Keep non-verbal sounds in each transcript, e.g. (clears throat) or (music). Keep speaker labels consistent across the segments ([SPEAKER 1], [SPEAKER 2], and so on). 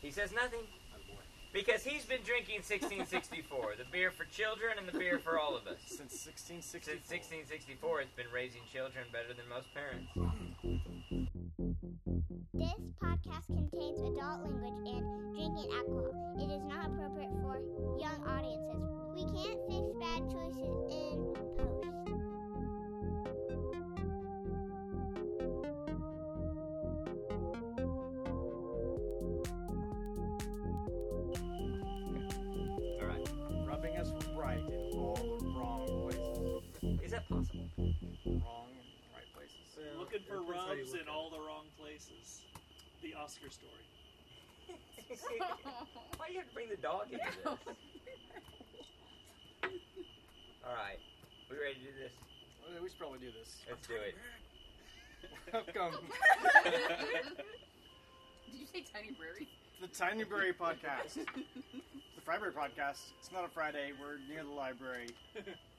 [SPEAKER 1] He says nothing
[SPEAKER 2] Oh boy.
[SPEAKER 1] because he's been drinking 1664, the beer for children and the beer for all of us.
[SPEAKER 2] Since 1660.
[SPEAKER 1] Since 1664, it's been raising children better than most parents.
[SPEAKER 3] This podcast contains adult language and drinking alcohol. It is not appropriate for young audiences. We can't fix bad choices in post.
[SPEAKER 1] All right.
[SPEAKER 2] Rubbing us right in all the wrong places.
[SPEAKER 1] Is that possible?
[SPEAKER 2] Wrong, right places. Yeah,
[SPEAKER 4] Looking for
[SPEAKER 2] depends how you
[SPEAKER 4] rubs
[SPEAKER 2] look at
[SPEAKER 4] in all
[SPEAKER 2] it.
[SPEAKER 4] the wrong places. The Oscar story.
[SPEAKER 1] Why do you have to bring the dog into this? All right. We ready to do this?
[SPEAKER 2] Well, we should probably do this. (laughs)
[SPEAKER 1] Let's do it. (laughs)
[SPEAKER 2] Welcome
[SPEAKER 5] (laughs) Did you say tiny brewery?
[SPEAKER 2] to the Tiny Berry Podcast. the Friday Podcast. It's not a Friday. We're near the library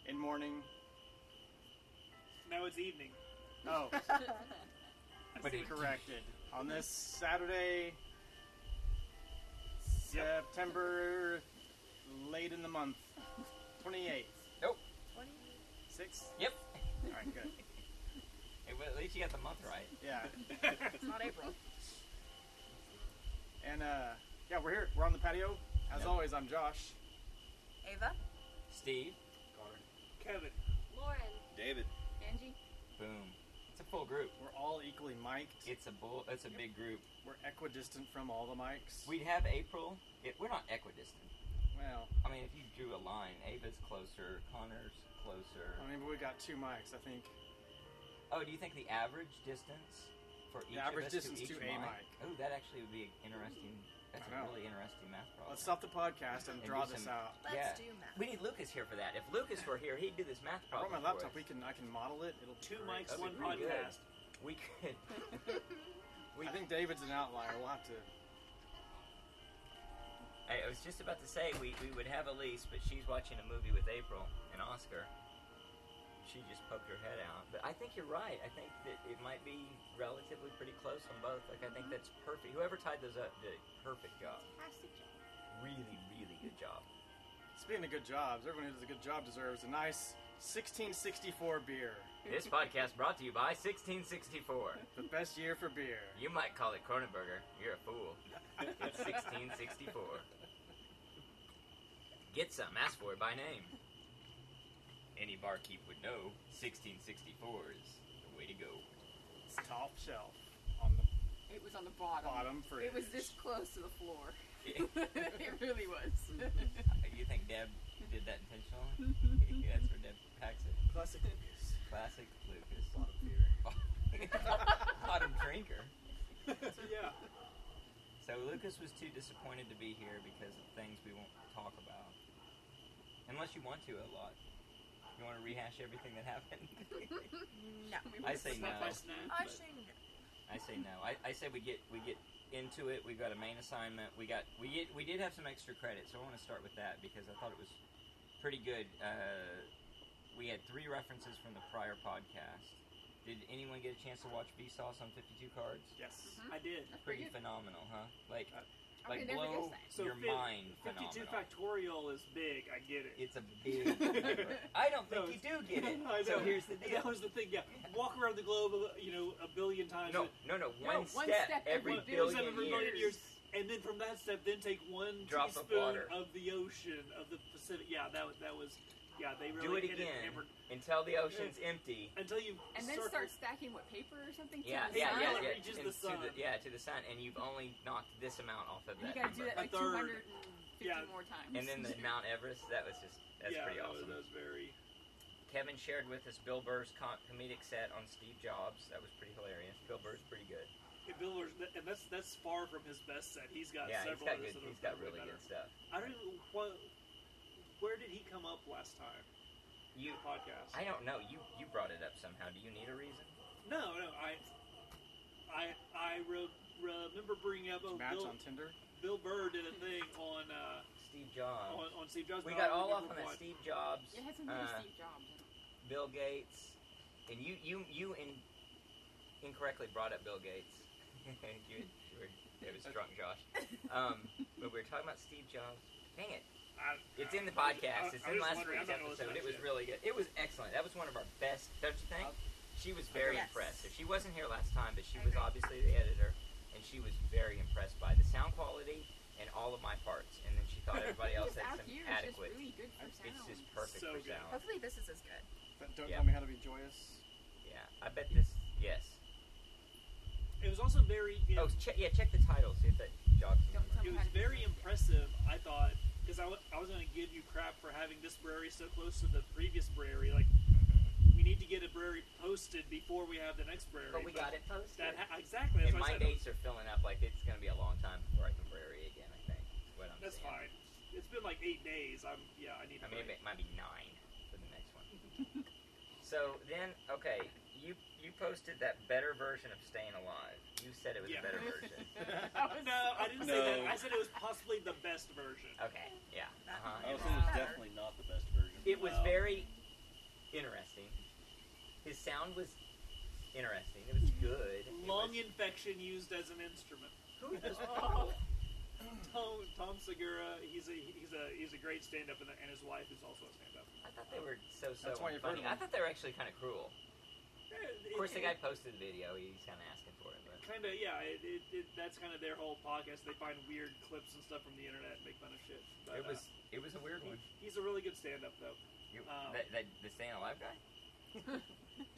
[SPEAKER 2] in morning.
[SPEAKER 4] Now it's evening. (laughs)
[SPEAKER 1] (laughs)
[SPEAKER 2] Oh,
[SPEAKER 4] I
[SPEAKER 1] But
[SPEAKER 4] see
[SPEAKER 1] it-
[SPEAKER 4] what-
[SPEAKER 2] corrected. On this Saturday, September, late in the month, 28th.
[SPEAKER 1] Nope.
[SPEAKER 2] Six?
[SPEAKER 1] Yep.
[SPEAKER 2] All right, good.
[SPEAKER 1] Hey, well, at least you got the month right.
[SPEAKER 2] Yeah.
[SPEAKER 5] It's not April.
[SPEAKER 2] And, uh, yeah, we're here. We're on the patio. As
[SPEAKER 1] Yep.
[SPEAKER 2] always, I'm Josh.
[SPEAKER 5] (laughs) Ava,
[SPEAKER 1] Steve.
[SPEAKER 4] Kevin.
[SPEAKER 6] Lauren.
[SPEAKER 7] David.
[SPEAKER 5] Angie,
[SPEAKER 1] Boom. It's a full group.
[SPEAKER 2] We're all equally mic'd.
[SPEAKER 1] It's a bull. It's a big group.
[SPEAKER 2] We're equidistant from all the mics.
[SPEAKER 1] We'd have April. It, we're not equidistant.
[SPEAKER 2] well,
[SPEAKER 1] I mean, if you drew a line, Ava's closer, Connor's closer.
[SPEAKER 2] I mean, we got two mics, I think.
[SPEAKER 1] Oh, do you think the average distance for each
[SPEAKER 2] average
[SPEAKER 1] of us
[SPEAKER 2] distance
[SPEAKER 1] to, each
[SPEAKER 2] to a
[SPEAKER 1] Oh, that actually would be an interesting. That's a
[SPEAKER 2] I know.
[SPEAKER 1] really interesting math problem.
[SPEAKER 2] Let's stop the podcast and
[SPEAKER 1] And
[SPEAKER 2] draw
[SPEAKER 1] do
[SPEAKER 2] this
[SPEAKER 1] some-
[SPEAKER 2] out.
[SPEAKER 1] Let's
[SPEAKER 5] let's
[SPEAKER 1] Yeah.
[SPEAKER 5] do math.
[SPEAKER 1] We need Lucas here for that. If Lucas were here, he'd do this math
[SPEAKER 2] I brought
[SPEAKER 1] problem.
[SPEAKER 2] my
[SPEAKER 1] for us.
[SPEAKER 2] laptop. We can, I can model it. It'll be
[SPEAKER 4] Two
[SPEAKER 2] great.
[SPEAKER 4] mics, one
[SPEAKER 1] pretty good.
[SPEAKER 4] podcast.
[SPEAKER 1] We
[SPEAKER 2] (laughs)
[SPEAKER 1] could. we,
[SPEAKER 2] I think David's an outlier. We'll have to.
[SPEAKER 1] I, I was just about to say we, we would have Elise, but she's watching a movie with April and Oscar. She just poked her head out. But I think you're right. I think that it might be relatively pretty close on both. Like, I think that's perfect. Whoever tied those up did a perfect job. Really, really good job.
[SPEAKER 2] Speaking of good jobs, everyone who does a good job deserves a nice 1664 beer.
[SPEAKER 1] This podcast brought to you by 1664.
[SPEAKER 2] The best year for beer.
[SPEAKER 1] You might call it Cronenberger. You're a fool. It's 1664. Get some. Ask for it by name. Any barkeep would know 1664 is the way to go.
[SPEAKER 2] It's top shelf on the
[SPEAKER 5] It was on the bottom.
[SPEAKER 2] bottom fridge.
[SPEAKER 5] It was this close to the
[SPEAKER 1] (laughs)
[SPEAKER 5] floor. (laughs)
[SPEAKER 1] you
[SPEAKER 5] it really was. (laughs)
[SPEAKER 1] think Deb did that intentionally? That's where Deb packs it.
[SPEAKER 2] classic abuse.
[SPEAKER 1] Classic Lucas.
[SPEAKER 2] Bottom beer.
[SPEAKER 1] Bottom drinker.
[SPEAKER 4] yeah.
[SPEAKER 1] So Lucas was too disappointed to be here because of things we won't talk about. Unless you want to a lot. You want to rehash everything that happened?
[SPEAKER 5] no.
[SPEAKER 1] I say
[SPEAKER 4] It's not
[SPEAKER 1] no.
[SPEAKER 4] my snack,
[SPEAKER 5] I
[SPEAKER 4] but
[SPEAKER 5] say no.
[SPEAKER 1] I say no. I, I say we get we get into it. We've got a main assignment. We got we get we did have some extra credit, so I want to start with that because I thought it was pretty good. Uh, we had three references from the prior podcast. Did anyone get a chance to watch Vsauce on 52 cards?
[SPEAKER 2] Yes.
[SPEAKER 4] I
[SPEAKER 5] Mm-hmm.
[SPEAKER 4] did.
[SPEAKER 1] Pretty
[SPEAKER 5] pretty good.
[SPEAKER 1] phenomenal, huh? Like
[SPEAKER 2] Uh,
[SPEAKER 1] like
[SPEAKER 5] I could never guess
[SPEAKER 1] blow
[SPEAKER 5] that.
[SPEAKER 4] So
[SPEAKER 1] your
[SPEAKER 4] fif-
[SPEAKER 1] mind phenomenal.
[SPEAKER 4] 52 factorial is big. I get it.
[SPEAKER 1] It's a big.
[SPEAKER 4] (laughs)
[SPEAKER 1] number. I don't think you do get it.
[SPEAKER 4] I know.
[SPEAKER 1] So here's the deal.
[SPEAKER 4] (laughs) That was the thing. Yeah, walk around the globe, uh, you know, a billion times.
[SPEAKER 1] no, no, no. One,
[SPEAKER 5] one
[SPEAKER 1] step,
[SPEAKER 5] step
[SPEAKER 1] every
[SPEAKER 5] every
[SPEAKER 1] billion,
[SPEAKER 4] Billion every
[SPEAKER 1] years.
[SPEAKER 4] billion years, and then from that step, then take one
[SPEAKER 1] Drop of
[SPEAKER 4] teaspoon
[SPEAKER 1] water.
[SPEAKER 4] of the ocean of the Pacific. Yeah, that was that was. Yeah, they really
[SPEAKER 1] Do it
[SPEAKER 4] hit
[SPEAKER 1] again
[SPEAKER 4] every-
[SPEAKER 1] until the ocean's empty.
[SPEAKER 4] until you
[SPEAKER 5] And then
[SPEAKER 4] circle-
[SPEAKER 5] start stacking what paper or something.
[SPEAKER 1] Yeah,
[SPEAKER 5] to the
[SPEAKER 1] yeah, yeah,
[SPEAKER 5] side?
[SPEAKER 4] Until it
[SPEAKER 1] yeah.
[SPEAKER 4] reaches
[SPEAKER 1] and
[SPEAKER 4] the sun.
[SPEAKER 1] To the, yeah, to the sun, and you've only knocked this amount off of that.
[SPEAKER 5] And you gotta
[SPEAKER 1] number.
[SPEAKER 5] do that like
[SPEAKER 4] A third.
[SPEAKER 5] 250
[SPEAKER 4] Yeah.
[SPEAKER 5] more times.
[SPEAKER 1] And then the Mount Everest. That was just that's
[SPEAKER 4] yeah,
[SPEAKER 1] pretty
[SPEAKER 4] that
[SPEAKER 1] awesome.
[SPEAKER 4] was- That was very.
[SPEAKER 1] Kevin shared with us Bill Burr's com- comedic set on Steve Jobs. That was pretty hilarious. Bill Burr's pretty good.
[SPEAKER 4] Hey, Bill Lurch, that- and that's that's far from his best set. He's got
[SPEAKER 1] yeah,
[SPEAKER 4] several
[SPEAKER 1] he's got
[SPEAKER 4] others
[SPEAKER 1] good.
[SPEAKER 4] that are
[SPEAKER 1] He's got
[SPEAKER 4] probably
[SPEAKER 1] really
[SPEAKER 4] better.
[SPEAKER 1] good stuff.
[SPEAKER 4] I don't know what. Where did he come up last time?
[SPEAKER 1] You,
[SPEAKER 4] The podcast.
[SPEAKER 1] I don't know. You you brought it up somehow. Do you need a reason?
[SPEAKER 4] no, no. I I I re- remember bringing up.
[SPEAKER 2] Did you
[SPEAKER 4] Oh,
[SPEAKER 2] match
[SPEAKER 4] Bill,
[SPEAKER 2] on Tinder?
[SPEAKER 4] Bill Burr did a thing on uh,
[SPEAKER 1] Steve Jobs.
[SPEAKER 4] on, on Steve Jobs.
[SPEAKER 1] Oh. We
[SPEAKER 4] but
[SPEAKER 1] got
[SPEAKER 4] I
[SPEAKER 1] all off
[SPEAKER 4] remember
[SPEAKER 1] on that
[SPEAKER 4] one.
[SPEAKER 1] Steve Jobs,
[SPEAKER 5] It had something to do
[SPEAKER 1] uh,
[SPEAKER 5] with Steve Jobs.
[SPEAKER 1] Bill Gates, and you you you in, (laughs) incorrectly brought up Bill Gates. you, you were, it was drunk, Josh. Um, but we were talking about Steve Jobs. Dang it.
[SPEAKER 4] I,
[SPEAKER 1] It's
[SPEAKER 4] I-
[SPEAKER 1] in the
[SPEAKER 4] I was-
[SPEAKER 1] podcast.
[SPEAKER 4] I-
[SPEAKER 1] It's
[SPEAKER 4] I
[SPEAKER 1] in
[SPEAKER 4] was
[SPEAKER 1] last
[SPEAKER 4] wondering,
[SPEAKER 1] week's
[SPEAKER 4] I'm not gonna
[SPEAKER 1] episode. It
[SPEAKER 4] listen
[SPEAKER 1] was
[SPEAKER 4] to
[SPEAKER 1] really good. It was excellent. That was one of our best, don't you think?
[SPEAKER 4] Uh,
[SPEAKER 1] She was very
[SPEAKER 5] Yes.
[SPEAKER 1] impressed. So she wasn't here last time, but she
[SPEAKER 5] I
[SPEAKER 1] was
[SPEAKER 5] agree.
[SPEAKER 1] obviously the editor, and she was very impressed by the sound quality and all of my parts. And then she thought
[SPEAKER 5] (laughs)
[SPEAKER 1] everybody else
[SPEAKER 5] Because
[SPEAKER 1] had some
[SPEAKER 5] out here is just
[SPEAKER 1] adequate.
[SPEAKER 5] really good for sound.
[SPEAKER 1] It's just perfect
[SPEAKER 4] So
[SPEAKER 1] for
[SPEAKER 4] good.
[SPEAKER 1] sound.
[SPEAKER 5] Hopefully this is as good.
[SPEAKER 2] But Don't
[SPEAKER 1] Yeah.
[SPEAKER 2] tell me how to be joyous.
[SPEAKER 1] Yeah, I bet this. Yes.
[SPEAKER 4] It was also very. in-
[SPEAKER 1] Oh, check. Yeah, check the title. See if that jogs.
[SPEAKER 5] Don't
[SPEAKER 1] memory.
[SPEAKER 4] it
[SPEAKER 5] tell me
[SPEAKER 4] was
[SPEAKER 5] how to do
[SPEAKER 4] very
[SPEAKER 5] it.
[SPEAKER 4] impressive. I thought because I, w- I was going to give you crap for having this brewery so close to the previous brewery. Like we need to get a brewery posted before we have the next brewery.
[SPEAKER 1] But we got it posted.
[SPEAKER 4] That ha- exactly. That's
[SPEAKER 1] and my
[SPEAKER 4] what I said.
[SPEAKER 1] dates are filling up. Like it's gonna be a long time before I can brewery again. I think. Is what I'm
[SPEAKER 4] oh, That's
[SPEAKER 1] saying.
[SPEAKER 4] fine. It's been like eight days. I'm yeah. I need.
[SPEAKER 1] I
[SPEAKER 4] to
[SPEAKER 1] mean, it might be nine for the next one. (laughs) so then, okay, you you posted that better version of Staying Alive. You said it was
[SPEAKER 4] Yeah.
[SPEAKER 1] a better version.
[SPEAKER 5] That was-
[SPEAKER 4] no, I didn't
[SPEAKER 6] No.
[SPEAKER 4] say that. I said it was possibly the best version.
[SPEAKER 1] Okay, yeah.
[SPEAKER 6] I
[SPEAKER 1] Uh-huh.
[SPEAKER 6] was saying it's definitely not the best version.
[SPEAKER 1] It was
[SPEAKER 4] Well-
[SPEAKER 1] very interesting. His sound was interesting. It was good. It
[SPEAKER 4] Lung
[SPEAKER 1] was,
[SPEAKER 4] infection used as an instrument.
[SPEAKER 1] who (laughs)
[SPEAKER 4] (laughs)
[SPEAKER 1] was
[SPEAKER 4] Oh. Tom, Tom Segura, he's a he's a he's a great stand-up, and, and his wife is also a stand-up.
[SPEAKER 1] I thought they were so so
[SPEAKER 2] That's why you've heard
[SPEAKER 1] funny.
[SPEAKER 2] of
[SPEAKER 1] I
[SPEAKER 2] them.
[SPEAKER 1] thought they were actually kind of cruel. Of course, the
[SPEAKER 4] It- (laughs)
[SPEAKER 1] guy posted the video. He's kind of asking for it, but
[SPEAKER 4] Kind of, yeah. It, it, it, that's kind of their whole podcast. They find weird clips and stuff from the internet and make fun of shit. But,
[SPEAKER 1] it was
[SPEAKER 4] uh,
[SPEAKER 1] it was a weird one.
[SPEAKER 4] he- he's a really good stand-up, though.
[SPEAKER 1] You,
[SPEAKER 4] um,
[SPEAKER 1] that, that, the Staying Alive guy.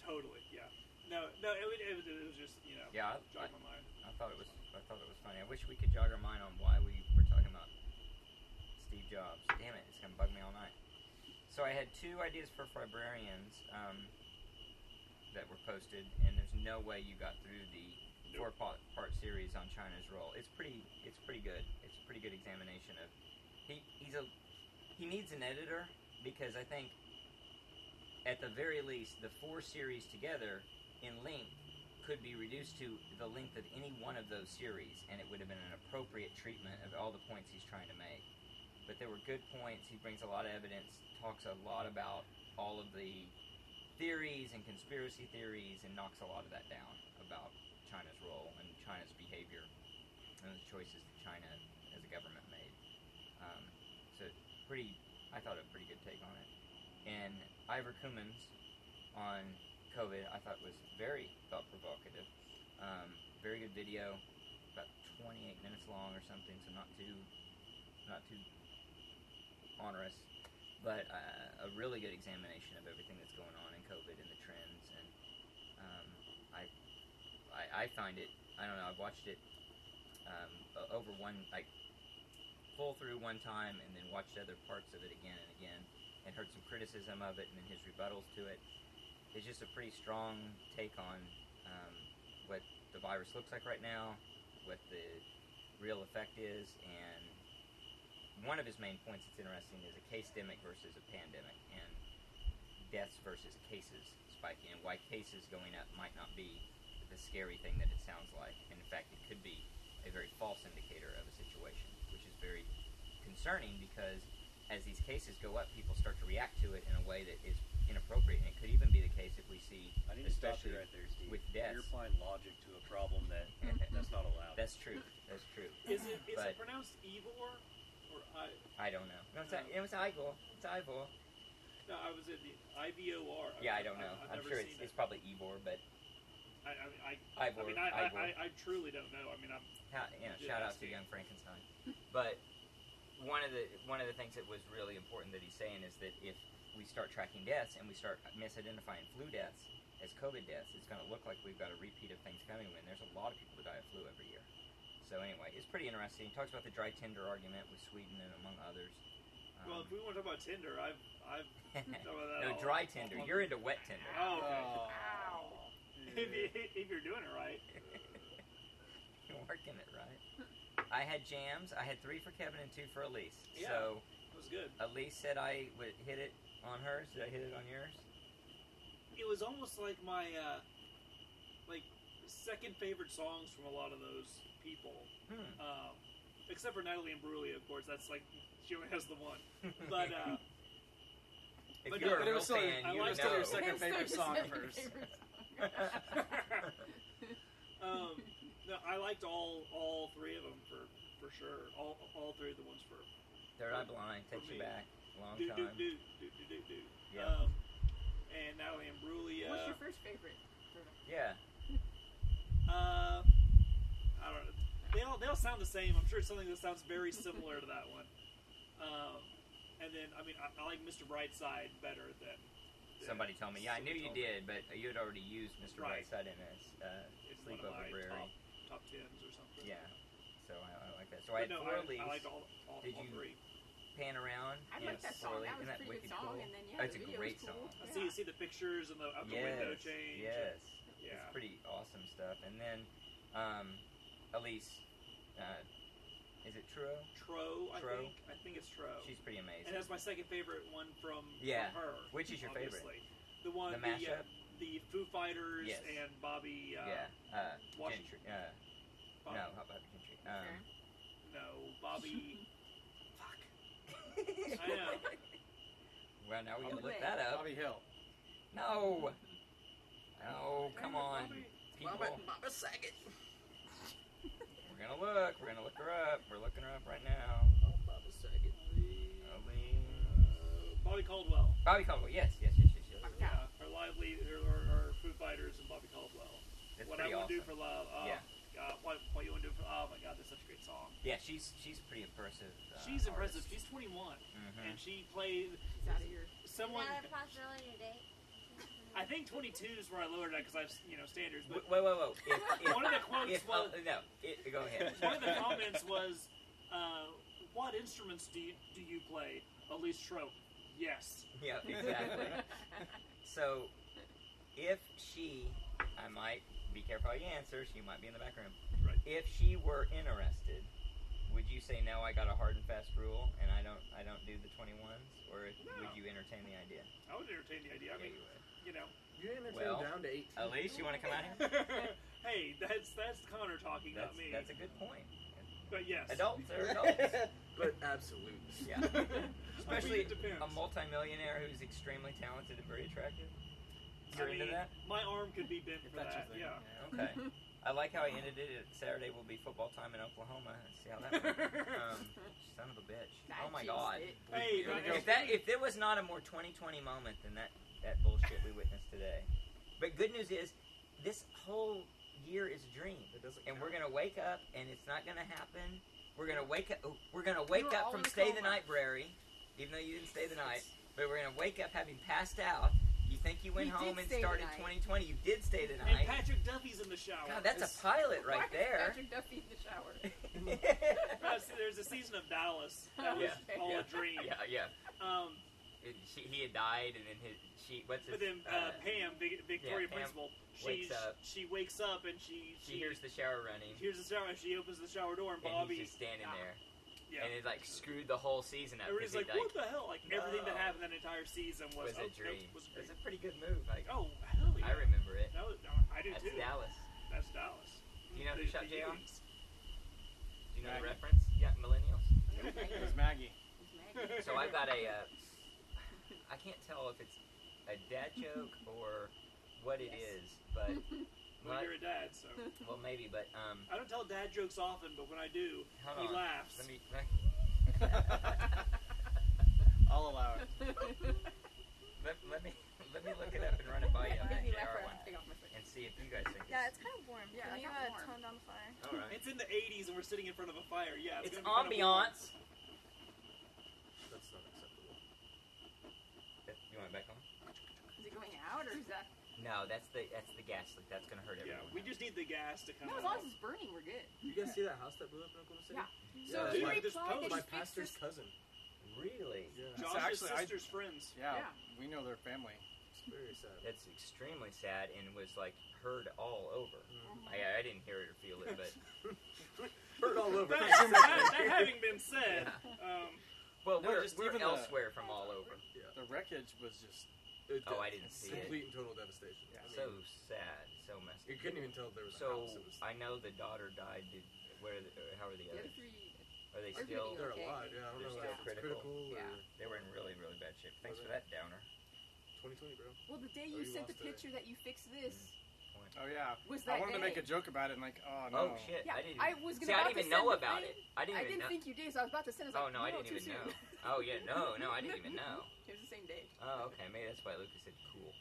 [SPEAKER 4] Totally, yeah. No, no. It, was- it, was- it was just you know,
[SPEAKER 1] Yeah, I, I,
[SPEAKER 4] jog my mind.
[SPEAKER 1] I thought it was I thought it was funny. I wish we could jog our mind on why we were talking about Steve Jobs. Damn it, it's gonna bug me all night. So I had two ideas for librarians um, that were posted, and there's no way you got through the four part, part series on China's role. It's pretty it's pretty good. It's a pretty good examination of he he's a he needs an editor because I think at the very least the four series together in length could be reduced to the length of any one of those series, and it would have been an appropriate treatment of all the points he's trying to make. But there were good points. He brings a lot of evidence, talks a lot about all of the theories and conspiracy theories, and knocks a lot of that down about China's role and China's behavior and the choices that China as a government made. Um, so, pretty, I thought a pretty good take on it. And Ivor Cummins on COVID, I thought was very thought provocative. Um, very good video, about 28 minutes long or something, so not too, not too onerous, but uh, a really good examination of everything that's going on in COVID and the trends. And um, I, I, I find it, I don't know, I've watched it um, o- over one, like full through one time, and then watched other parts of it again and again, and heard some criticism of it, and then his rebuttals to it it's just a pretty strong take on um, what the virus looks like right now, what the real effect is, and one of his main points that's interesting is a case demic versus a pandemic, and deaths versus cases spiking, and why cases going up might not be the scary thing that it sounds like, and in fact, it could be a very false indicator of a situation, which is very concerning because as these cases go up, people start to react to it in a way that is inappropriate, and it could even be the case if we see
[SPEAKER 6] I need to stop
[SPEAKER 1] especially
[SPEAKER 6] you right there, Steve.
[SPEAKER 1] with death.
[SPEAKER 6] You're applying logic to a problem
[SPEAKER 1] (laughs)
[SPEAKER 6] that that's not allowed.
[SPEAKER 1] That's true. That's true.
[SPEAKER 4] Is it is
[SPEAKER 1] But-
[SPEAKER 4] it pronounced Ivor or I?
[SPEAKER 1] I don't know. No, it's, it was Igor. It's Igor.
[SPEAKER 4] No, I was at the I V O R.
[SPEAKER 1] Yeah, I don't know.
[SPEAKER 4] I've
[SPEAKER 1] I'm
[SPEAKER 4] never
[SPEAKER 1] sure
[SPEAKER 4] seen
[SPEAKER 1] it's, it's
[SPEAKER 4] it.
[SPEAKER 1] probably Ivor, but
[SPEAKER 4] I, I, mean, I,
[SPEAKER 1] Ivor.
[SPEAKER 4] I mean, I, I,
[SPEAKER 1] Ivor.
[SPEAKER 4] I, I truly don't know. I mean, I'm
[SPEAKER 1] Ha- you know,
[SPEAKER 4] Just
[SPEAKER 1] shout out to
[SPEAKER 4] asking.
[SPEAKER 1] Young Frankenstein. But one of the one of the things that was really important that he's saying is that if we start tracking deaths and we start misidentifying flu deaths as COVID deaths, it's going to look like we've got a repeat of things coming. When there's a lot of people that die of flu every year. So anyway, it's pretty interesting. He talks about the dry tinder argument with Sweden and among others.
[SPEAKER 4] well. If we want to talk about Tinder, I've
[SPEAKER 1] (laughs)
[SPEAKER 4] I've
[SPEAKER 1] Um,
[SPEAKER 4] thought about that.
[SPEAKER 1] no (laughs)
[SPEAKER 4] all-
[SPEAKER 1] dry tinder.
[SPEAKER 4] all-
[SPEAKER 1] You're into wet tinder.
[SPEAKER 4] Oh, okay.
[SPEAKER 2] Oh.
[SPEAKER 4] (laughs) if, you, if you're doing it right.
[SPEAKER 1] (laughs) You're working it right. I had jams. I had three for Kevin and two for Elise.
[SPEAKER 4] Yeah.
[SPEAKER 1] So.
[SPEAKER 4] It was good.
[SPEAKER 1] Elise said I would hit it on hers. Did I hit it on yours?
[SPEAKER 4] It was almost like my uh, like second favorite songs from a lot of those people, (laughs)
[SPEAKER 1] Hmm.
[SPEAKER 4] um, except for Natalie and Brulia, of course. That's like she only has the one. But uh,
[SPEAKER 1] (laughs)
[SPEAKER 5] (laughs)
[SPEAKER 1] if
[SPEAKER 4] but
[SPEAKER 1] you're
[SPEAKER 4] no,
[SPEAKER 1] a
[SPEAKER 4] but it
[SPEAKER 1] real
[SPEAKER 2] was still-
[SPEAKER 1] fan,
[SPEAKER 4] I
[SPEAKER 1] you
[SPEAKER 4] like
[SPEAKER 1] would
[SPEAKER 4] still
[SPEAKER 1] know.
[SPEAKER 2] your
[SPEAKER 4] (laughs)
[SPEAKER 2] second
[SPEAKER 5] It's
[SPEAKER 2] favorite
[SPEAKER 5] so
[SPEAKER 2] song
[SPEAKER 5] second
[SPEAKER 2] first.
[SPEAKER 5] favorite
[SPEAKER 4] um, no, I liked all all three of them for for sure. All, all three of the ones for
[SPEAKER 1] (laughs) Third Eye Blind takes you
[SPEAKER 4] me.
[SPEAKER 1] back long
[SPEAKER 4] do do
[SPEAKER 1] time.
[SPEAKER 4] do do do do do.
[SPEAKER 1] Yeah.
[SPEAKER 4] Um, and uh, Natalie Imbruglia.
[SPEAKER 5] What's your first favorite?
[SPEAKER 1] Yeah,
[SPEAKER 4] Uh, I don't know. They all they all sound the same. I'm sure it's something that sounds very similar to
[SPEAKER 5] (laughs)
[SPEAKER 4] that one. Um, and then I mean I, I like Mr. Brightside better than than-
[SPEAKER 1] somebody told me. Yeah, I knew you
[SPEAKER 4] Somebody told me.
[SPEAKER 1] did, but you had already used Mr.
[SPEAKER 4] Right.
[SPEAKER 1] Brightside in this uh,
[SPEAKER 4] It's one of
[SPEAKER 1] sleepover
[SPEAKER 4] my
[SPEAKER 1] brewery.
[SPEAKER 4] top, top tens or something.
[SPEAKER 1] Yeah, so I, I like that. So I
[SPEAKER 4] But
[SPEAKER 1] had
[SPEAKER 4] no,
[SPEAKER 1] four
[SPEAKER 4] I,
[SPEAKER 1] leaves.
[SPEAKER 4] I liked all, all,
[SPEAKER 1] Did
[SPEAKER 4] all
[SPEAKER 1] you-
[SPEAKER 4] three.
[SPEAKER 1] pan around.
[SPEAKER 5] I
[SPEAKER 1] and
[SPEAKER 5] like that song.
[SPEAKER 1] swirly,
[SPEAKER 5] That was
[SPEAKER 1] and
[SPEAKER 5] a pretty
[SPEAKER 1] wicked
[SPEAKER 5] good song.
[SPEAKER 1] cool.
[SPEAKER 5] And then yeah,
[SPEAKER 1] That's
[SPEAKER 5] the
[SPEAKER 1] a
[SPEAKER 5] video
[SPEAKER 1] great
[SPEAKER 5] was cool.
[SPEAKER 1] song.
[SPEAKER 4] I
[SPEAKER 5] Yeah.
[SPEAKER 4] see you see the pictures and the out the
[SPEAKER 1] yes,
[SPEAKER 4] window change.
[SPEAKER 1] Yes,
[SPEAKER 4] Yeah.
[SPEAKER 1] it's pretty awesome stuff. And then, um, Elise, uh, is it Truro?
[SPEAKER 4] Tro, I
[SPEAKER 1] Tro.
[SPEAKER 4] think. I think it's Tro.
[SPEAKER 1] She's pretty
[SPEAKER 4] Oh. and
[SPEAKER 1] amazing.
[SPEAKER 4] that's my second favorite one from,
[SPEAKER 1] Yeah.
[SPEAKER 4] from her.
[SPEAKER 1] Which is your favorite?
[SPEAKER 4] obviously. The one
[SPEAKER 1] The
[SPEAKER 4] the, uh,
[SPEAKER 1] mashup?
[SPEAKER 4] the Foo Fighters
[SPEAKER 1] Yes.
[SPEAKER 4] and Bobby. Uh,
[SPEAKER 1] yeah, uh,
[SPEAKER 4] Washington-
[SPEAKER 1] Gentry. Uh,
[SPEAKER 4] Bobby
[SPEAKER 1] No, how about Gentry? Um,
[SPEAKER 5] Okay.
[SPEAKER 4] No, Bobby.
[SPEAKER 1] (laughs)
[SPEAKER 4] Fuck. (laughs) I know.
[SPEAKER 1] (laughs) well, now we gotta look
[SPEAKER 5] Bobby-
[SPEAKER 1] that up.
[SPEAKER 2] Bobby Hill.
[SPEAKER 1] No. No, come on,
[SPEAKER 4] Bobby-
[SPEAKER 1] people.
[SPEAKER 5] Mama Saget.
[SPEAKER 1] We're gonna look. We're gonna look her up. We're looking her up right now. Elise.
[SPEAKER 4] uh, Bobby Caldwell.
[SPEAKER 1] Bobby Caldwell. Yes, yes, yes, yes, yes.
[SPEAKER 4] Yeah. Our lively, our, our Foo Fighters and Bobby Caldwell.
[SPEAKER 1] It's
[SPEAKER 4] what I
[SPEAKER 1] pretty
[SPEAKER 4] want
[SPEAKER 1] awesome.
[SPEAKER 4] to do for love. Oh,
[SPEAKER 1] Yeah.
[SPEAKER 4] God, what, what you want to do for? Oh my God, that's such a great song.
[SPEAKER 1] Yeah, she's she's pretty impressive. Uh,
[SPEAKER 4] She's impressive.
[SPEAKER 1] artist.
[SPEAKER 4] She's 21,
[SPEAKER 1] Mhm.
[SPEAKER 4] and she played
[SPEAKER 5] It's out of your.
[SPEAKER 4] someone.
[SPEAKER 3] Not a possibility today.
[SPEAKER 4] I think 22 is where I lowered that because I have you know standards. But
[SPEAKER 1] Wait, wait, wait. wait. If, if,
[SPEAKER 4] (laughs) one of the quotes
[SPEAKER 1] if,
[SPEAKER 4] was
[SPEAKER 1] uh, no, it, go ahead.
[SPEAKER 4] (laughs) one
[SPEAKER 1] (laughs)
[SPEAKER 4] of the comments was, uh, "What instruments do you, do you play?" Elise Trope. Yes.
[SPEAKER 1] yeah,
[SPEAKER 5] (laughs)
[SPEAKER 1] exactly. So, if she, I might be careful how you answer. She might be in the back room.
[SPEAKER 4] Right.
[SPEAKER 1] If she were interested, would you say no? I got a hard and fast rule, and I don't, I don't do the twenty ones. Or if,
[SPEAKER 4] No.
[SPEAKER 1] would you entertain the idea?
[SPEAKER 4] I would entertain the idea. I
[SPEAKER 1] Yeah,
[SPEAKER 4] mean,
[SPEAKER 1] you would.
[SPEAKER 4] you
[SPEAKER 1] (laughs)
[SPEAKER 4] know,
[SPEAKER 7] You entertained
[SPEAKER 1] Well,
[SPEAKER 7] down to 18.
[SPEAKER 1] Elise, you want to come
[SPEAKER 4] (laughs)
[SPEAKER 1] out here?
[SPEAKER 4] hey, that's that's Connor talking,
[SPEAKER 1] That's,
[SPEAKER 4] not me.
[SPEAKER 1] that's a good point.
[SPEAKER 4] but yes,
[SPEAKER 1] Adults are
[SPEAKER 2] (laughs)
[SPEAKER 1] adults.
[SPEAKER 4] (laughs)
[SPEAKER 7] but absolute.
[SPEAKER 1] (laughs) Yeah.
[SPEAKER 4] I mean,
[SPEAKER 1] Especially
[SPEAKER 4] it depends.
[SPEAKER 1] a multimillionaire who's extremely talented and very attractive.
[SPEAKER 4] I
[SPEAKER 1] You're into
[SPEAKER 4] mean,
[SPEAKER 1] that?
[SPEAKER 4] My arm could be bent
[SPEAKER 2] If
[SPEAKER 4] for
[SPEAKER 2] that's
[SPEAKER 4] that.
[SPEAKER 2] your
[SPEAKER 1] Okay.
[SPEAKER 2] thing.
[SPEAKER 4] Yeah. (laughs)
[SPEAKER 1] I like how I ended it. At Saturday will be football time in Oklahoma. Let's see how that
[SPEAKER 2] (laughs)
[SPEAKER 4] (laughs)
[SPEAKER 1] went.
[SPEAKER 5] (laughs)
[SPEAKER 1] Um, son of a bitch. Oh my god.
[SPEAKER 4] Hey,
[SPEAKER 7] Here we
[SPEAKER 4] that-
[SPEAKER 7] go.
[SPEAKER 1] If that if there was not a more 2020 moment than that that bullshit we witnessed today. But good news is, this whole year is a dream,
[SPEAKER 7] It doesn't
[SPEAKER 1] and
[SPEAKER 7] count.
[SPEAKER 1] we're gonna wake up and it's not gonna happen. We're gonna wake up. oh, We're gonna wake
[SPEAKER 5] were
[SPEAKER 1] up
[SPEAKER 5] all
[SPEAKER 1] from
[SPEAKER 5] in a
[SPEAKER 1] stay the
[SPEAKER 5] coma.
[SPEAKER 1] night, Brary. Even though you didn't stay the night, but we're gonna wake up having passed out. You think you went
[SPEAKER 5] You did
[SPEAKER 1] home and
[SPEAKER 5] stay the
[SPEAKER 1] started
[SPEAKER 5] night.
[SPEAKER 1] 2020? You did stay the
[SPEAKER 4] and
[SPEAKER 1] night.
[SPEAKER 4] Patrick Duffy's in the shower.
[SPEAKER 1] God, that's a pilot right there.
[SPEAKER 5] Patrick Duffy in the shower.
[SPEAKER 4] Uh, so there's a season of Dallas that was
[SPEAKER 1] (laughs) Yeah,
[SPEAKER 4] all
[SPEAKER 1] yeah.
[SPEAKER 4] a dream.
[SPEAKER 1] (laughs) yeah, yeah.
[SPEAKER 4] Um,
[SPEAKER 1] It- she, he had died, and then his she. What's his?
[SPEAKER 4] but then uh, Pam, Vic- Victoria
[SPEAKER 1] yeah, Pam
[SPEAKER 4] Principal, she
[SPEAKER 1] wakes up.
[SPEAKER 4] she wakes up and she
[SPEAKER 1] she hears the shower running,
[SPEAKER 4] hears the shower. and She opens the shower door and
[SPEAKER 1] and
[SPEAKER 4] Bobby.
[SPEAKER 1] he's just standing
[SPEAKER 4] Ah,
[SPEAKER 1] there,
[SPEAKER 4] yeah.
[SPEAKER 1] and it like screwed the whole season up.
[SPEAKER 4] Everybody's
[SPEAKER 1] 'cause
[SPEAKER 4] like,
[SPEAKER 1] he,
[SPEAKER 4] what the hell? Like everything
[SPEAKER 1] No.
[SPEAKER 4] that happened that entire season was,
[SPEAKER 1] was
[SPEAKER 4] oh,
[SPEAKER 1] a
[SPEAKER 4] that
[SPEAKER 1] dream.
[SPEAKER 4] Was a
[SPEAKER 1] It's a
[SPEAKER 4] dream.
[SPEAKER 1] pretty good move. Like,
[SPEAKER 4] Oh hell yeah!
[SPEAKER 1] I remember it.
[SPEAKER 4] That was, I do
[SPEAKER 1] That's
[SPEAKER 4] too.
[SPEAKER 1] Dallas.
[SPEAKER 4] That's Dallas.
[SPEAKER 1] Do you know who
[SPEAKER 4] The-
[SPEAKER 1] shot
[SPEAKER 4] the
[SPEAKER 1] Jay on?
[SPEAKER 4] Yankees.
[SPEAKER 1] Do you know the
[SPEAKER 2] Maggie.
[SPEAKER 1] reference? Yeah, millennials.
[SPEAKER 2] It was Maggie.
[SPEAKER 1] (laughs)
[SPEAKER 2] (laughs)
[SPEAKER 1] So I've
[SPEAKER 5] (laughs)
[SPEAKER 1] got a. Uh, I can't tell if it's a dad joke or what it
[SPEAKER 5] Yes.
[SPEAKER 1] is, but
[SPEAKER 4] Well,
[SPEAKER 1] my-
[SPEAKER 4] you're a dad, so
[SPEAKER 1] well, maybe. But um,
[SPEAKER 4] I don't tell dad jokes often, but when I do,
[SPEAKER 1] hold
[SPEAKER 4] he
[SPEAKER 1] on.
[SPEAKER 4] laughs.
[SPEAKER 1] Let me.
[SPEAKER 2] I'll allow it.
[SPEAKER 1] uh, Let, let me (laughs) let me look it up and run it by you on that
[SPEAKER 5] Made me laugh
[SPEAKER 1] JR
[SPEAKER 5] when
[SPEAKER 1] one
[SPEAKER 5] I take off my face.
[SPEAKER 1] and see if you guys think.
[SPEAKER 8] Yeah, it's kind of warm.
[SPEAKER 5] Yeah,
[SPEAKER 8] Can
[SPEAKER 5] it's
[SPEAKER 8] you
[SPEAKER 5] kinda
[SPEAKER 8] uh,
[SPEAKER 5] warm.
[SPEAKER 8] tone down the fire?
[SPEAKER 1] All right.
[SPEAKER 4] It's in the 80s, and we're sitting in front of a fire. Yeah, it's,
[SPEAKER 1] It's
[SPEAKER 4] gonna be kinda warm.
[SPEAKER 1] ambiance.
[SPEAKER 7] That's not acceptable.
[SPEAKER 1] You want it back on?
[SPEAKER 5] Is it going out or is that?
[SPEAKER 1] No, that's the that's the gas leak. That's gonna hurt
[SPEAKER 4] Yeah,
[SPEAKER 1] everyone.
[SPEAKER 4] we just need the gas to come
[SPEAKER 5] No, as long
[SPEAKER 4] out.
[SPEAKER 5] as it's burning, we're good.
[SPEAKER 7] You guys see that house that blew up in Oklahoma City?
[SPEAKER 5] Yeah.
[SPEAKER 4] So
[SPEAKER 7] Yeah,
[SPEAKER 4] he
[SPEAKER 7] my,
[SPEAKER 4] replied that he
[SPEAKER 7] my
[SPEAKER 5] fixed
[SPEAKER 7] pastor's
[SPEAKER 5] this-
[SPEAKER 7] cousin.
[SPEAKER 1] really.
[SPEAKER 7] Yeah.
[SPEAKER 4] Josh's
[SPEAKER 2] So actually, I-
[SPEAKER 4] sister's friends.
[SPEAKER 2] Yeah,
[SPEAKER 5] Yeah.
[SPEAKER 2] we know their family.
[SPEAKER 7] It's very sad.
[SPEAKER 1] That's extremely sad and was like heard all over.
[SPEAKER 7] Mm.
[SPEAKER 5] Oh
[SPEAKER 1] I, I didn't hear it or feel
[SPEAKER 7] (laughs)
[SPEAKER 1] it, but
[SPEAKER 7] Heard all over.
[SPEAKER 4] That, that, that having been said, um,
[SPEAKER 1] well,
[SPEAKER 2] No,
[SPEAKER 1] we're,
[SPEAKER 2] just
[SPEAKER 1] we're
[SPEAKER 2] even the-
[SPEAKER 1] elsewhere from all over.
[SPEAKER 2] The wreckage was just.
[SPEAKER 7] It-
[SPEAKER 1] Oh, I didn't see it.
[SPEAKER 7] Complete and total devastation.
[SPEAKER 2] Yeah.
[SPEAKER 7] I mean,
[SPEAKER 1] So sad, so messed.
[SPEAKER 7] you couldn't even tell there was a
[SPEAKER 1] So
[SPEAKER 7] house. It was,
[SPEAKER 1] I know the daughter died. Did where? are the- or How are the
[SPEAKER 5] The other
[SPEAKER 1] others?
[SPEAKER 5] three.
[SPEAKER 1] Are they
[SPEAKER 5] They're
[SPEAKER 1] still?
[SPEAKER 5] pretty
[SPEAKER 7] they're
[SPEAKER 5] okay.
[SPEAKER 7] alive. Yeah, I don't
[SPEAKER 1] They're
[SPEAKER 7] know.
[SPEAKER 1] still
[SPEAKER 7] if it's
[SPEAKER 1] critical.
[SPEAKER 7] critical
[SPEAKER 5] Yeah.
[SPEAKER 7] or
[SPEAKER 1] They were in really really bad shape. Thanks
[SPEAKER 7] Were
[SPEAKER 1] for
[SPEAKER 7] they?
[SPEAKER 1] that downer.
[SPEAKER 7] 2020, bro.
[SPEAKER 5] Well, the day
[SPEAKER 7] Oh,
[SPEAKER 5] you
[SPEAKER 7] you
[SPEAKER 5] sent the
[SPEAKER 7] lost it.
[SPEAKER 5] picture that you fixed this,
[SPEAKER 1] point.
[SPEAKER 2] Oh yeah.
[SPEAKER 5] Was
[SPEAKER 2] I
[SPEAKER 5] that
[SPEAKER 2] wanted to make
[SPEAKER 5] day.
[SPEAKER 2] a joke about it, and like, oh no.
[SPEAKER 1] Oh shit!
[SPEAKER 5] Yeah,
[SPEAKER 1] I didn't.
[SPEAKER 5] I was gonna
[SPEAKER 1] see, I
[SPEAKER 5] about
[SPEAKER 1] didn't
[SPEAKER 5] to
[SPEAKER 1] even know
[SPEAKER 5] send the
[SPEAKER 1] about
[SPEAKER 5] thing.
[SPEAKER 1] it. I didn't
[SPEAKER 5] I
[SPEAKER 1] even
[SPEAKER 5] didn't
[SPEAKER 1] know.
[SPEAKER 5] think you did, so I was about to send. I was
[SPEAKER 1] oh
[SPEAKER 5] like,
[SPEAKER 1] no, I didn't
[SPEAKER 5] too
[SPEAKER 1] even know.
[SPEAKER 5] soon.
[SPEAKER 1] (laughs) Oh (laughs) yeah, no, no, I didn't even know.
[SPEAKER 5] (laughs) It was the same
[SPEAKER 1] (laughs)
[SPEAKER 5] day.
[SPEAKER 1] Oh okay, maybe that's why Lucas said cool.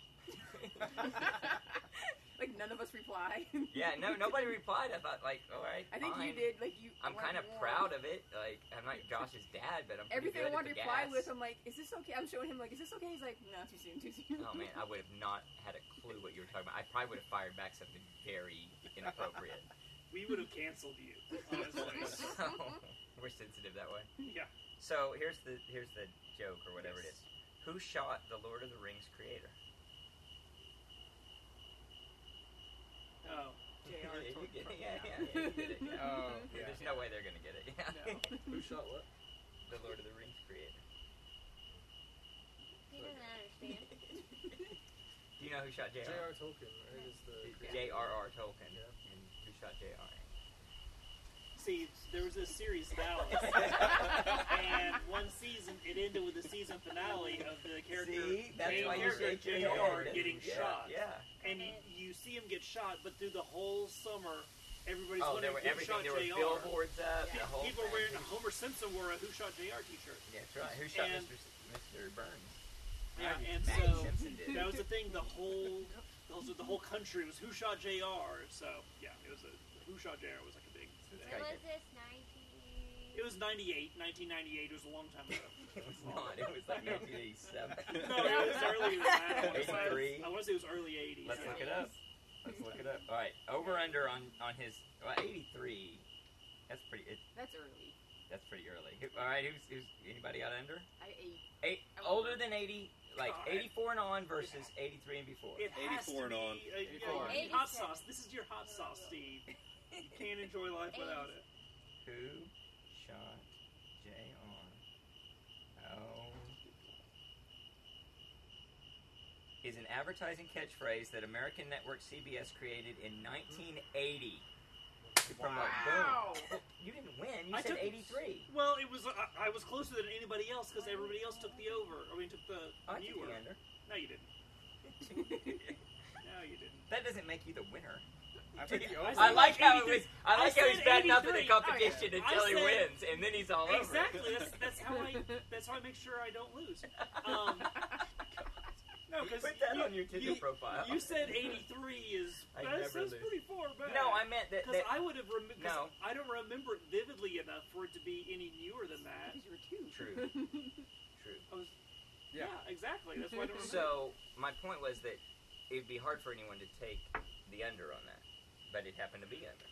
[SPEAKER 5] like none of us replied.
[SPEAKER 1] (laughs) yeah,
[SPEAKER 5] (laughs)
[SPEAKER 1] no, nobody replied. I thought like, all right,
[SPEAKER 5] I think you
[SPEAKER 1] fine.
[SPEAKER 5] did. Like you.
[SPEAKER 1] I'm
[SPEAKER 5] kind of
[SPEAKER 1] proud of it. Like I'm not Josh's dad, but I'm pretty
[SPEAKER 5] Everything
[SPEAKER 1] good
[SPEAKER 5] I wanted to
[SPEAKER 1] at the
[SPEAKER 5] reply
[SPEAKER 1] gas.
[SPEAKER 5] with, I'm like, is this okay? I'm showing him like, is this okay? He's like, no, too soon, too soon.
[SPEAKER 1] (laughs)
[SPEAKER 5] (laughs)
[SPEAKER 1] Oh man, I would have not had a clue what you were talking about. I probably would have fired back something very inappropriate. (laughs)
[SPEAKER 4] We would have canceled you, honestly.
[SPEAKER 1] so, we're sensitive that way.
[SPEAKER 4] yeah.
[SPEAKER 1] So here's the here's the joke or whatever it is. Who shot the Lord of the Rings
[SPEAKER 4] (laughs)
[SPEAKER 1] creator?
[SPEAKER 4] Oh.
[SPEAKER 5] J.R.
[SPEAKER 1] (laughs) You get it,
[SPEAKER 5] Tolkien.
[SPEAKER 1] yeah, yeah, yeah, you get it,
[SPEAKER 4] (laughs)
[SPEAKER 1] yeah.
[SPEAKER 2] Oh
[SPEAKER 1] (laughs)
[SPEAKER 2] yeah.
[SPEAKER 1] There's no way they're gonna get it. Yeah.
[SPEAKER 7] Who shot what?
[SPEAKER 1] (laughs) the Lord of the Rings creator.
[SPEAKER 3] He doesn't understand.
[SPEAKER 1] Do you know who shot J.R.?
[SPEAKER 7] J.R. Tolkien, right? Is the creator.
[SPEAKER 1] J.R.R. Tolkien.
[SPEAKER 7] Yeah.
[SPEAKER 1] And who shot
[SPEAKER 4] (laughs)
[SPEAKER 1] (laughs) J.R.?
[SPEAKER 4] See, there was this series Dallas,
[SPEAKER 1] (laughs)
[SPEAKER 4] and one season it ended with the season finale of the character main character
[SPEAKER 1] shake your
[SPEAKER 4] J.R.
[SPEAKER 1] head.
[SPEAKER 4] getting
[SPEAKER 1] yeah,
[SPEAKER 4] shot,
[SPEAKER 1] Yeah.
[SPEAKER 4] and you, you see him get shot, but through the whole summer, everybody's
[SPEAKER 1] Oh, there
[SPEAKER 4] wondering
[SPEAKER 1] were
[SPEAKER 4] who
[SPEAKER 1] everything.
[SPEAKER 4] shot
[SPEAKER 1] There were
[SPEAKER 4] Jr.
[SPEAKER 1] billboards up.
[SPEAKER 4] Pe-
[SPEAKER 1] The whole
[SPEAKER 4] People
[SPEAKER 1] thing.
[SPEAKER 4] wearing Homer Simpson wore a Who Shot Jr. T-shirt.
[SPEAKER 1] Yeah, that's right. Who shot
[SPEAKER 4] And-
[SPEAKER 1] Mr. S- Mr. Burns?
[SPEAKER 4] Yeah,
[SPEAKER 1] Maggie-
[SPEAKER 4] and
[SPEAKER 1] Maggie
[SPEAKER 4] so
[SPEAKER 1] Simpson did.
[SPEAKER 4] that was the thing. The whole, those were the whole country was Who Shot Jr. So yeah, it was a Who Shot Jr. was like a big
[SPEAKER 1] Guy
[SPEAKER 3] When
[SPEAKER 4] thing.
[SPEAKER 1] Okay.
[SPEAKER 3] was this 19?
[SPEAKER 1] did.
[SPEAKER 4] It was 98, 1998. It was a long time ago.
[SPEAKER 1] (laughs) it
[SPEAKER 4] (laughs)
[SPEAKER 1] was not. It was like 1987.
[SPEAKER 4] No, it was
[SPEAKER 1] (laughs)
[SPEAKER 4] earlier than that. I wanna say-
[SPEAKER 1] 83.
[SPEAKER 4] I want to say it was early 80s.
[SPEAKER 1] Let's
[SPEAKER 4] yeah.
[SPEAKER 1] look it up. Let's look
[SPEAKER 7] (laughs)
[SPEAKER 1] it up. All right, over under on on his well, 83. That's pretty. It,
[SPEAKER 5] That's early.
[SPEAKER 1] that's pretty early. Who- All right, who's, who's anybody got under?
[SPEAKER 5] I ate.
[SPEAKER 1] Eight
[SPEAKER 5] I'm
[SPEAKER 1] older
[SPEAKER 5] over.
[SPEAKER 1] than 80, like
[SPEAKER 4] God.
[SPEAKER 1] 84 and on versus 83 and before.
[SPEAKER 4] It has to
[SPEAKER 6] 84 and
[SPEAKER 4] be,
[SPEAKER 6] on.
[SPEAKER 4] uh, yeah,
[SPEAKER 2] 84.
[SPEAKER 4] you need hot
[SPEAKER 3] 87.
[SPEAKER 4] sauce. This is your hot sauce, Steve. You
[SPEAKER 1] (laughs)
[SPEAKER 4] can't enjoy life without it.
[SPEAKER 1] Who shot J on? Oh. Is an advertising catchphrase that American network CBS created in
[SPEAKER 4] (laughs)
[SPEAKER 1] 1980 to promote
[SPEAKER 5] Wow.
[SPEAKER 1] Boom. You didn't win. You
[SPEAKER 4] I
[SPEAKER 1] said
[SPEAKER 4] took-
[SPEAKER 1] 83.
[SPEAKER 4] Well, it was. I, I was closer than anybody else because everybody else took the over. I mean, took the
[SPEAKER 1] Oh, I took
[SPEAKER 4] newer.
[SPEAKER 1] the under.
[SPEAKER 4] No, you didn't. (laughs)
[SPEAKER 1] (laughs)
[SPEAKER 4] No, you didn't.
[SPEAKER 1] that doesn't make you the winner.
[SPEAKER 2] I think the
[SPEAKER 4] (laughs)
[SPEAKER 2] over.
[SPEAKER 4] I said
[SPEAKER 1] I like how it
[SPEAKER 4] 83.
[SPEAKER 1] was. I like
[SPEAKER 4] I
[SPEAKER 1] how he's
[SPEAKER 4] said
[SPEAKER 1] batting up in the
[SPEAKER 4] 83. Oh, yeah.
[SPEAKER 1] competition
[SPEAKER 4] I
[SPEAKER 1] until he
[SPEAKER 4] said-
[SPEAKER 1] wins, and then he's all over. it.
[SPEAKER 4] Exactly. That's that's
[SPEAKER 5] (laughs)
[SPEAKER 4] how I. (laughs) That's how I make sure I don't lose. Um, no, because
[SPEAKER 1] Put that
[SPEAKER 4] you,
[SPEAKER 1] on your Tinder
[SPEAKER 4] you-
[SPEAKER 1] profile.
[SPEAKER 4] you said 83 is.
[SPEAKER 7] I
[SPEAKER 4] That's,
[SPEAKER 7] never
[SPEAKER 4] that's
[SPEAKER 7] lose.
[SPEAKER 4] pretty far back.
[SPEAKER 1] no, I meant that.
[SPEAKER 4] Because
[SPEAKER 1] that
[SPEAKER 4] I would have rem- 'cause
[SPEAKER 1] No.
[SPEAKER 4] I don't remember it vividly enough for it to be any newer than that.
[SPEAKER 5] Because you were two. (laughs)
[SPEAKER 1] True. true.
[SPEAKER 4] I was,
[SPEAKER 2] Yeah.
[SPEAKER 4] yeah. exactly. That's why I don't remember.
[SPEAKER 1] So my point was that it'd be hard for anyone to take the under on that, but it happened to be under.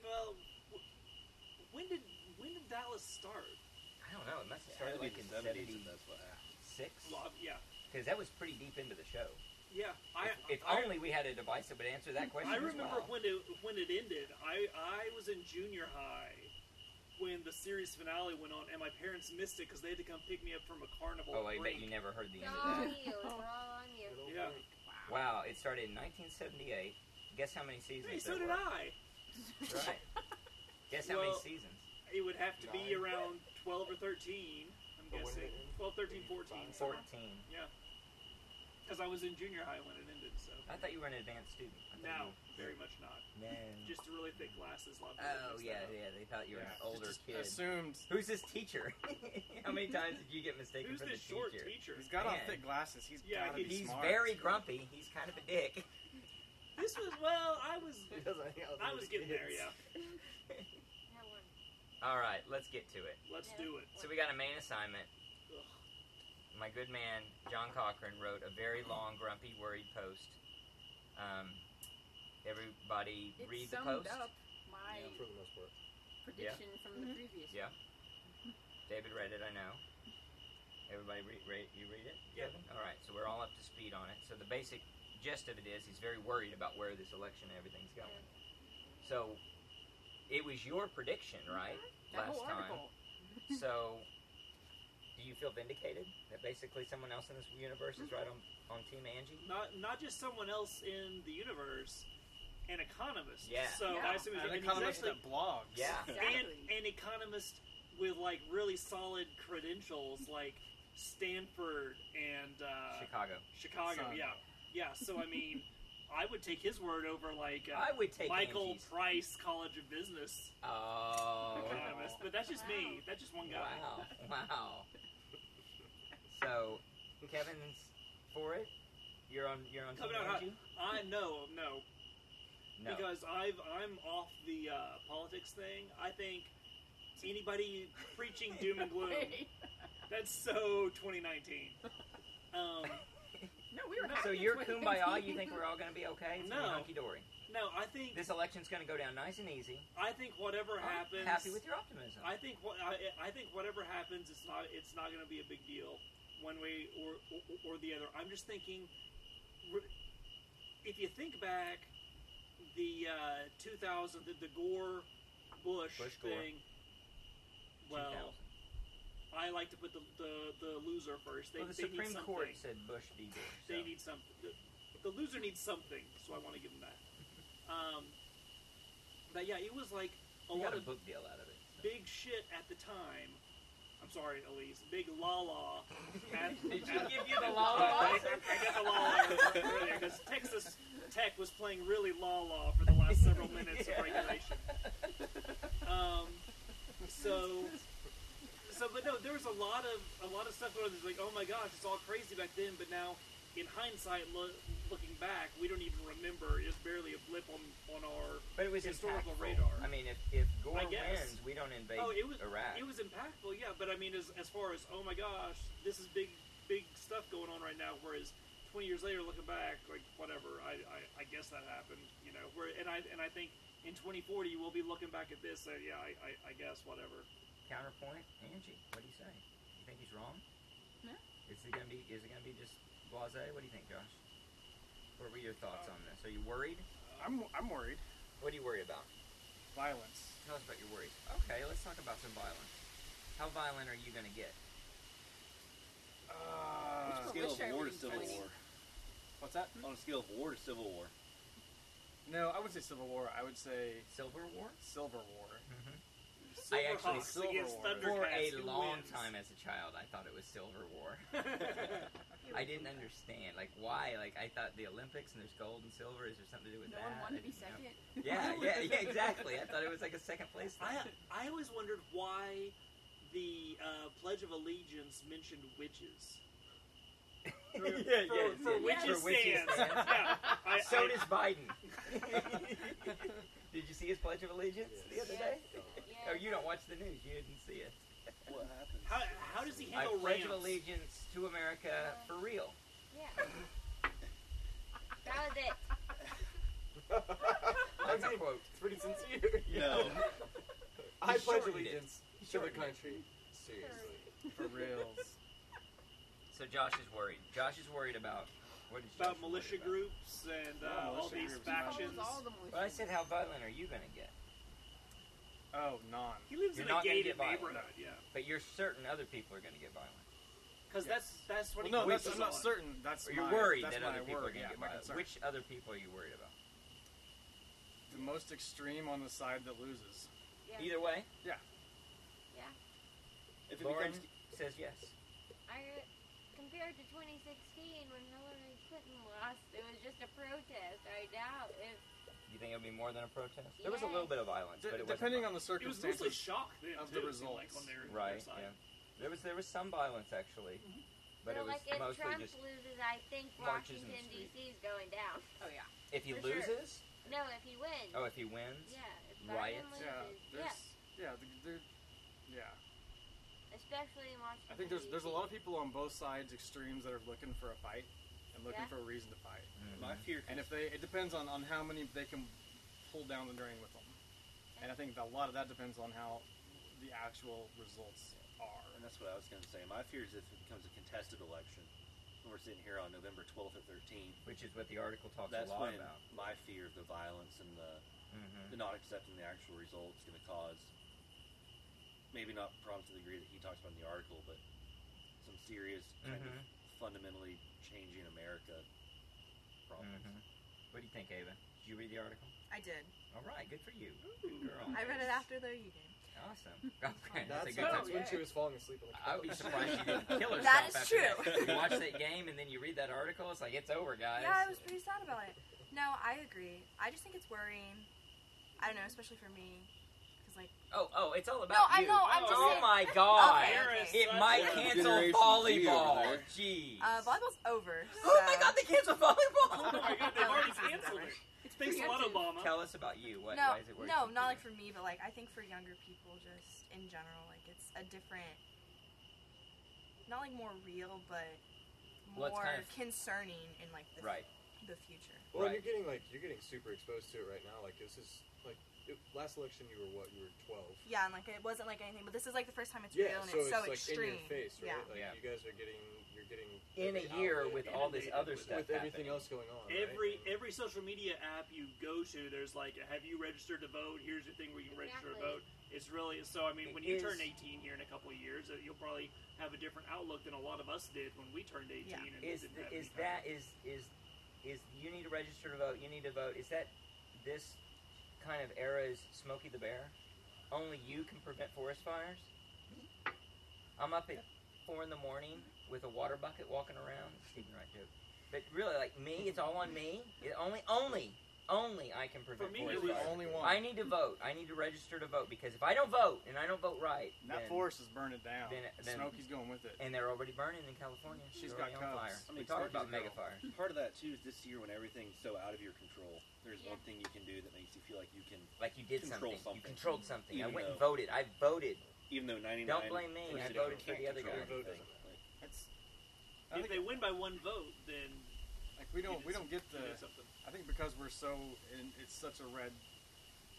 [SPEAKER 4] well, w- when did when did Dallas start?
[SPEAKER 1] I don't know. It must have
[SPEAKER 6] Had
[SPEAKER 1] started
[SPEAKER 6] to be
[SPEAKER 1] like in '76
[SPEAKER 6] the 70s, and that's what happened.
[SPEAKER 4] Well, I- yeah,
[SPEAKER 1] because that was pretty deep into the show.
[SPEAKER 4] yeah. I,
[SPEAKER 1] If
[SPEAKER 4] I,
[SPEAKER 1] only we had a device that would answer that question.
[SPEAKER 4] I
[SPEAKER 1] as
[SPEAKER 4] remember
[SPEAKER 1] well.
[SPEAKER 4] when it when it ended. I I was in junior high when the series finale went on, and my parents missed it because they had to come pick me up from a carnival.
[SPEAKER 1] Oh, I
[SPEAKER 4] at
[SPEAKER 1] bet
[SPEAKER 4] Brink.
[SPEAKER 1] you never heard the
[SPEAKER 3] It's
[SPEAKER 1] end
[SPEAKER 3] all
[SPEAKER 1] of that.
[SPEAKER 3] on you. It's all on you.
[SPEAKER 7] Good old
[SPEAKER 4] Yeah.
[SPEAKER 7] Frank.
[SPEAKER 1] Wow, it started in 1978. Guess how many seasons?
[SPEAKER 4] Hey, so
[SPEAKER 1] there
[SPEAKER 4] did
[SPEAKER 1] were?
[SPEAKER 4] I.
[SPEAKER 1] Right. Guess how many
[SPEAKER 4] Well,
[SPEAKER 1] seasons?
[SPEAKER 4] It would have to be
[SPEAKER 7] Nine.
[SPEAKER 4] around 12 or 13. I'm
[SPEAKER 7] But when
[SPEAKER 4] guessing
[SPEAKER 7] did it end?
[SPEAKER 4] 12, 13, 14.
[SPEAKER 1] Fourteen.
[SPEAKER 4] Because I was in junior high when it ended, so.
[SPEAKER 1] I thought you were an advanced student. I thought
[SPEAKER 4] No,
[SPEAKER 1] you-
[SPEAKER 4] very much not.
[SPEAKER 1] No.
[SPEAKER 4] Just the really thick glasses. Lot
[SPEAKER 1] oh yeah, yeah. They thought you were
[SPEAKER 2] Yeah.
[SPEAKER 1] an older
[SPEAKER 2] Just
[SPEAKER 1] kid.
[SPEAKER 2] Assumed
[SPEAKER 1] Who's this teacher? (laughs) How many times did you get mistaken
[SPEAKER 4] Who's
[SPEAKER 1] for the
[SPEAKER 4] this short
[SPEAKER 1] teacher?
[SPEAKER 4] teacher?
[SPEAKER 2] he's got on
[SPEAKER 1] Man.
[SPEAKER 2] thick glasses. He's
[SPEAKER 4] Yeah,
[SPEAKER 2] gotta be
[SPEAKER 1] He's
[SPEAKER 2] smart.
[SPEAKER 1] very grumpy. He's kind of a dick.
[SPEAKER 4] This was well. I was.
[SPEAKER 7] Because I, think
[SPEAKER 4] (laughs) I was getting there. Yeah.
[SPEAKER 3] No one.
[SPEAKER 1] All right, let's get to it.
[SPEAKER 4] Let's do it.
[SPEAKER 1] So we got a main assignment.
[SPEAKER 4] Ugh.
[SPEAKER 1] My good man John Cochran wrote a very long, grumpy, worried post. Um, everybody
[SPEAKER 5] It
[SPEAKER 1] read the
[SPEAKER 5] summed
[SPEAKER 1] post.
[SPEAKER 5] up my
[SPEAKER 7] For the most part.
[SPEAKER 5] prediction from the previous.
[SPEAKER 1] Yeah. David read it, I know. Everybody read, read you read it?
[SPEAKER 4] Yep.
[SPEAKER 1] Kevin? All right, so we're all up to speed on it. So the basic gist of it is he's very worried about where this election and everything's going. So it was your prediction, right?
[SPEAKER 5] Mm-hmm. That
[SPEAKER 1] Last
[SPEAKER 5] whole
[SPEAKER 1] time.
[SPEAKER 5] article.
[SPEAKER 1] So do you feel vindicated that basically someone else in this universe is right on, on Team Angie?
[SPEAKER 4] Not not just someone else in the universe, an economist.
[SPEAKER 1] Yeah.
[SPEAKER 4] So
[SPEAKER 5] Yeah.
[SPEAKER 4] I assume it's
[SPEAKER 2] An economist
[SPEAKER 4] exactly,
[SPEAKER 2] that blogs.
[SPEAKER 1] Yeah.
[SPEAKER 4] and
[SPEAKER 5] Exactly.
[SPEAKER 4] an economist with like really solid credentials, like Stanford and uh,
[SPEAKER 1] Chicago.
[SPEAKER 4] Chicago.
[SPEAKER 2] Sun.
[SPEAKER 4] Yeah. Yeah. So I mean, (laughs) I would take his word over like uh,
[SPEAKER 1] I would take
[SPEAKER 4] Michael
[SPEAKER 1] Angie's.
[SPEAKER 4] Price College of Business
[SPEAKER 1] Oh.
[SPEAKER 4] economist, but that's just me. That's just (laughs) one guy.
[SPEAKER 1] Wow. Wow. So, Kevin's for it. You're on. You're on.
[SPEAKER 4] Coming
[SPEAKER 1] team
[SPEAKER 4] out hot.
[SPEAKER 1] Angie?
[SPEAKER 4] I no, no,
[SPEAKER 1] No.
[SPEAKER 4] because I've I'm off the uh, politics thing. I think anybody preaching doom and
[SPEAKER 5] (laughs)
[SPEAKER 4] gloom that's so 2019. Um,
[SPEAKER 5] No, we were.
[SPEAKER 1] so
[SPEAKER 5] happy in
[SPEAKER 1] you're
[SPEAKER 5] 2019.
[SPEAKER 1] kumbaya. You think we're
[SPEAKER 5] (laughs)
[SPEAKER 1] all going to be okay? It's
[SPEAKER 4] No.
[SPEAKER 1] Hunky dory.
[SPEAKER 4] no, I think
[SPEAKER 1] This election's going to go down nice and easy.
[SPEAKER 4] I think whatever
[SPEAKER 1] I'm
[SPEAKER 4] happens,
[SPEAKER 1] Happy with your optimism.
[SPEAKER 4] I think what I, I think whatever happens, it's not it's not going to be a big deal, one way or or, or the other. I'm just thinking, re- if you think back, the uh, 2000, the, the Gore Bush,
[SPEAKER 1] Bush Gore.
[SPEAKER 4] thing. Well,
[SPEAKER 1] 2000.
[SPEAKER 4] I like to put the the, the loser first. They,
[SPEAKER 1] well, the
[SPEAKER 4] they need
[SPEAKER 1] Supreme
[SPEAKER 4] something.
[SPEAKER 1] Court said Bush v. Gore. So.
[SPEAKER 4] They need something. The, the loser needs something, so I want to give them
[SPEAKER 1] (laughs)
[SPEAKER 4] that. Um, but yeah, it was like a
[SPEAKER 1] you
[SPEAKER 4] lot
[SPEAKER 1] got a
[SPEAKER 4] of
[SPEAKER 1] book deal out of it. so.
[SPEAKER 4] big shit at the time. I'm sorry, Elise. Big la
[SPEAKER 1] (laughs)
[SPEAKER 4] la. at-
[SPEAKER 1] Did she
[SPEAKER 4] at-
[SPEAKER 1] give you the
[SPEAKER 4] I,
[SPEAKER 1] la la?
[SPEAKER 4] I, I got the
[SPEAKER 1] (laughs)
[SPEAKER 4] la la earlier because Texas Tech was playing really la la for the last several
[SPEAKER 1] (laughs)
[SPEAKER 4] minutes of regulation. Um, so, so but no, there was a lot of a lot of stuff going on. It's like, oh my gosh, it's all crazy back then, but now. In hindsight, lo- looking back, we don't even remember. It's barely a blip on, on our
[SPEAKER 1] But it was
[SPEAKER 4] historical
[SPEAKER 1] impactful.
[SPEAKER 4] radar.
[SPEAKER 1] I mean, if, if Gore
[SPEAKER 4] I guess.
[SPEAKER 1] wins, we don't invade
[SPEAKER 4] Oh, it was
[SPEAKER 1] Iraq.
[SPEAKER 4] It was impactful, yeah. But I mean, as as far as oh my gosh, this is big big stuff going on right now. Whereas twenty years later, looking back, like whatever, I I, I guess that happened, you know. Where and I and I think in twenty forty, we'll be looking back at this. So yeah, I I, I guess whatever.
[SPEAKER 1] Counterpoint, Angie. What do you say? You think he's wrong?
[SPEAKER 5] No.
[SPEAKER 1] Is it gonna be? Is it gonna be just blase? What do you think, Josh? What were your thoughts on this? Are you worried?
[SPEAKER 2] I'm, I'm worried.
[SPEAKER 1] What do you worry about?
[SPEAKER 2] Violence.
[SPEAKER 1] Tell us about your worries. Okay, let's talk about some violence. How violent are you gonna get?
[SPEAKER 2] Uh,
[SPEAKER 5] Which
[SPEAKER 6] scale
[SPEAKER 5] Oh, Wish I
[SPEAKER 6] of war to
[SPEAKER 5] was
[SPEAKER 6] civil
[SPEAKER 5] funny.
[SPEAKER 6] war.
[SPEAKER 2] what's that?
[SPEAKER 6] On a scale of war to civil war.
[SPEAKER 2] No, I would say Civil War. I would say
[SPEAKER 1] Silver war? Mm-hmm.
[SPEAKER 2] Silver War.
[SPEAKER 1] I actually-
[SPEAKER 4] Silverhawks
[SPEAKER 2] Silver Wars.
[SPEAKER 4] against
[SPEAKER 1] For
[SPEAKER 4] Thundercats,
[SPEAKER 1] a
[SPEAKER 4] who
[SPEAKER 1] long
[SPEAKER 4] wins?
[SPEAKER 1] time as a child, I thought it was Silver War. I didn't understand, like, why? Like, I thought the Olympics and there's gold and silver. Is there something to do with
[SPEAKER 5] No
[SPEAKER 1] that?
[SPEAKER 5] one wanted to be
[SPEAKER 1] You know?
[SPEAKER 5] second.
[SPEAKER 1] Yeah,
[SPEAKER 5] (laughs)
[SPEAKER 1] yeah, yeah, exactly. I thought it was like a second place. Thing.
[SPEAKER 4] (laughs) I I always wondered why the uh, Pledge of Allegiance mentioned witches. (laughs) For,
[SPEAKER 1] (laughs) Yeah,
[SPEAKER 4] for,
[SPEAKER 1] yeah,
[SPEAKER 4] for,
[SPEAKER 1] yeah.
[SPEAKER 4] witches
[SPEAKER 1] For witches
[SPEAKER 4] stands.
[SPEAKER 1] stands.
[SPEAKER 4] (laughs) yeah, I,
[SPEAKER 1] so
[SPEAKER 4] I-
[SPEAKER 1] does
[SPEAKER 4] (laughs)
[SPEAKER 1] Biden. Did you see his Pledge of Allegiance the other day?
[SPEAKER 5] Yeah.
[SPEAKER 1] Oh, you don't watch the news. You didn't see it.
[SPEAKER 6] What happened?
[SPEAKER 4] How, how does he
[SPEAKER 1] I
[SPEAKER 4] handle
[SPEAKER 1] pledge
[SPEAKER 4] Rams?
[SPEAKER 1] of allegiance to America for real.
[SPEAKER 3] Yeah. that was it.
[SPEAKER 5] (laughs)
[SPEAKER 1] That's a quote.
[SPEAKER 7] It's (laughs) pretty sincere.
[SPEAKER 6] No.
[SPEAKER 7] I
[SPEAKER 1] He
[SPEAKER 7] pledge
[SPEAKER 1] shortened it.
[SPEAKER 7] allegiance
[SPEAKER 1] He
[SPEAKER 7] to the
[SPEAKER 1] shortened it.
[SPEAKER 7] country. Seriously.
[SPEAKER 2] For (laughs) reals.
[SPEAKER 1] So Josh is worried. Josh is worried about what is Josh
[SPEAKER 4] about
[SPEAKER 1] worried
[SPEAKER 4] militia
[SPEAKER 1] about?
[SPEAKER 4] groups and uh,
[SPEAKER 2] Yeah,
[SPEAKER 4] all
[SPEAKER 2] militia
[SPEAKER 4] these
[SPEAKER 2] groups.
[SPEAKER 5] Follows
[SPEAKER 4] factions.
[SPEAKER 5] all the militia.
[SPEAKER 1] Well, I said, how violent are you going to get?
[SPEAKER 2] Oh, non.
[SPEAKER 4] He lives
[SPEAKER 1] You're
[SPEAKER 4] in a
[SPEAKER 1] not gonna get
[SPEAKER 4] gated
[SPEAKER 1] violent.
[SPEAKER 4] neighborhood, yeah.
[SPEAKER 1] But you're certain other people are going to get violent.
[SPEAKER 4] Because that's that's what
[SPEAKER 2] Well, no,
[SPEAKER 4] he
[SPEAKER 2] that's, I'm
[SPEAKER 4] focuses
[SPEAKER 2] not
[SPEAKER 4] on.
[SPEAKER 2] certain. That's
[SPEAKER 1] Or you're
[SPEAKER 2] my,
[SPEAKER 1] worried
[SPEAKER 2] that's
[SPEAKER 1] that
[SPEAKER 2] my
[SPEAKER 1] other people are
[SPEAKER 2] worry,
[SPEAKER 1] going
[SPEAKER 2] yeah,
[SPEAKER 1] to get
[SPEAKER 2] my
[SPEAKER 1] violent.
[SPEAKER 2] concern.
[SPEAKER 1] Which other people are you worried about?
[SPEAKER 2] the most extreme on the side that loses.
[SPEAKER 5] Yeah.
[SPEAKER 1] Either way,
[SPEAKER 6] If it
[SPEAKER 1] Lauren
[SPEAKER 6] becomes
[SPEAKER 1] says yes.
[SPEAKER 3] I, compared to 2016 when Hillary Clinton lost, it was just a protest. I doubt if.
[SPEAKER 1] You think it'll be more than a protest? There was a
[SPEAKER 3] Yeah.
[SPEAKER 1] little bit of violence,
[SPEAKER 2] D-
[SPEAKER 1] but it
[SPEAKER 2] depending on
[SPEAKER 1] wasn't
[SPEAKER 2] the
[SPEAKER 4] It was
[SPEAKER 2] circumstances.
[SPEAKER 4] mostly shock then,
[SPEAKER 2] of
[SPEAKER 4] too,
[SPEAKER 2] the
[SPEAKER 4] it seemed like,
[SPEAKER 2] results.
[SPEAKER 4] on their, their
[SPEAKER 1] right.
[SPEAKER 4] side.
[SPEAKER 1] Yeah, there was there was some violence actually, but
[SPEAKER 3] so
[SPEAKER 1] it
[SPEAKER 3] Mm-hmm.
[SPEAKER 1] was
[SPEAKER 3] like if
[SPEAKER 1] mostly
[SPEAKER 3] Trump
[SPEAKER 1] just
[SPEAKER 3] loses, I think
[SPEAKER 1] marches in the
[SPEAKER 3] Washington
[SPEAKER 1] street.
[SPEAKER 3] D.C. is going
[SPEAKER 9] (laughs)
[SPEAKER 3] down.
[SPEAKER 5] Oh yeah.
[SPEAKER 1] if he
[SPEAKER 3] for sure.
[SPEAKER 1] loses.
[SPEAKER 3] No, if he wins.
[SPEAKER 1] Oh, if he wins.
[SPEAKER 3] Yeah. If
[SPEAKER 1] Riots.
[SPEAKER 3] Biden
[SPEAKER 2] yeah,
[SPEAKER 3] loses,
[SPEAKER 2] there's, yeah, the, there, yeah.
[SPEAKER 3] especially in Washington.
[SPEAKER 2] I think there's there's
[SPEAKER 3] DC.
[SPEAKER 2] a lot of people on both sides extremes that are looking for a fight and looking
[SPEAKER 3] Yeah.
[SPEAKER 2] for a reason to fight.
[SPEAKER 1] Mhm.
[SPEAKER 6] my fear
[SPEAKER 2] And if they, it depends on, on how many they can pull down the drain with them. And I think that a lot of that depends on how the actual results
[SPEAKER 6] and
[SPEAKER 2] are.
[SPEAKER 6] that's what I was gonna say. My fear is if it becomes a contested election and we're sitting here on November twelfth or thirteenth.
[SPEAKER 1] Which is what the article talks
[SPEAKER 6] That's
[SPEAKER 1] a lot
[SPEAKER 6] when
[SPEAKER 1] about.
[SPEAKER 6] my fear of the violence and the
[SPEAKER 1] hmm
[SPEAKER 6] the not accepting the actual result is going to cause maybe not problems to the degree that he talks about in the article, but some serious kind of
[SPEAKER 1] Mhm.
[SPEAKER 2] Mm-hmm.
[SPEAKER 6] fundamentally changing America problems.
[SPEAKER 2] Mm-hmm.
[SPEAKER 1] hmm What do you think, Ava? Did you read the article?
[SPEAKER 5] I did.
[SPEAKER 1] All right, good for you. Good girl.
[SPEAKER 5] I read it after though
[SPEAKER 8] E
[SPEAKER 5] you did.
[SPEAKER 1] Awesome. (laughs) Okay, that's,
[SPEAKER 7] That's,
[SPEAKER 1] a good
[SPEAKER 5] Oh,
[SPEAKER 7] that's
[SPEAKER 1] time.
[SPEAKER 7] when
[SPEAKER 5] yeah.
[SPEAKER 7] she was falling asleep on the couch.
[SPEAKER 1] I would be surprised she didn't kill herself.
[SPEAKER 5] That is
[SPEAKER 1] after
[SPEAKER 5] true.
[SPEAKER 1] That. You watch that game and then you read that article. It's like it's over, guys.
[SPEAKER 5] Yeah, I was pretty sad about it.
[SPEAKER 8] No, I agree. I just think it's worrying. I don't know, especially for me, because like
[SPEAKER 1] Oh, oh, it's all about
[SPEAKER 8] no, I
[SPEAKER 1] you.
[SPEAKER 8] know. I'm
[SPEAKER 4] Oh,
[SPEAKER 8] just
[SPEAKER 1] oh
[SPEAKER 8] saying.
[SPEAKER 1] my god.
[SPEAKER 8] Okay,
[SPEAKER 4] There
[SPEAKER 8] okay.
[SPEAKER 4] is
[SPEAKER 1] It
[SPEAKER 4] such
[SPEAKER 1] might
[SPEAKER 4] a-
[SPEAKER 6] can-
[SPEAKER 1] cancel
[SPEAKER 6] Generation Z over
[SPEAKER 1] volleyball.
[SPEAKER 6] there.
[SPEAKER 1] Jeez.
[SPEAKER 8] Uh, volleyball's over.
[SPEAKER 1] (gasps) oh my
[SPEAKER 8] so-
[SPEAKER 1] god, they canceled volleyball.
[SPEAKER 4] (laughs) Oh my god, they've already canceled it.
[SPEAKER 5] It's
[SPEAKER 4] Thanks a lot,
[SPEAKER 5] preemptive.
[SPEAKER 4] Obama.
[SPEAKER 1] Tell us about you. What,
[SPEAKER 8] no,
[SPEAKER 1] why is it working?
[SPEAKER 8] no,
[SPEAKER 1] for
[SPEAKER 8] not
[SPEAKER 1] you?
[SPEAKER 8] like for me, but like I think for younger people, just in general, like it's a different, not like more real, but
[SPEAKER 1] Well,
[SPEAKER 8] more
[SPEAKER 1] it's kind of-
[SPEAKER 8] concerning in like the,
[SPEAKER 1] Right.
[SPEAKER 8] the future.
[SPEAKER 7] Well,
[SPEAKER 1] Right.
[SPEAKER 7] you're getting like you're getting super exposed to it right now. Like this is like it, last election you were what you were twelve.
[SPEAKER 8] Yeah, and like it wasn't like anything, but this is like the first time it's
[SPEAKER 7] Yeah,
[SPEAKER 8] real and
[SPEAKER 7] so
[SPEAKER 8] it's
[SPEAKER 7] it's
[SPEAKER 8] so
[SPEAKER 7] like
[SPEAKER 8] extreme.
[SPEAKER 7] in your face, right?
[SPEAKER 8] Yeah.
[SPEAKER 7] Like
[SPEAKER 1] Yeah.
[SPEAKER 7] you guys are getting you're getting
[SPEAKER 1] In
[SPEAKER 7] the
[SPEAKER 1] a year
[SPEAKER 7] outlet
[SPEAKER 1] with
[SPEAKER 4] Yeah,
[SPEAKER 1] all this
[SPEAKER 4] they-
[SPEAKER 1] other
[SPEAKER 4] with-
[SPEAKER 1] stuff
[SPEAKER 7] with everything
[SPEAKER 1] happening.
[SPEAKER 7] else going on.
[SPEAKER 4] Every
[SPEAKER 7] right?
[SPEAKER 4] every social media app you go to, there's like, a, have you registered to vote? Here's your thing where you can register to
[SPEAKER 3] Exactly.
[SPEAKER 4] vote. It's really so. I mean,
[SPEAKER 1] It
[SPEAKER 4] when you
[SPEAKER 1] is-
[SPEAKER 4] turn 18 here in a couple of years, uh, you'll probably have a different outlook than a lot of us did when we turned 18.
[SPEAKER 8] Yeah.
[SPEAKER 4] And
[SPEAKER 1] is
[SPEAKER 4] didn't have
[SPEAKER 1] is
[SPEAKER 4] any
[SPEAKER 1] that
[SPEAKER 4] kind
[SPEAKER 1] is is is you need to register to vote you need to vote is that this kind of era is smokey the bear only you can prevent forest fires i'm up at four in the morning with a water bucket walking around Stephen Wright joke but really like me it's all on me it only only only i can prevent
[SPEAKER 4] For me,
[SPEAKER 1] forest
[SPEAKER 4] it was-
[SPEAKER 1] fires.
[SPEAKER 2] only one.
[SPEAKER 1] i need to vote i need to register to vote because if i don't vote and i don't vote right
[SPEAKER 2] That
[SPEAKER 1] then,
[SPEAKER 2] forest is burning down.
[SPEAKER 1] then- then-
[SPEAKER 2] Smokey's going with it.
[SPEAKER 1] and they're already burning in california
[SPEAKER 2] She's
[SPEAKER 1] They're
[SPEAKER 2] got
[SPEAKER 1] already on
[SPEAKER 2] cubs.
[SPEAKER 1] fire
[SPEAKER 2] I
[SPEAKER 1] we
[SPEAKER 2] mean,
[SPEAKER 1] talked about
[SPEAKER 2] Smokey's a
[SPEAKER 1] mega
[SPEAKER 2] girl.
[SPEAKER 1] fires
[SPEAKER 6] Part of that too is this year when everything's so out of your control. There's
[SPEAKER 3] Yeah.
[SPEAKER 6] one thing you can do that makes you feel like you can,
[SPEAKER 1] Like you did
[SPEAKER 6] Control
[SPEAKER 1] something. You
[SPEAKER 6] something.
[SPEAKER 1] controlled something. I
[SPEAKER 6] Even
[SPEAKER 1] went and
[SPEAKER 6] though-
[SPEAKER 1] voted. I voted.
[SPEAKER 6] even though 99.
[SPEAKER 1] Don't blame me,
[SPEAKER 6] percent
[SPEAKER 1] I
[SPEAKER 6] of
[SPEAKER 1] voted
[SPEAKER 6] you
[SPEAKER 1] for the
[SPEAKER 6] can't
[SPEAKER 1] other
[SPEAKER 6] control
[SPEAKER 1] guy.
[SPEAKER 6] anything. Like,
[SPEAKER 2] It's I
[SPEAKER 4] of-
[SPEAKER 2] think-
[SPEAKER 4] If they win by one vote, then
[SPEAKER 2] like we
[SPEAKER 4] you
[SPEAKER 2] don't
[SPEAKER 4] did
[SPEAKER 2] we don't get
[SPEAKER 4] some- you did
[SPEAKER 2] the.
[SPEAKER 4] something.
[SPEAKER 2] I think because we're so in, it's such a red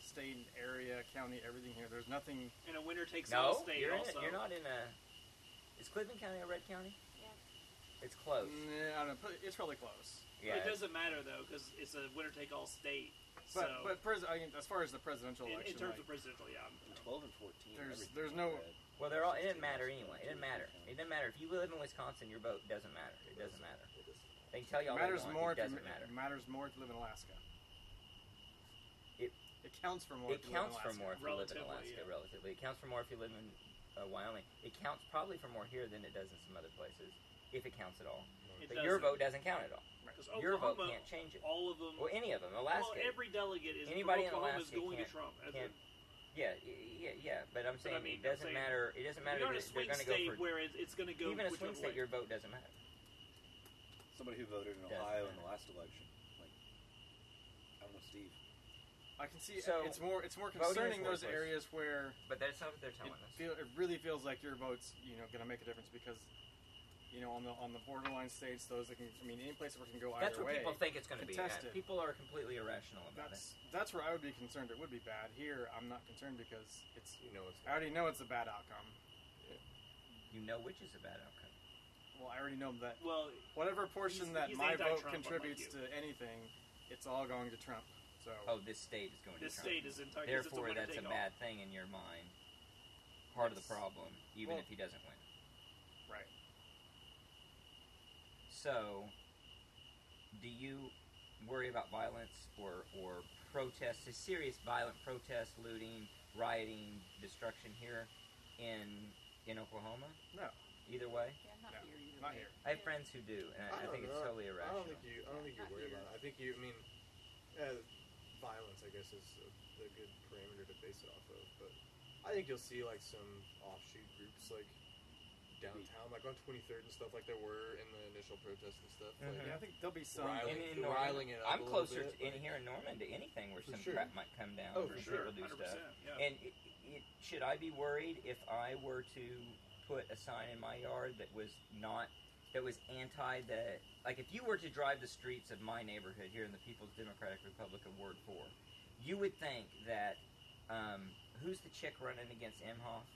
[SPEAKER 2] state and area, county, everything here. There's nothing.
[SPEAKER 4] And a winner takes all
[SPEAKER 1] No,
[SPEAKER 4] state.
[SPEAKER 1] you're, in
[SPEAKER 4] also,
[SPEAKER 1] a, you're not in a. Is Cleveland County a red county?
[SPEAKER 3] Yeah.
[SPEAKER 1] It's close.
[SPEAKER 2] Nah, I don't know. It's probably close.
[SPEAKER 1] Yeah.
[SPEAKER 4] It doesn't matter though because it's a winner take all state.
[SPEAKER 2] But
[SPEAKER 4] so
[SPEAKER 2] but pres- I mean, as far as the presidential
[SPEAKER 4] in,
[SPEAKER 2] election,
[SPEAKER 4] in terms
[SPEAKER 2] like,
[SPEAKER 4] of presidential, yeah. I'm-
[SPEAKER 6] in 12 and 14.
[SPEAKER 2] There's-
[SPEAKER 6] everything
[SPEAKER 2] there's
[SPEAKER 6] was
[SPEAKER 2] no-
[SPEAKER 6] red.
[SPEAKER 1] well, they're all. It didn't matter anyway. It didn't matter. It didn't matter if you live in Wisconsin. Your vote doesn't matter. It doesn't matter. They can tell you all
[SPEAKER 2] it matters
[SPEAKER 1] they want.
[SPEAKER 2] more.
[SPEAKER 1] It
[SPEAKER 2] If you,
[SPEAKER 1] doesn't
[SPEAKER 2] ma-
[SPEAKER 1] matter.
[SPEAKER 2] it matters more if you live in Alaska.
[SPEAKER 1] It-
[SPEAKER 2] it counts for more.
[SPEAKER 1] It
[SPEAKER 2] if you live in
[SPEAKER 1] counts for
[SPEAKER 2] Alaska.
[SPEAKER 1] more if you live in
[SPEAKER 4] Relatively,
[SPEAKER 1] Alaska.
[SPEAKER 4] yeah.
[SPEAKER 1] Relatively, it counts for more if you live in uh, Wyoming. It counts probably for more here than it does in some other places, if it counts at all.
[SPEAKER 4] It
[SPEAKER 1] But your
[SPEAKER 4] doesn't.
[SPEAKER 1] vote doesn't count at all.
[SPEAKER 4] 'Cause
[SPEAKER 1] Your vote
[SPEAKER 4] Oklahoma,
[SPEAKER 1] can't change it.
[SPEAKER 4] all of them.
[SPEAKER 1] Well, any of them. Alaska.
[SPEAKER 4] Well, every delegate is
[SPEAKER 1] Anybody in
[SPEAKER 4] Oklahoma is
[SPEAKER 1] Alaska
[SPEAKER 4] going to
[SPEAKER 1] can't-
[SPEAKER 4] Trump. As
[SPEAKER 1] can't-
[SPEAKER 4] a-
[SPEAKER 1] Yeah, y- yeah, yeah. But I'm saying
[SPEAKER 4] I mean,
[SPEAKER 1] it
[SPEAKER 4] I'm
[SPEAKER 1] doesn't
[SPEAKER 4] saying-
[SPEAKER 1] matter. It doesn't matter.
[SPEAKER 4] you're in
[SPEAKER 1] that
[SPEAKER 4] a
[SPEAKER 1] they're
[SPEAKER 4] swing
[SPEAKER 1] going to go
[SPEAKER 4] state
[SPEAKER 1] for
[SPEAKER 4] where it's, it's going to go
[SPEAKER 1] even a
[SPEAKER 4] whichever
[SPEAKER 1] swing state.
[SPEAKER 4] way.
[SPEAKER 1] Your vote doesn't matter.
[SPEAKER 6] Somebody who voted in
[SPEAKER 1] Doesn't
[SPEAKER 6] Ohio in
[SPEAKER 1] matter.
[SPEAKER 6] the last election. Like, I'm with Steve.
[SPEAKER 2] I can see.
[SPEAKER 1] So,
[SPEAKER 2] it's more. It's more
[SPEAKER 1] voting is
[SPEAKER 2] concerning
[SPEAKER 1] more
[SPEAKER 2] those
[SPEAKER 1] close.
[SPEAKER 2] areas where
[SPEAKER 1] But that's not what they're
[SPEAKER 2] it,
[SPEAKER 1] telling us.
[SPEAKER 2] feel, it really feels like your vote's you know going to make a difference because you know on the on the borderline states, those that can. I mean, any place where it can go
[SPEAKER 1] That's
[SPEAKER 2] either
[SPEAKER 1] where
[SPEAKER 2] way.
[SPEAKER 1] people think it's going to be. at.
[SPEAKER 2] contested.
[SPEAKER 1] People are completely irrational about it.
[SPEAKER 2] that's that's where I would be concerned. It would be bad here. I'm not concerned because it's.
[SPEAKER 7] You know it's
[SPEAKER 2] I already know it's a bad outcome.
[SPEAKER 1] You know which is a bad outcome.
[SPEAKER 2] Well, I already know that
[SPEAKER 4] Well,
[SPEAKER 2] whatever portion
[SPEAKER 4] He's-
[SPEAKER 2] that
[SPEAKER 4] he's
[SPEAKER 2] my vote
[SPEAKER 4] anti-Trump,
[SPEAKER 2] contributes to
[SPEAKER 4] unlike
[SPEAKER 2] anything, it's all going to Trump. So
[SPEAKER 1] Oh, this state is going
[SPEAKER 4] this
[SPEAKER 1] to. Trump.
[SPEAKER 4] state is entirely.
[SPEAKER 1] Therefore,
[SPEAKER 4] it's a
[SPEAKER 1] that's a bad thing in your mind. Part of the problem, even
[SPEAKER 2] Well-
[SPEAKER 1] if he doesn't win.
[SPEAKER 2] right.
[SPEAKER 1] So, do you worry about violence or, or protests, serious violent protests, looting, rioting, destruction here in in Oklahoma?
[SPEAKER 2] No.
[SPEAKER 1] Either way,
[SPEAKER 5] Yeah, not
[SPEAKER 2] No,
[SPEAKER 5] here either.
[SPEAKER 2] not
[SPEAKER 5] way. (laughs)
[SPEAKER 2] here.
[SPEAKER 1] I have friends who do, and I, I,
[SPEAKER 7] don't
[SPEAKER 1] think it's
[SPEAKER 7] know.
[SPEAKER 1] totally
[SPEAKER 7] I
[SPEAKER 1] irrational.
[SPEAKER 7] don't think you. I don't think you
[SPEAKER 5] Not
[SPEAKER 7] worry
[SPEAKER 5] here.
[SPEAKER 7] about it. I think you. I mean, uh, violence. I guess is a, a good parameter to base it off of. But I think you'll see like some offshoot groups like downtown, like on 23rd and stuff, like there were in the initial protests and stuff. Like,
[SPEAKER 1] Mhm.
[SPEAKER 2] Yeah, I think there'll be some.
[SPEAKER 7] Riley.
[SPEAKER 1] And
[SPEAKER 7] Like,
[SPEAKER 1] in Norman,
[SPEAKER 7] riling it up
[SPEAKER 1] I'm
[SPEAKER 7] a little
[SPEAKER 1] closer
[SPEAKER 7] bit,
[SPEAKER 1] to, in
[SPEAKER 7] like-
[SPEAKER 1] here in Norman to anything where
[SPEAKER 7] For
[SPEAKER 1] some
[SPEAKER 7] sure.
[SPEAKER 1] crap might come down.
[SPEAKER 7] Oh,
[SPEAKER 1] or
[SPEAKER 7] for
[SPEAKER 1] people
[SPEAKER 4] Sure,
[SPEAKER 1] do
[SPEAKER 4] hundred
[SPEAKER 1] stuff.
[SPEAKER 4] percent. Yeah.
[SPEAKER 1] And it, it, should I be worried if I were to put a sign in my yard that was not that was anti the like if you were to drive the streets of my neighborhood here in the People's Democratic Republic of Ward Four, you would think that um, who's the chick running against Imhoff?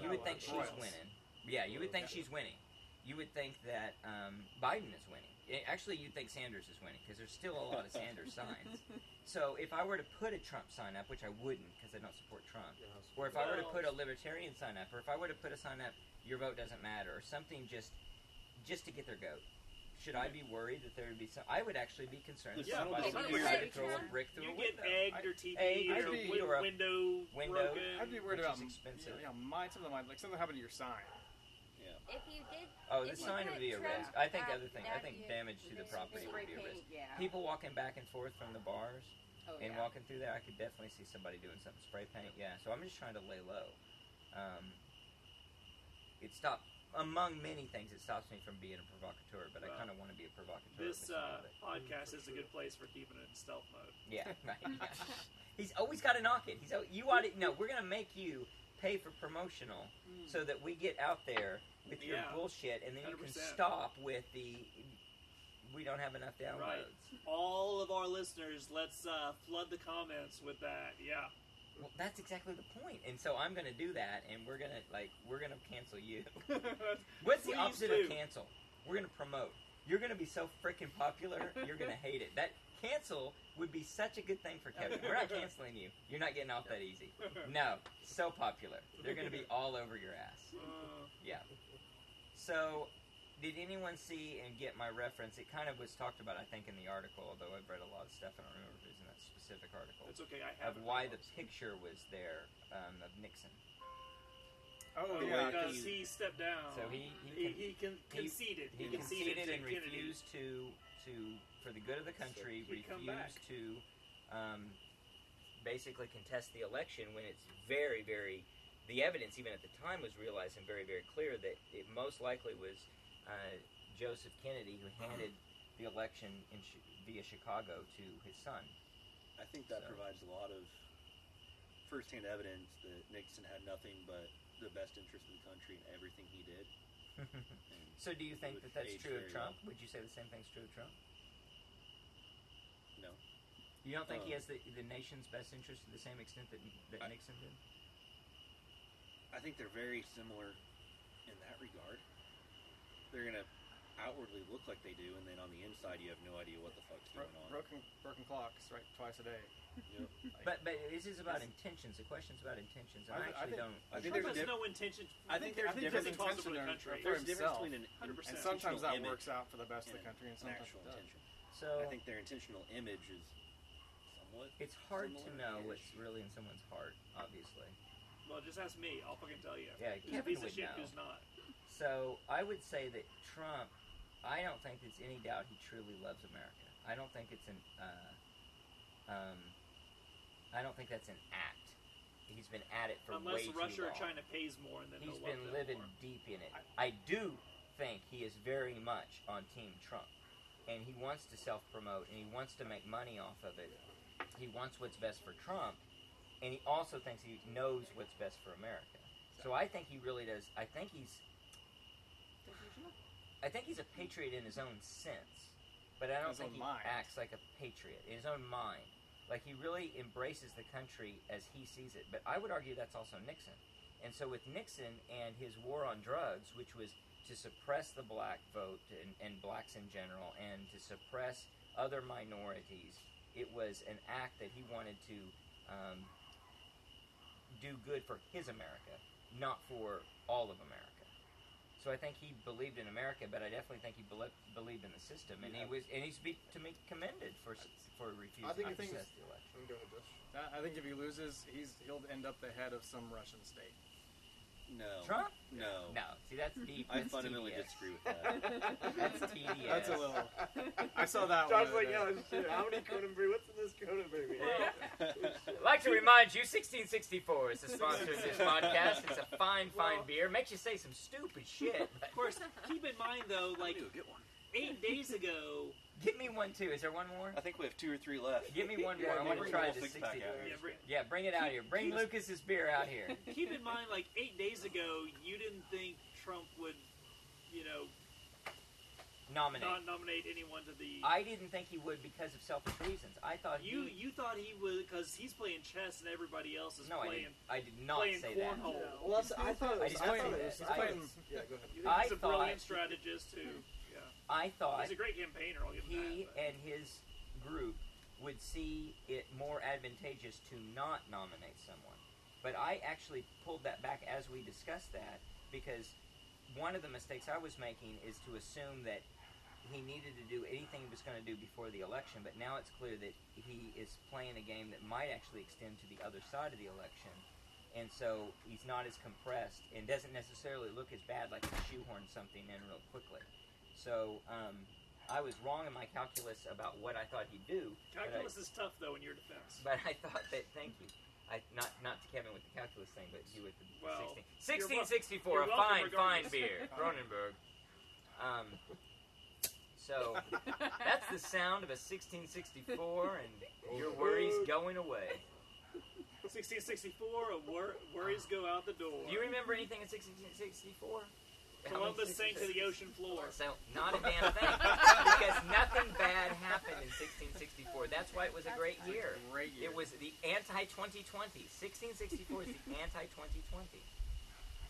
[SPEAKER 1] You
[SPEAKER 7] Oh,
[SPEAKER 1] would
[SPEAKER 7] uh,
[SPEAKER 1] think she's
[SPEAKER 2] Royals.
[SPEAKER 1] winning. Yeah, you would think
[SPEAKER 7] Yeah.
[SPEAKER 1] she's winning. You would think that um, Biden is winning. Eh, Actually, you'd think Sanders is winning because there's still a lot of
[SPEAKER 7] (laughs)
[SPEAKER 1] Sanders signs. So if I were to put a Trump sign up, which I wouldn't because I don't support Trump,
[SPEAKER 7] you know,
[SPEAKER 1] or if I were to
[SPEAKER 4] Well-
[SPEAKER 1] put a libertarian sign up, or if I were to put a sign up, your vote doesn't matter, or something just just to get their goat. Should I be worried that there would be some? I would actually be concerned. that
[SPEAKER 6] Yeah,
[SPEAKER 1] somebody
[SPEAKER 4] but-
[SPEAKER 1] would try to
[SPEAKER 5] but-
[SPEAKER 1] throw a brick through
[SPEAKER 4] You
[SPEAKER 1] a
[SPEAKER 4] get
[SPEAKER 1] window.
[SPEAKER 4] egged or TV
[SPEAKER 1] Egged
[SPEAKER 4] or,
[SPEAKER 2] or
[SPEAKER 4] win-
[SPEAKER 1] beat or a
[SPEAKER 4] window,
[SPEAKER 1] window.
[SPEAKER 4] broken.
[SPEAKER 2] I'd be worried
[SPEAKER 1] Which
[SPEAKER 2] about
[SPEAKER 1] is expensive.
[SPEAKER 2] You know, my something like like something happened to your sign.
[SPEAKER 9] If you did,
[SPEAKER 1] Oh, the
[SPEAKER 9] If you
[SPEAKER 1] sign would
[SPEAKER 9] put
[SPEAKER 1] be a
[SPEAKER 9] trash
[SPEAKER 1] risk. I think
[SPEAKER 9] out
[SPEAKER 1] other thing. I
[SPEAKER 9] back,
[SPEAKER 1] think
[SPEAKER 9] you-
[SPEAKER 1] damage to the
[SPEAKER 9] there's
[SPEAKER 1] property
[SPEAKER 9] people
[SPEAKER 1] would be
[SPEAKER 5] Spray
[SPEAKER 1] a risk.
[SPEAKER 5] paint, Oh, yeah.
[SPEAKER 1] People walking back and forth from the bars
[SPEAKER 5] oh,
[SPEAKER 1] and (laughs)
[SPEAKER 5] (laughs) yeah.
[SPEAKER 1] walking through there, I could definitely see somebody doing something spray paint. Yeah, so I'm just trying to lay low. Um, it stopped among many things. It stops me from being a provocateur, but I
[SPEAKER 4] Well,
[SPEAKER 1] kind of want to be a provocateur. with
[SPEAKER 4] This
[SPEAKER 1] some
[SPEAKER 4] uh,
[SPEAKER 1] of it.
[SPEAKER 4] podcast is a good place for keeping it in stealth mode.
[SPEAKER 1] yeah, (laughs) right, yeah. he's always got to knock it. He's al- you ought to no. We're gonna make you pay for promotional so that we get out there with your
[SPEAKER 4] Yeah.
[SPEAKER 1] bullshit, and then you can
[SPEAKER 4] 100%.
[SPEAKER 1] stop with the we don't have enough downloads.
[SPEAKER 4] Right. All of our listeners, let's uh, flood the comments with that. Yeah. (laughs)
[SPEAKER 1] Well, that's exactly the point. And so I'm going to do that, and we're going to like we're going to cancel you. (laughs)
[SPEAKER 4] Uh,
[SPEAKER 1] What's the
[SPEAKER 4] Please
[SPEAKER 1] opposite of
[SPEAKER 4] do.
[SPEAKER 1] cancel? We're going to promote. You're going to be so freaking popular, you're
[SPEAKER 4] (laughs)
[SPEAKER 1] going to hate it. That cancel would be such a good thing for Kevin. We're not canceling you. You're not getting off that easy. No, so popular. They're going to be all over your ass.
[SPEAKER 4] Uh,
[SPEAKER 1] So, did anyone see and get my reference? It kind of was talked about, I think, in the article. Although I've read a lot of stuff, I don't remember if it was in that specific article
[SPEAKER 4] it's okay. I have
[SPEAKER 1] of why the picture was there um, of Nixon.
[SPEAKER 2] Oh,
[SPEAKER 6] The
[SPEAKER 2] yeah.
[SPEAKER 6] way-
[SPEAKER 4] because
[SPEAKER 6] he-
[SPEAKER 4] he stepped down.
[SPEAKER 1] So he
[SPEAKER 4] he,
[SPEAKER 1] he,
[SPEAKER 4] Oh. he con-
[SPEAKER 1] he-
[SPEAKER 4] conceded.
[SPEAKER 1] he conceded
[SPEAKER 4] conceded, to
[SPEAKER 1] and
[SPEAKER 4] Kennedy.
[SPEAKER 1] refused to to for the good of the country
[SPEAKER 4] he come back.
[SPEAKER 1] refused to um, basically contest the election when it's very very the evidence even at the time was realized and very very clear that it most likely was uh, Joseph Kennedy who handed the election in Chi- via Chicago to his son.
[SPEAKER 6] I think that
[SPEAKER 1] So-
[SPEAKER 6] provides a lot of firsthand evidence that Nixon had nothing but the best interest of the country in everything he did. And
[SPEAKER 1] so do you
[SPEAKER 6] It
[SPEAKER 1] think
[SPEAKER 6] would
[SPEAKER 1] that that's
[SPEAKER 6] age
[SPEAKER 1] true of
[SPEAKER 6] very
[SPEAKER 1] Trump? Would you say the same thing's true of Trump?
[SPEAKER 6] No.
[SPEAKER 1] You don't think he
[SPEAKER 6] Uh,
[SPEAKER 1] has the, the nation's best interest to the same extent that, that
[SPEAKER 6] I-
[SPEAKER 1] Nixon did?
[SPEAKER 6] I think they're very similar in that regard. They're gonna outwardly look like they do, and then on the inside, you have no idea what the fuck's
[SPEAKER 2] Bro-
[SPEAKER 6] going on.
[SPEAKER 2] broken, broken clocks, right? Twice a day.
[SPEAKER 6] Yep.
[SPEAKER 1] But but this is about intentions. The question's about intentions, and I,
[SPEAKER 2] I th- I
[SPEAKER 1] actually
[SPEAKER 2] think-
[SPEAKER 1] don't.
[SPEAKER 6] I think
[SPEAKER 4] Trump
[SPEAKER 6] there's
[SPEAKER 4] has
[SPEAKER 6] a
[SPEAKER 4] no intention.
[SPEAKER 2] I think there's
[SPEAKER 4] he
[SPEAKER 2] different
[SPEAKER 4] doesn't cause it for the
[SPEAKER 2] intention
[SPEAKER 4] country.
[SPEAKER 2] or-
[SPEAKER 6] there's a difference
[SPEAKER 2] himself.
[SPEAKER 6] between
[SPEAKER 4] Hundred
[SPEAKER 6] an, an
[SPEAKER 2] And
[SPEAKER 4] percent.
[SPEAKER 6] intentional
[SPEAKER 2] sometimes that
[SPEAKER 6] image
[SPEAKER 2] works out for the best of the
[SPEAKER 6] and
[SPEAKER 2] country, and
[SPEAKER 6] an
[SPEAKER 2] sometimes
[SPEAKER 6] actual
[SPEAKER 2] it doesn't.
[SPEAKER 6] intention.
[SPEAKER 1] So
[SPEAKER 6] I think their intentional image is somewhat.
[SPEAKER 1] it's hard to
[SPEAKER 6] similar
[SPEAKER 1] know what's
[SPEAKER 6] ish.
[SPEAKER 1] really in someone's heart, obviously.
[SPEAKER 4] Well, just ask me. I'll fucking tell you.
[SPEAKER 1] Yeah,
[SPEAKER 4] Who's a
[SPEAKER 1] Kevin
[SPEAKER 4] piece of
[SPEAKER 1] would
[SPEAKER 4] shit
[SPEAKER 1] know.
[SPEAKER 4] who's not.
[SPEAKER 1] So I would say that Trump. I don't think it's any doubt he truly loves America. I don't think it's an. Uh, um, I don't think that's an act. He's been at it for way
[SPEAKER 4] Unless
[SPEAKER 1] too
[SPEAKER 4] Russia or
[SPEAKER 1] long.
[SPEAKER 4] China pays more, and then
[SPEAKER 1] He's
[SPEAKER 4] they'll love
[SPEAKER 1] been
[SPEAKER 4] them
[SPEAKER 1] living (laughs)
[SPEAKER 4] more.
[SPEAKER 1] deep in it. I do think he is very much on Team Trump, and he wants to self-promote and he wants to make money off of it. He wants what's best for Trump, and he also thinks he knows what's best for America. So I think he really does. I think he's.
[SPEAKER 5] Delusional?
[SPEAKER 1] I think he's a patriot in his own sense, but I don't
[SPEAKER 2] His
[SPEAKER 1] think
[SPEAKER 2] own
[SPEAKER 1] he
[SPEAKER 2] mind.
[SPEAKER 1] acts like a patriot in his own mind. Like he really embraces the country as he sees it. But I would argue that's also Nixon. And so with Nixon and his war on drugs, which was to suppress the black vote and, and blacks in general, and to suppress other minorities, it was an act that he wanted to um, do good for his America, not for all of America. So I think he believed in America, but I definitely think he believed, believed in the system, and
[SPEAKER 7] Yeah.
[SPEAKER 1] he was and he's be, to be commended for s- for refusing
[SPEAKER 7] I think
[SPEAKER 1] to
[SPEAKER 7] the thing is-
[SPEAKER 1] contest the election.
[SPEAKER 7] I'm going to just.
[SPEAKER 2] I- I think if he loses, he's he'll end up the head of some Russian state.
[SPEAKER 6] No.
[SPEAKER 1] Trump?
[SPEAKER 6] No.
[SPEAKER 1] No, see that's deep.
[SPEAKER 6] I
[SPEAKER 1] That's
[SPEAKER 6] fundamentally
[SPEAKER 1] TDS.
[SPEAKER 6] disagree with that.
[SPEAKER 1] That's TDS.
[SPEAKER 2] That's a little. I saw that
[SPEAKER 7] John's
[SPEAKER 2] one. uh,
[SPEAKER 7] like, yeah, shit, how many Cronenberg? What's in this Cronenberg?
[SPEAKER 4] Well,
[SPEAKER 1] (laughs)
[SPEAKER 6] (laughs)
[SPEAKER 1] I'd like to remind you, 1664 is the sponsor of this podcast. It's a fine, fine
[SPEAKER 4] Well-
[SPEAKER 1] beer. Makes you say some stupid shit.
[SPEAKER 4] (laughs) of course, keep in mind
[SPEAKER 1] (laughs)
[SPEAKER 4] though, like
[SPEAKER 6] get one.
[SPEAKER 4] eight days ago,
[SPEAKER 1] Get me one too. Is there one more?
[SPEAKER 6] I think we have two or three left.
[SPEAKER 1] Give me one more. I
[SPEAKER 6] maybe
[SPEAKER 1] want to
[SPEAKER 6] bring
[SPEAKER 1] try
[SPEAKER 6] the
[SPEAKER 1] the
[SPEAKER 6] six pack
[SPEAKER 1] 60.
[SPEAKER 6] out.
[SPEAKER 4] yeah, br-
[SPEAKER 1] Yeah, bring it out here. Bring
[SPEAKER 4] keep-
[SPEAKER 1] Lucas's beer out here.
[SPEAKER 4] (laughs) keep
[SPEAKER 8] (laughs)
[SPEAKER 4] in mind, like eight days ago, you didn't think Trump would, you know,
[SPEAKER 1] Nominate.
[SPEAKER 4] not nominate anyone to the.
[SPEAKER 1] I didn't think he would because of selfish reasons. I thought
[SPEAKER 4] you
[SPEAKER 1] he.
[SPEAKER 4] you thought he would because he's playing chess and everybody else is
[SPEAKER 1] No, I did,
[SPEAKER 4] playing
[SPEAKER 1] I did not
[SPEAKER 4] playing
[SPEAKER 1] say that.
[SPEAKER 4] cornhole.
[SPEAKER 7] Well, that's, I thought
[SPEAKER 1] I
[SPEAKER 7] it was.
[SPEAKER 1] just
[SPEAKER 7] I, thought
[SPEAKER 1] played
[SPEAKER 7] it
[SPEAKER 1] it.
[SPEAKER 7] was.
[SPEAKER 1] I-
[SPEAKER 7] I thought it was. Yeah, go ahead.
[SPEAKER 4] You
[SPEAKER 1] I
[SPEAKER 4] think he's a
[SPEAKER 1] thought-
[SPEAKER 4] brilliant strategist too. Yeah,
[SPEAKER 1] I thought
[SPEAKER 4] he's a great campaigner. I'll give him
[SPEAKER 1] he
[SPEAKER 4] that. but-
[SPEAKER 1] and his group would see it more advantageous to not nominate someone. But I actually pulled that back as we discussed that because one of the mistakes I was making is to assume that he needed to do anything he was going to do before the election, but now it's clear that he is playing a game that might actually extend to the other side of the election and so he's not as compressed and doesn't necessarily look as bad like you shoehorn something in real quickly. So um, I was wrong in my calculus about what I thought he'd do,
[SPEAKER 4] Calculus is tough though in your defense.
[SPEAKER 1] but I thought that thank you. I, not not to Kevin with the calculus thing, but you with the
[SPEAKER 4] Well,
[SPEAKER 1] 16.
[SPEAKER 4] you're
[SPEAKER 1] 1664, a
[SPEAKER 4] wel- you're welcome
[SPEAKER 1] fine, fine
[SPEAKER 4] regardless. (laughs)
[SPEAKER 1] beer, Cronenberg. Um, so that's the sound of a 1664, and your worries going away.
[SPEAKER 4] 1664, a wor- worries go out the door.
[SPEAKER 1] Do you remember anything in 1664? How many
[SPEAKER 4] Columbus sank to
[SPEAKER 1] 1664?
[SPEAKER 4] the ocean floor.
[SPEAKER 1] So not a damn thing because nothing bad happened in 1664. That's why it was a great year.
[SPEAKER 2] (laughs) Great year.
[SPEAKER 1] It was the anti 2020. 1664 is the anti 2020.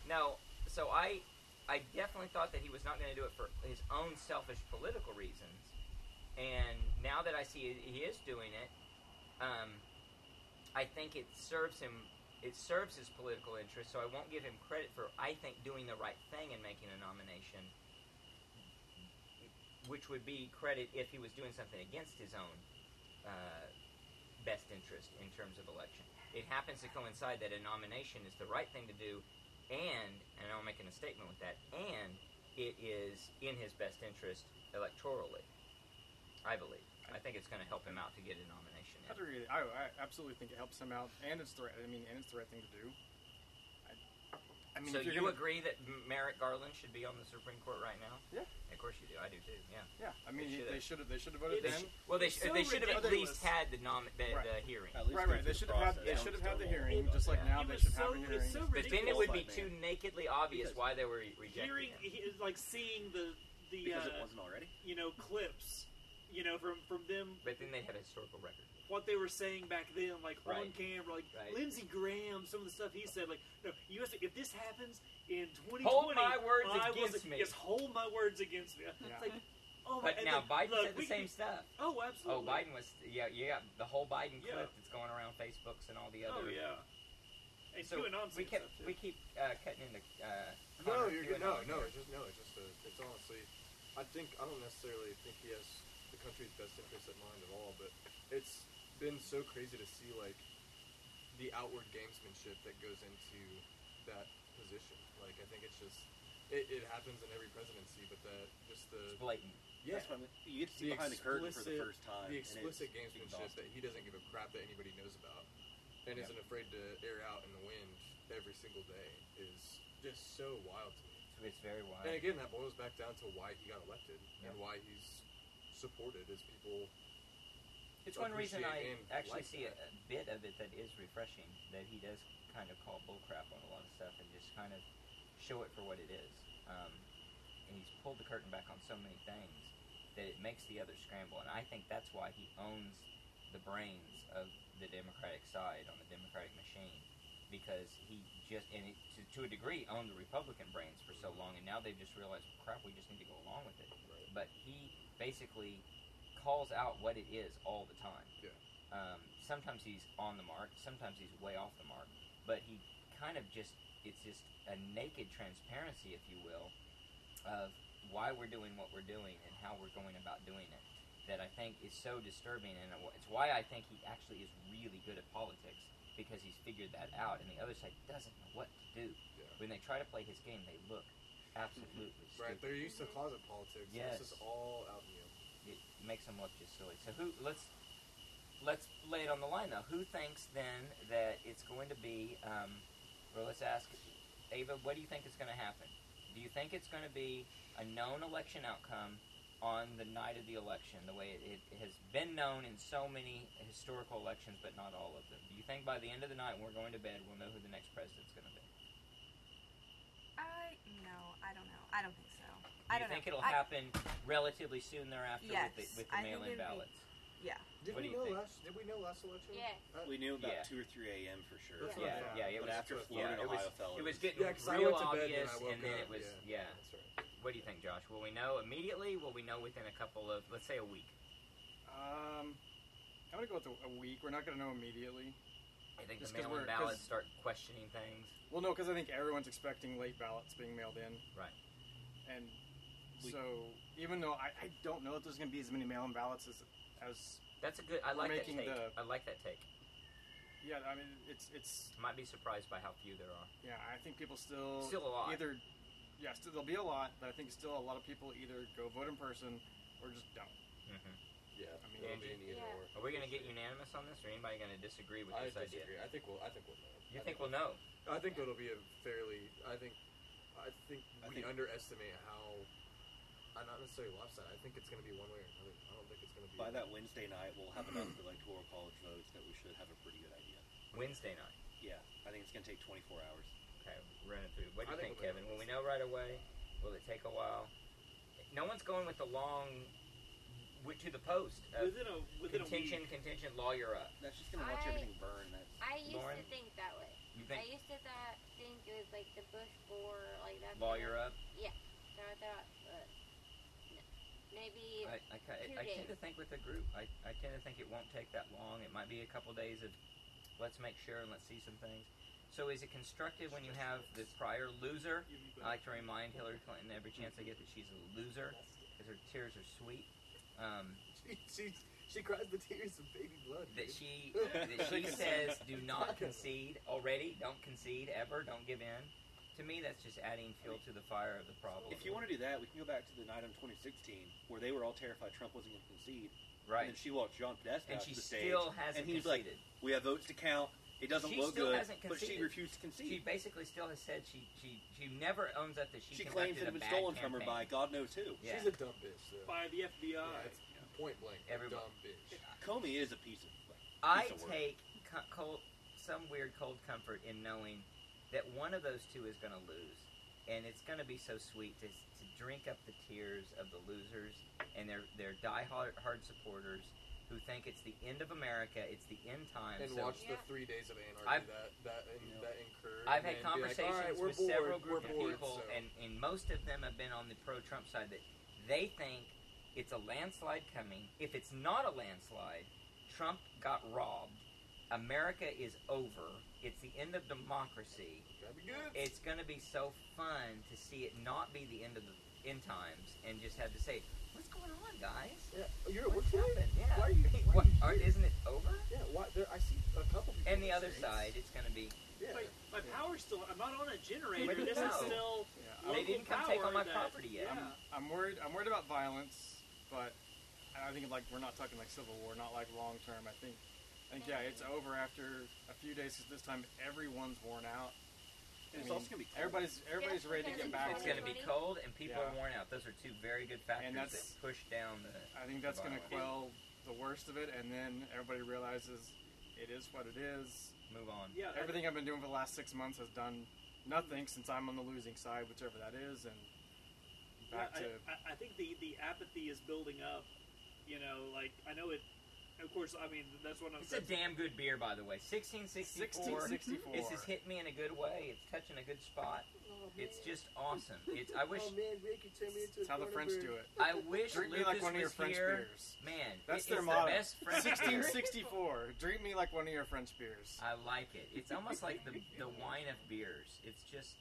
[SPEAKER 1] No, so I, I definitely thought that he was not going to do it for his own selfish political reasons, and now that I see he is doing it, um, I think it serves him. It serves his political interest, so I won't give him credit for I think doing the right thing and making a nomination, which would be credit if he was doing something against his own uh, best interest in terms of election. It happens to coincide that a nomination is the right thing to do, and and I'm making a statement with that, and it is in his best interest electorally. I believe. I think it's going to help him out to get a nomination.
[SPEAKER 2] I,
[SPEAKER 1] In.
[SPEAKER 2] don't really- I, I absolutely think it helps him out, and it's the right. I mean, and it's the right thing to do. I, I mean,
[SPEAKER 1] so
[SPEAKER 2] if you're
[SPEAKER 1] you
[SPEAKER 2] gonna,
[SPEAKER 1] agree that M- Merrick Garland should be on the Supreme Court right now?
[SPEAKER 2] Yeah.
[SPEAKER 1] Of course you do. I do too. Yeah.
[SPEAKER 2] Yeah, I mean,
[SPEAKER 1] They should've-
[SPEAKER 2] they should have. They should have voted
[SPEAKER 4] They
[SPEAKER 2] then.
[SPEAKER 4] should-
[SPEAKER 1] Well, they
[SPEAKER 4] It's
[SPEAKER 1] sh-
[SPEAKER 4] so
[SPEAKER 1] they should have at
[SPEAKER 4] ridiculous.
[SPEAKER 1] least had the nom- the,
[SPEAKER 2] Right.
[SPEAKER 1] the hearing.
[SPEAKER 6] At least
[SPEAKER 2] Right, right.
[SPEAKER 6] go through
[SPEAKER 2] They
[SPEAKER 6] the
[SPEAKER 2] should have had.
[SPEAKER 6] process.
[SPEAKER 2] They
[SPEAKER 6] Don't
[SPEAKER 2] should have had the
[SPEAKER 6] stonewall
[SPEAKER 2] hearing,
[SPEAKER 6] all
[SPEAKER 2] just like
[SPEAKER 6] that.
[SPEAKER 2] now
[SPEAKER 4] It
[SPEAKER 2] they
[SPEAKER 4] was
[SPEAKER 2] should have a
[SPEAKER 4] so,
[SPEAKER 2] hearing.
[SPEAKER 4] It's so
[SPEAKER 1] But then it
[SPEAKER 4] ridiculous.
[SPEAKER 1] would be
[SPEAKER 6] Because-
[SPEAKER 1] too nakedly obvious
[SPEAKER 6] Because-
[SPEAKER 1] why they were re- rejecting
[SPEAKER 4] Hearing,
[SPEAKER 1] him.
[SPEAKER 4] he, like seeing the the
[SPEAKER 6] because
[SPEAKER 4] uh,
[SPEAKER 6] it wasn't already.
[SPEAKER 4] you know clips, you know from from them
[SPEAKER 1] But then they'd have a historical record.
[SPEAKER 4] what they were saying back then, like on
[SPEAKER 1] Right.
[SPEAKER 4] camera, like
[SPEAKER 1] Right.
[SPEAKER 4] Lindsey Graham, some of the stuff he said, like no, you have to, if this happens in 2020,
[SPEAKER 1] Hold my words
[SPEAKER 4] I will-
[SPEAKER 1] against me.
[SPEAKER 4] Yes, hold my words against me. (laughs)
[SPEAKER 2] Yeah.
[SPEAKER 4] It's like, oh my,
[SPEAKER 1] But
[SPEAKER 4] and
[SPEAKER 1] now
[SPEAKER 4] then,
[SPEAKER 1] Biden
[SPEAKER 4] look,
[SPEAKER 1] said the
[SPEAKER 4] we
[SPEAKER 1] same
[SPEAKER 4] can-
[SPEAKER 1] stuff.
[SPEAKER 4] Oh,
[SPEAKER 1] Oh,
[SPEAKER 4] absolutely.
[SPEAKER 1] Biden was yeah yeah the whole Biden
[SPEAKER 4] Yeah.
[SPEAKER 1] clip that's going around Facebooks and all the
[SPEAKER 4] Oh
[SPEAKER 1] other.
[SPEAKER 4] yeah. And
[SPEAKER 1] So
[SPEAKER 4] QAnon
[SPEAKER 1] we kept
[SPEAKER 4] stuff, too.
[SPEAKER 1] we keep uh, cutting into. Uh,
[SPEAKER 7] No,
[SPEAKER 1] Connor
[SPEAKER 7] you're good. No,
[SPEAKER 1] QAnon
[SPEAKER 7] no,
[SPEAKER 1] here.
[SPEAKER 7] it's just no, it's just a, it's honestly, I think I don't necessarily think he has the country's best interest at mind at all, but it's been so crazy to see like the outward gamesmanship that goes into that position. Like I think it's just it, it happens in every presidency, but that just the
[SPEAKER 1] It's blatant.
[SPEAKER 7] yeah.
[SPEAKER 6] That's what I mean. You get to see
[SPEAKER 7] The
[SPEAKER 6] behind the curtain for the
[SPEAKER 7] explicit-
[SPEAKER 6] first time.
[SPEAKER 7] the
[SPEAKER 6] and it's
[SPEAKER 7] explicit gamesmanship
[SPEAKER 6] exhausting.
[SPEAKER 7] that he doesn't give a crap that anybody knows about and
[SPEAKER 6] Yeah.
[SPEAKER 7] isn't afraid to air out in the wind every single day is just so wild to me.
[SPEAKER 1] It's very wild.
[SPEAKER 7] And again, that boils back down to why he got elected
[SPEAKER 1] Yeah.
[SPEAKER 7] and why he's supported as people.
[SPEAKER 1] It's one reason I
[SPEAKER 7] appreciate and
[SPEAKER 1] actually
[SPEAKER 7] like
[SPEAKER 1] see a,
[SPEAKER 7] that.
[SPEAKER 1] a bit of it that is refreshing. That he does kind of call bullcrap on a lot of stuff and just kind of show it for what it is. Um, and he's pulled the curtain back on so many things that it makes the others scramble. And I think that's why he owns the brains of the Democratic side on the Democratic machine because he just and it, to, to a degree owned the Republican brains for so long, and now they've just realized, crap, we just need to go along with it.
[SPEAKER 7] Right.
[SPEAKER 1] But he basically calls out what it is all the time.
[SPEAKER 7] Yeah.
[SPEAKER 1] Um, sometimes he's on the mark, sometimes he's way off the mark, but he kind of just it's just a naked transparency, if you will, of why we're doing what we're doing and how we're going about doing it. That I think is so disturbing, and it's why I think he actually is really good at politics because he's figured that out, and the other side doesn't know what to do.
[SPEAKER 7] Yeah.
[SPEAKER 1] When they try to play his game, they look absolutely
[SPEAKER 7] Right,
[SPEAKER 1] stupid.
[SPEAKER 7] they're used to closet politics. and
[SPEAKER 1] Yes.
[SPEAKER 7] This is all out in the
[SPEAKER 1] It
[SPEAKER 7] open.
[SPEAKER 1] makes them look just silly. So who? Let's let's lay it on the line though. Who thinks then that it's going to be? Um, well, let's ask Ava. What do you think is going to happen? Do you think it's going to be a known election outcome on the night of the election, the way it, it has been known in so many historical elections, but not all of them? Do you think by the end of the night, when we're going to bed, we'll know who the next president's going to be?
[SPEAKER 8] I no, I don't know. I don't think so.
[SPEAKER 1] Do
[SPEAKER 8] I
[SPEAKER 1] you
[SPEAKER 8] don't
[SPEAKER 1] think
[SPEAKER 8] know.
[SPEAKER 1] it'll
[SPEAKER 8] I-
[SPEAKER 1] happen relatively soon thereafter
[SPEAKER 8] Yes,
[SPEAKER 1] with the, with
[SPEAKER 8] I
[SPEAKER 1] the
[SPEAKER 8] think
[SPEAKER 1] mail-in
[SPEAKER 8] it'd be-
[SPEAKER 1] ballots?
[SPEAKER 8] Yeah.
[SPEAKER 7] Did
[SPEAKER 1] What do
[SPEAKER 7] we
[SPEAKER 1] you
[SPEAKER 7] know
[SPEAKER 1] think?
[SPEAKER 7] last? Did we know last election?
[SPEAKER 5] Yeah.
[SPEAKER 7] Uh,
[SPEAKER 6] We knew about
[SPEAKER 1] Yeah.
[SPEAKER 6] two or three a.m. for sure.
[SPEAKER 1] Yeah,
[SPEAKER 7] That's what I
[SPEAKER 1] yeah,
[SPEAKER 7] thought.
[SPEAKER 1] it
[SPEAKER 6] but
[SPEAKER 1] was
[SPEAKER 6] after
[SPEAKER 7] that's what I
[SPEAKER 6] Florida
[SPEAKER 1] yeah, it
[SPEAKER 6] and
[SPEAKER 1] was-
[SPEAKER 6] Ohio fell,
[SPEAKER 1] It was getting
[SPEAKER 7] Yeah, 'cause I
[SPEAKER 1] real
[SPEAKER 7] went to bed when
[SPEAKER 1] obvious,
[SPEAKER 7] I woke
[SPEAKER 1] and then
[SPEAKER 7] up,
[SPEAKER 1] it was yeah.
[SPEAKER 7] yeah. That's right.
[SPEAKER 1] What do you think, Josh? Will we know immediately? Will we know within a couple of, let's say, a week?
[SPEAKER 2] Um, I'm gonna go with a- a week. We're not gonna know immediately.
[SPEAKER 1] I think
[SPEAKER 2] Just
[SPEAKER 1] the
[SPEAKER 2] 'cause
[SPEAKER 1] mail-in
[SPEAKER 2] we're-
[SPEAKER 1] ballots
[SPEAKER 2] 'cause-
[SPEAKER 1] start questioning things.
[SPEAKER 2] Well, no, because I think everyone's expecting late ballots being mailed in.
[SPEAKER 1] Right.
[SPEAKER 2] And
[SPEAKER 6] We-
[SPEAKER 2] so, even though I, I don't know if there's going to be as many mail-in ballots as as
[SPEAKER 1] That's a good. I like that
[SPEAKER 2] making
[SPEAKER 1] take.
[SPEAKER 2] the-
[SPEAKER 1] I like that take.
[SPEAKER 2] Yeah, I mean, it's it's
[SPEAKER 1] Might be surprised by how few there are.
[SPEAKER 2] yeah. I think people still
[SPEAKER 1] Still a lot.
[SPEAKER 2] Either yeah, still, there'll be a lot, but I think still a lot of people either go vote in person or just don't. I
[SPEAKER 7] Yeah, I
[SPEAKER 2] mean,
[SPEAKER 7] mean, it'll be
[SPEAKER 1] Angie-
[SPEAKER 7] an either
[SPEAKER 5] Yeah.
[SPEAKER 7] or.
[SPEAKER 1] Mm-hmm. Are we going to get unanimous on this, or anybody going to disagree with
[SPEAKER 7] I
[SPEAKER 1] this idea?
[SPEAKER 7] disagree. I think we'll. I think we'll know.
[SPEAKER 1] You
[SPEAKER 7] I
[SPEAKER 1] think we'll know?
[SPEAKER 7] I think it'll be a fairly. I think. I think
[SPEAKER 6] I
[SPEAKER 7] we
[SPEAKER 6] think-
[SPEAKER 7] underestimate how. I'm not necessarily lopsided. I think it's going to be one way or another. I don't think it's going to be.
[SPEAKER 6] By that Wednesday night, we'll have enough electoral college votes that we should have a pretty good idea.
[SPEAKER 1] Wednesday night.
[SPEAKER 6] Yeah, I think it's going to take 24 hours.
[SPEAKER 1] Okay, we're running through. What do
[SPEAKER 7] I
[SPEAKER 1] you think,
[SPEAKER 7] think
[SPEAKER 1] Kevin?
[SPEAKER 7] we'll be-
[SPEAKER 1] Will we know right away? Will it take a while? No one's going with the long w- to the post. Of
[SPEAKER 4] within a within
[SPEAKER 1] contingent, contingent lawyer up.
[SPEAKER 6] That's just going to watch
[SPEAKER 9] I-
[SPEAKER 6] everything burn. That's
[SPEAKER 9] I used
[SPEAKER 1] Lauren?
[SPEAKER 9] to think that way.
[SPEAKER 1] You
[SPEAKER 9] I
[SPEAKER 1] think
[SPEAKER 9] used to thought, think it was like the bush boar, like that.
[SPEAKER 1] lawyer up?
[SPEAKER 9] So I thought, but n- maybe
[SPEAKER 1] I, I, ca- I, I
[SPEAKER 9] Two
[SPEAKER 1] tend to
[SPEAKER 9] days.
[SPEAKER 1] think with the group. I, I tend to think it won't take that long. It might be a couple days of let's make sure and let's see some things. So is it constructive when you have the prior loser?
[SPEAKER 4] a week.
[SPEAKER 1] I like to remind Hillary Clinton every chance I get that she's a loser because her tears are sweet. Um,
[SPEAKER 7] She, (laughs) she, she cries the tears of baby blood.
[SPEAKER 1] that
[SPEAKER 7] dude.
[SPEAKER 1] she
[SPEAKER 6] (laughs)
[SPEAKER 1] that she says do not concede already don't concede ever don't give in to me that's just adding fuel to the fire of the problem
[SPEAKER 6] If you want to do that, we can go back to the night in 2016 where they were all terrified Trump wasn't going to concede. And
[SPEAKER 1] right
[SPEAKER 6] then she walked John Podesta
[SPEAKER 1] and
[SPEAKER 6] out
[SPEAKER 1] she
[SPEAKER 6] to the stage.
[SPEAKER 1] still hasn't
[SPEAKER 6] and he's like,
[SPEAKER 1] conceded
[SPEAKER 6] We have votes to count. It doesn't
[SPEAKER 1] She
[SPEAKER 6] look
[SPEAKER 1] still
[SPEAKER 6] good.
[SPEAKER 1] hasn't
[SPEAKER 6] but she
[SPEAKER 1] conceded.
[SPEAKER 6] refused to concede.
[SPEAKER 1] she basically still has said she she she never owns up that she,
[SPEAKER 6] She claims
[SPEAKER 1] conducted
[SPEAKER 6] it
[SPEAKER 1] a
[SPEAKER 6] had been
[SPEAKER 1] bad
[SPEAKER 6] stolen from her by
[SPEAKER 1] campaign.
[SPEAKER 6] God knows who.
[SPEAKER 1] yeah.
[SPEAKER 7] She's a dumb bitch, though.
[SPEAKER 4] by the FBI.
[SPEAKER 7] Yeah, it's point blank. a
[SPEAKER 1] Everybody-
[SPEAKER 7] Dumb bitch.
[SPEAKER 6] Comey is a piece of. Like,
[SPEAKER 1] I
[SPEAKER 6] piece of work.
[SPEAKER 1] take co- cold, some weird cold comfort in knowing that one of those two is going to lose, and it's going to be so sweet to, to drink up the tears of the losers and their their diehard hard supporters who think it's the end of America, it's the end time.
[SPEAKER 7] And
[SPEAKER 1] so
[SPEAKER 7] watch the
[SPEAKER 9] Yeah.
[SPEAKER 7] three days of anarchy
[SPEAKER 1] I've-
[SPEAKER 7] that that in,
[SPEAKER 6] Yeah.
[SPEAKER 7] that incurred.
[SPEAKER 1] I've had
[SPEAKER 7] and then be like,
[SPEAKER 1] conversations
[SPEAKER 7] "All right, we're
[SPEAKER 1] with
[SPEAKER 7] bored,
[SPEAKER 1] several
[SPEAKER 7] we're
[SPEAKER 1] group of
[SPEAKER 7] bored,
[SPEAKER 1] people,
[SPEAKER 7] so.
[SPEAKER 1] and, and most of them have been on the pro-Trump side that they think it's a landslide coming. If it's not a landslide, Trump got robbed. America is over. It's the end of democracy.
[SPEAKER 7] That'd be good.
[SPEAKER 1] It's going to be so fun to see it not be the end of the end times and just have to say, "What's going on, guys?
[SPEAKER 7] Yeah, you're at work
[SPEAKER 1] What's
[SPEAKER 7] today?
[SPEAKER 1] happened? Yeah,
[SPEAKER 7] Why are you? Why
[SPEAKER 1] What-
[SPEAKER 7] are you
[SPEAKER 1] aren't-
[SPEAKER 7] here?
[SPEAKER 1] isn't it over?"
[SPEAKER 7] Yeah, why, there, I see a couple people.
[SPEAKER 1] And the
[SPEAKER 7] on
[SPEAKER 1] other
[SPEAKER 7] streets.
[SPEAKER 1] side, it's going to be
[SPEAKER 7] Yeah.
[SPEAKER 4] My, my
[SPEAKER 7] Yeah.
[SPEAKER 4] power's still. I'm not on a generator.
[SPEAKER 1] But
[SPEAKER 4] This
[SPEAKER 1] no.
[SPEAKER 4] is still.
[SPEAKER 2] Yeah,
[SPEAKER 4] Local
[SPEAKER 1] they didn't come take
[SPEAKER 4] power
[SPEAKER 1] on my
[SPEAKER 4] that-
[SPEAKER 1] property yet.
[SPEAKER 4] Yeah.
[SPEAKER 2] I'm, I'm worried. I'm worried about violence, but I think like we're not talking like civil war, not like long term. I think, I think yeah, it's over after a few days. 'cause this time everyone's worn out.
[SPEAKER 6] And
[SPEAKER 2] I
[SPEAKER 6] it's
[SPEAKER 2] mean,
[SPEAKER 6] also going to be. cold. (laughs)
[SPEAKER 2] Everybody's everybody's ready to
[SPEAKER 9] because
[SPEAKER 2] get
[SPEAKER 9] it's
[SPEAKER 2] back.
[SPEAKER 1] It's going to be
[SPEAKER 9] Everybody-
[SPEAKER 1] cold and people
[SPEAKER 2] Yeah.
[SPEAKER 1] are worn out. Those are two very good factors
[SPEAKER 2] And
[SPEAKER 1] that
[SPEAKER 2] that's-
[SPEAKER 1] push down the.
[SPEAKER 2] I think that's going to
[SPEAKER 1] Violence.
[SPEAKER 2] quell the worst of it, and then everybody realizes it is what it is.
[SPEAKER 1] Move on.
[SPEAKER 4] Yeah, I-
[SPEAKER 2] Everything I've been doing for the last six months has done nothing since I'm on the losing side, whichever that is, and back
[SPEAKER 4] I,
[SPEAKER 2] to
[SPEAKER 4] I, I think the, the apathy is building up. You know, like I know it. Of course, I mean that's what I'm
[SPEAKER 1] It's a
[SPEAKER 4] saying.
[SPEAKER 1] damn good beer, by the way. 1664.
[SPEAKER 2] 1664.
[SPEAKER 1] This has hit me in a good way. It's touching a good spot. It's just awesome. It's. I wish.
[SPEAKER 7] Oh man, Rick, you turned me into a
[SPEAKER 2] It's how the French do it.
[SPEAKER 1] I wish
[SPEAKER 2] Drink me
[SPEAKER 1] Lucas
[SPEAKER 2] like one of your
[SPEAKER 1] was
[SPEAKER 2] French
[SPEAKER 1] here.
[SPEAKER 2] beers.
[SPEAKER 1] Man,
[SPEAKER 2] That's
[SPEAKER 1] it
[SPEAKER 2] their
[SPEAKER 1] is
[SPEAKER 2] motto.
[SPEAKER 1] the best
[SPEAKER 2] (laughs)
[SPEAKER 1] French beer.
[SPEAKER 2] 1664. Drink me like one of your French beers.
[SPEAKER 1] I like it. It's almost like the the wine of beers. It's just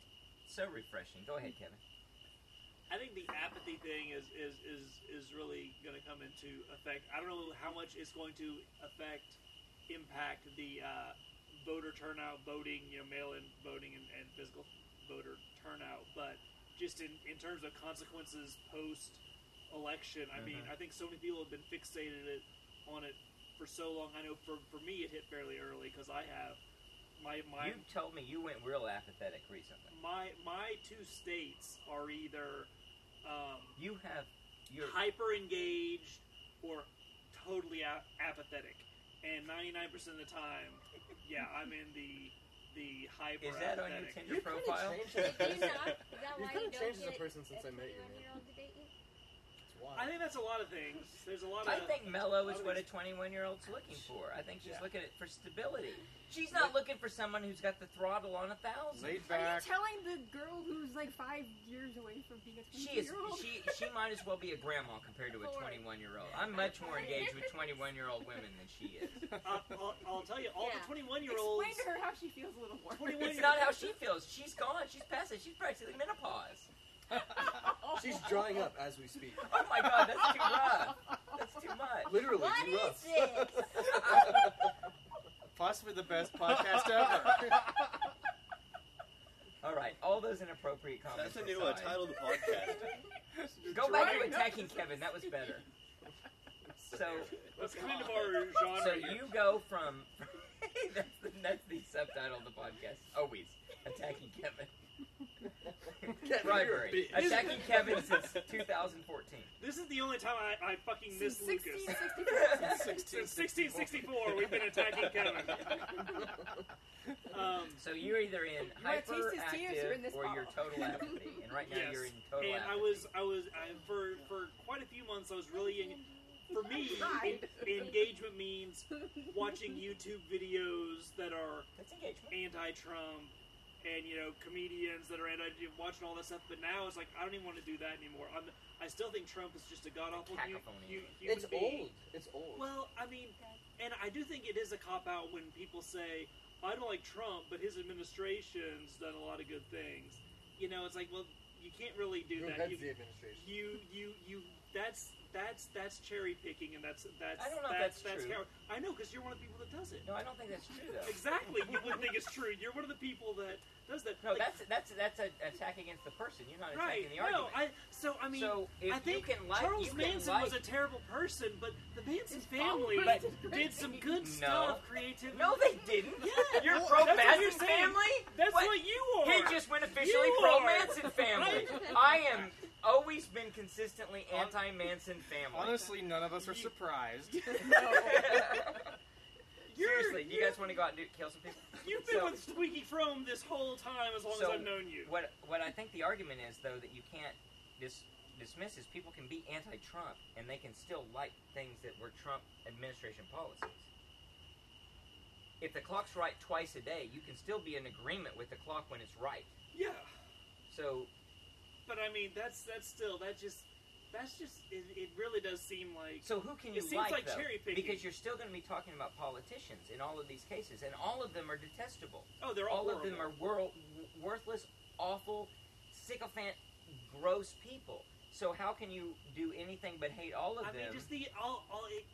[SPEAKER 1] so refreshing. Go ahead, Kevin.
[SPEAKER 4] I think the apathy thing is is is is really going to come into effect. I don't know how much it's going to affect, impact the uh, voter turnout, voting, you know, mail-in voting and, and physical voter turnout, but just in in terms of consequences post election. I mean, I think so many people have been fixated it, on it for so long. I know for for me, it hit fairly early because I have my my
[SPEAKER 1] You told me you went real apathetic recently.
[SPEAKER 4] my my two states are either. Um,
[SPEAKER 1] You have your
[SPEAKER 4] hyper engaged or totally a- apathetic. And 99% of the time, yeah, I'm in the the hyper
[SPEAKER 1] Is that on your
[SPEAKER 4] apathetic.
[SPEAKER 1] Tinder profile?
[SPEAKER 7] You've
[SPEAKER 1] (laughs)
[SPEAKER 9] Did you
[SPEAKER 7] kind
[SPEAKER 9] not? Is that why you
[SPEAKER 7] of
[SPEAKER 9] don't
[SPEAKER 7] changed as
[SPEAKER 9] get
[SPEAKER 7] a person since I met you, man.
[SPEAKER 9] 21-year-old to date you?
[SPEAKER 7] It's wild.
[SPEAKER 4] I think that's a lot of things. There's a lot of
[SPEAKER 1] I think mellow is
[SPEAKER 4] Other
[SPEAKER 1] what a
[SPEAKER 4] than-
[SPEAKER 1] 21 year (laughs) old's looking for. I think she's
[SPEAKER 2] Yeah.
[SPEAKER 1] looking at, for stability. She's not looking for someone who's got the throttle on a thousand.
[SPEAKER 2] Laid
[SPEAKER 5] Are you
[SPEAKER 2] back.
[SPEAKER 5] telling the girl who's like five years away from being a
[SPEAKER 1] She is.
[SPEAKER 5] 22-year-old?
[SPEAKER 1] She she might as well be a grandma compared to a
[SPEAKER 9] Four.
[SPEAKER 1] 21 year old. I'm much more engaged with 21 year old women than she is.
[SPEAKER 4] I'll, uh, I'll, I'll tell you all
[SPEAKER 9] Yeah.
[SPEAKER 4] the 21 year olds
[SPEAKER 5] Explain to her how she feels a little more.
[SPEAKER 4] 21
[SPEAKER 5] (laughs)
[SPEAKER 1] It's not how she feels. She's gone. She's past it. She's practically menopause.
[SPEAKER 2] (laughs)
[SPEAKER 7] She's drying up as we speak.
[SPEAKER 1] Oh my god, that's too rough. That's too much.
[SPEAKER 7] (laughs) Literally,
[SPEAKER 9] What
[SPEAKER 7] too
[SPEAKER 9] is
[SPEAKER 7] rough.
[SPEAKER 9] this?
[SPEAKER 2] possibly the best podcast ever. (laughs)
[SPEAKER 1] All right, all those inappropriate comments.
[SPEAKER 6] That's a new uh,
[SPEAKER 1] aside.
[SPEAKER 6] title of the podcast.
[SPEAKER 1] Go back to attacking Kevin. That was better. (laughs) So,
[SPEAKER 4] Let's come into more genre.
[SPEAKER 1] so
[SPEAKER 4] here.
[SPEAKER 1] you go from (laughs) that's, the, that's the subtitle of the podcast. Always attacking
[SPEAKER 4] (laughs)
[SPEAKER 1] Kevin. Bribery.
[SPEAKER 7] bitch.
[SPEAKER 1] Attacking Kevin
[SPEAKER 4] (laughs)
[SPEAKER 1] since 2014.
[SPEAKER 4] This is the only time I, I fucking miss
[SPEAKER 5] Since
[SPEAKER 4] Lucas.
[SPEAKER 5] 1664.
[SPEAKER 4] Since 1664, we've been attacking
[SPEAKER 1] (laughs)
[SPEAKER 4] Kevin. Um,
[SPEAKER 1] So you're either in
[SPEAKER 5] You wanna taste his tears, you're in
[SPEAKER 1] hyperactive
[SPEAKER 5] this
[SPEAKER 1] or you're
[SPEAKER 5] bottle. (laughs)
[SPEAKER 1] total apathy, and right now
[SPEAKER 4] Yes.
[SPEAKER 1] you're in total
[SPEAKER 4] and
[SPEAKER 1] apathy.
[SPEAKER 4] I was, I was, I, for for quite a few months, I was really in. For me, en-
[SPEAKER 5] Right.
[SPEAKER 4] engagement means watching YouTube videos that are
[SPEAKER 1] That's engagement.
[SPEAKER 4] anti-Trump and you know comedians that are anti watching all that stuff. But now it's like I don't even want to do that anymore. I'm, I still think Trump is just a god awful human
[SPEAKER 1] Cacophony.
[SPEAKER 4] being.
[SPEAKER 7] It's old. It's old.
[SPEAKER 4] Well, I mean, and I do think it is a cop out when people say I don't like Trump, but his administration's done a lot of good things. You know, it's like well, you can't really do
[SPEAKER 7] Who
[SPEAKER 4] that.
[SPEAKER 7] heads
[SPEAKER 4] You,
[SPEAKER 7] the administration?
[SPEAKER 4] you you you that's that's that's cherry picking and that's that's
[SPEAKER 1] I don't know if
[SPEAKER 4] that's
[SPEAKER 1] that's true.
[SPEAKER 4] coward- I know because you're one of the people that does it.
[SPEAKER 1] No, I don't think that's true though.
[SPEAKER 4] Exactly, you wouldn't think it's true. You're one of the people that does that.
[SPEAKER 1] No,
[SPEAKER 4] Like,
[SPEAKER 1] that's that's that's an attack against the person. You're not
[SPEAKER 4] right.
[SPEAKER 1] attacking the
[SPEAKER 4] no,
[SPEAKER 1] argument.
[SPEAKER 4] I so I mean
[SPEAKER 1] so if
[SPEAKER 4] I think
[SPEAKER 1] you can like
[SPEAKER 4] Charles
[SPEAKER 1] you can
[SPEAKER 4] Manson
[SPEAKER 1] like,
[SPEAKER 4] was a terrible person, but the Manson family
[SPEAKER 1] but-
[SPEAKER 4] did some good
[SPEAKER 1] No.
[SPEAKER 4] stuff, creativity.
[SPEAKER 1] No, they didn't.
[SPEAKER 4] Yeah,
[SPEAKER 1] (laughs) You're pro
[SPEAKER 4] well, that's what you're
[SPEAKER 1] Manson
[SPEAKER 4] saying.
[SPEAKER 1] family.
[SPEAKER 4] That's
[SPEAKER 1] What?
[SPEAKER 4] what, you are.
[SPEAKER 1] He just went officially
[SPEAKER 4] You
[SPEAKER 1] pro
[SPEAKER 4] are.
[SPEAKER 1] Manson family. I am always been consistently
[SPEAKER 2] Hon-
[SPEAKER 1] anti Manson family.
[SPEAKER 2] (laughs) Honestly, none of us are surprised.
[SPEAKER 4] (laughs) You're-
[SPEAKER 1] (laughs) Seriously, you guys want to go out and do, kill some people?
[SPEAKER 4] You've been
[SPEAKER 1] so-
[SPEAKER 4] with Squeaky Frome this whole time, as long
[SPEAKER 1] So,
[SPEAKER 4] as I've known you.
[SPEAKER 1] What what I think the argument is though that you can't dis- dismiss is people can be anti-Trump and they can still like things that were Trump administration policies. If the clock's right twice a day, you can still be in agreement with the clock when it's right.
[SPEAKER 4] Yeah,
[SPEAKER 1] So
[SPEAKER 4] but I mean, that's that's still that just that's just it, it really does seem like
[SPEAKER 1] so who can
[SPEAKER 4] It
[SPEAKER 1] you
[SPEAKER 4] seems
[SPEAKER 1] like,
[SPEAKER 4] like
[SPEAKER 1] though?
[SPEAKER 4] cherry-picking.
[SPEAKER 1] Because you're still going to be talking about politicians in all of these cases, and all of them are detestable.
[SPEAKER 4] oh they're all,
[SPEAKER 1] all of them
[SPEAKER 4] horrible.
[SPEAKER 1] are world, worthless, awful, sycophant, gross people. So how can you do anything but hate all of
[SPEAKER 4] I
[SPEAKER 1] them?
[SPEAKER 4] mean, just the all, all it,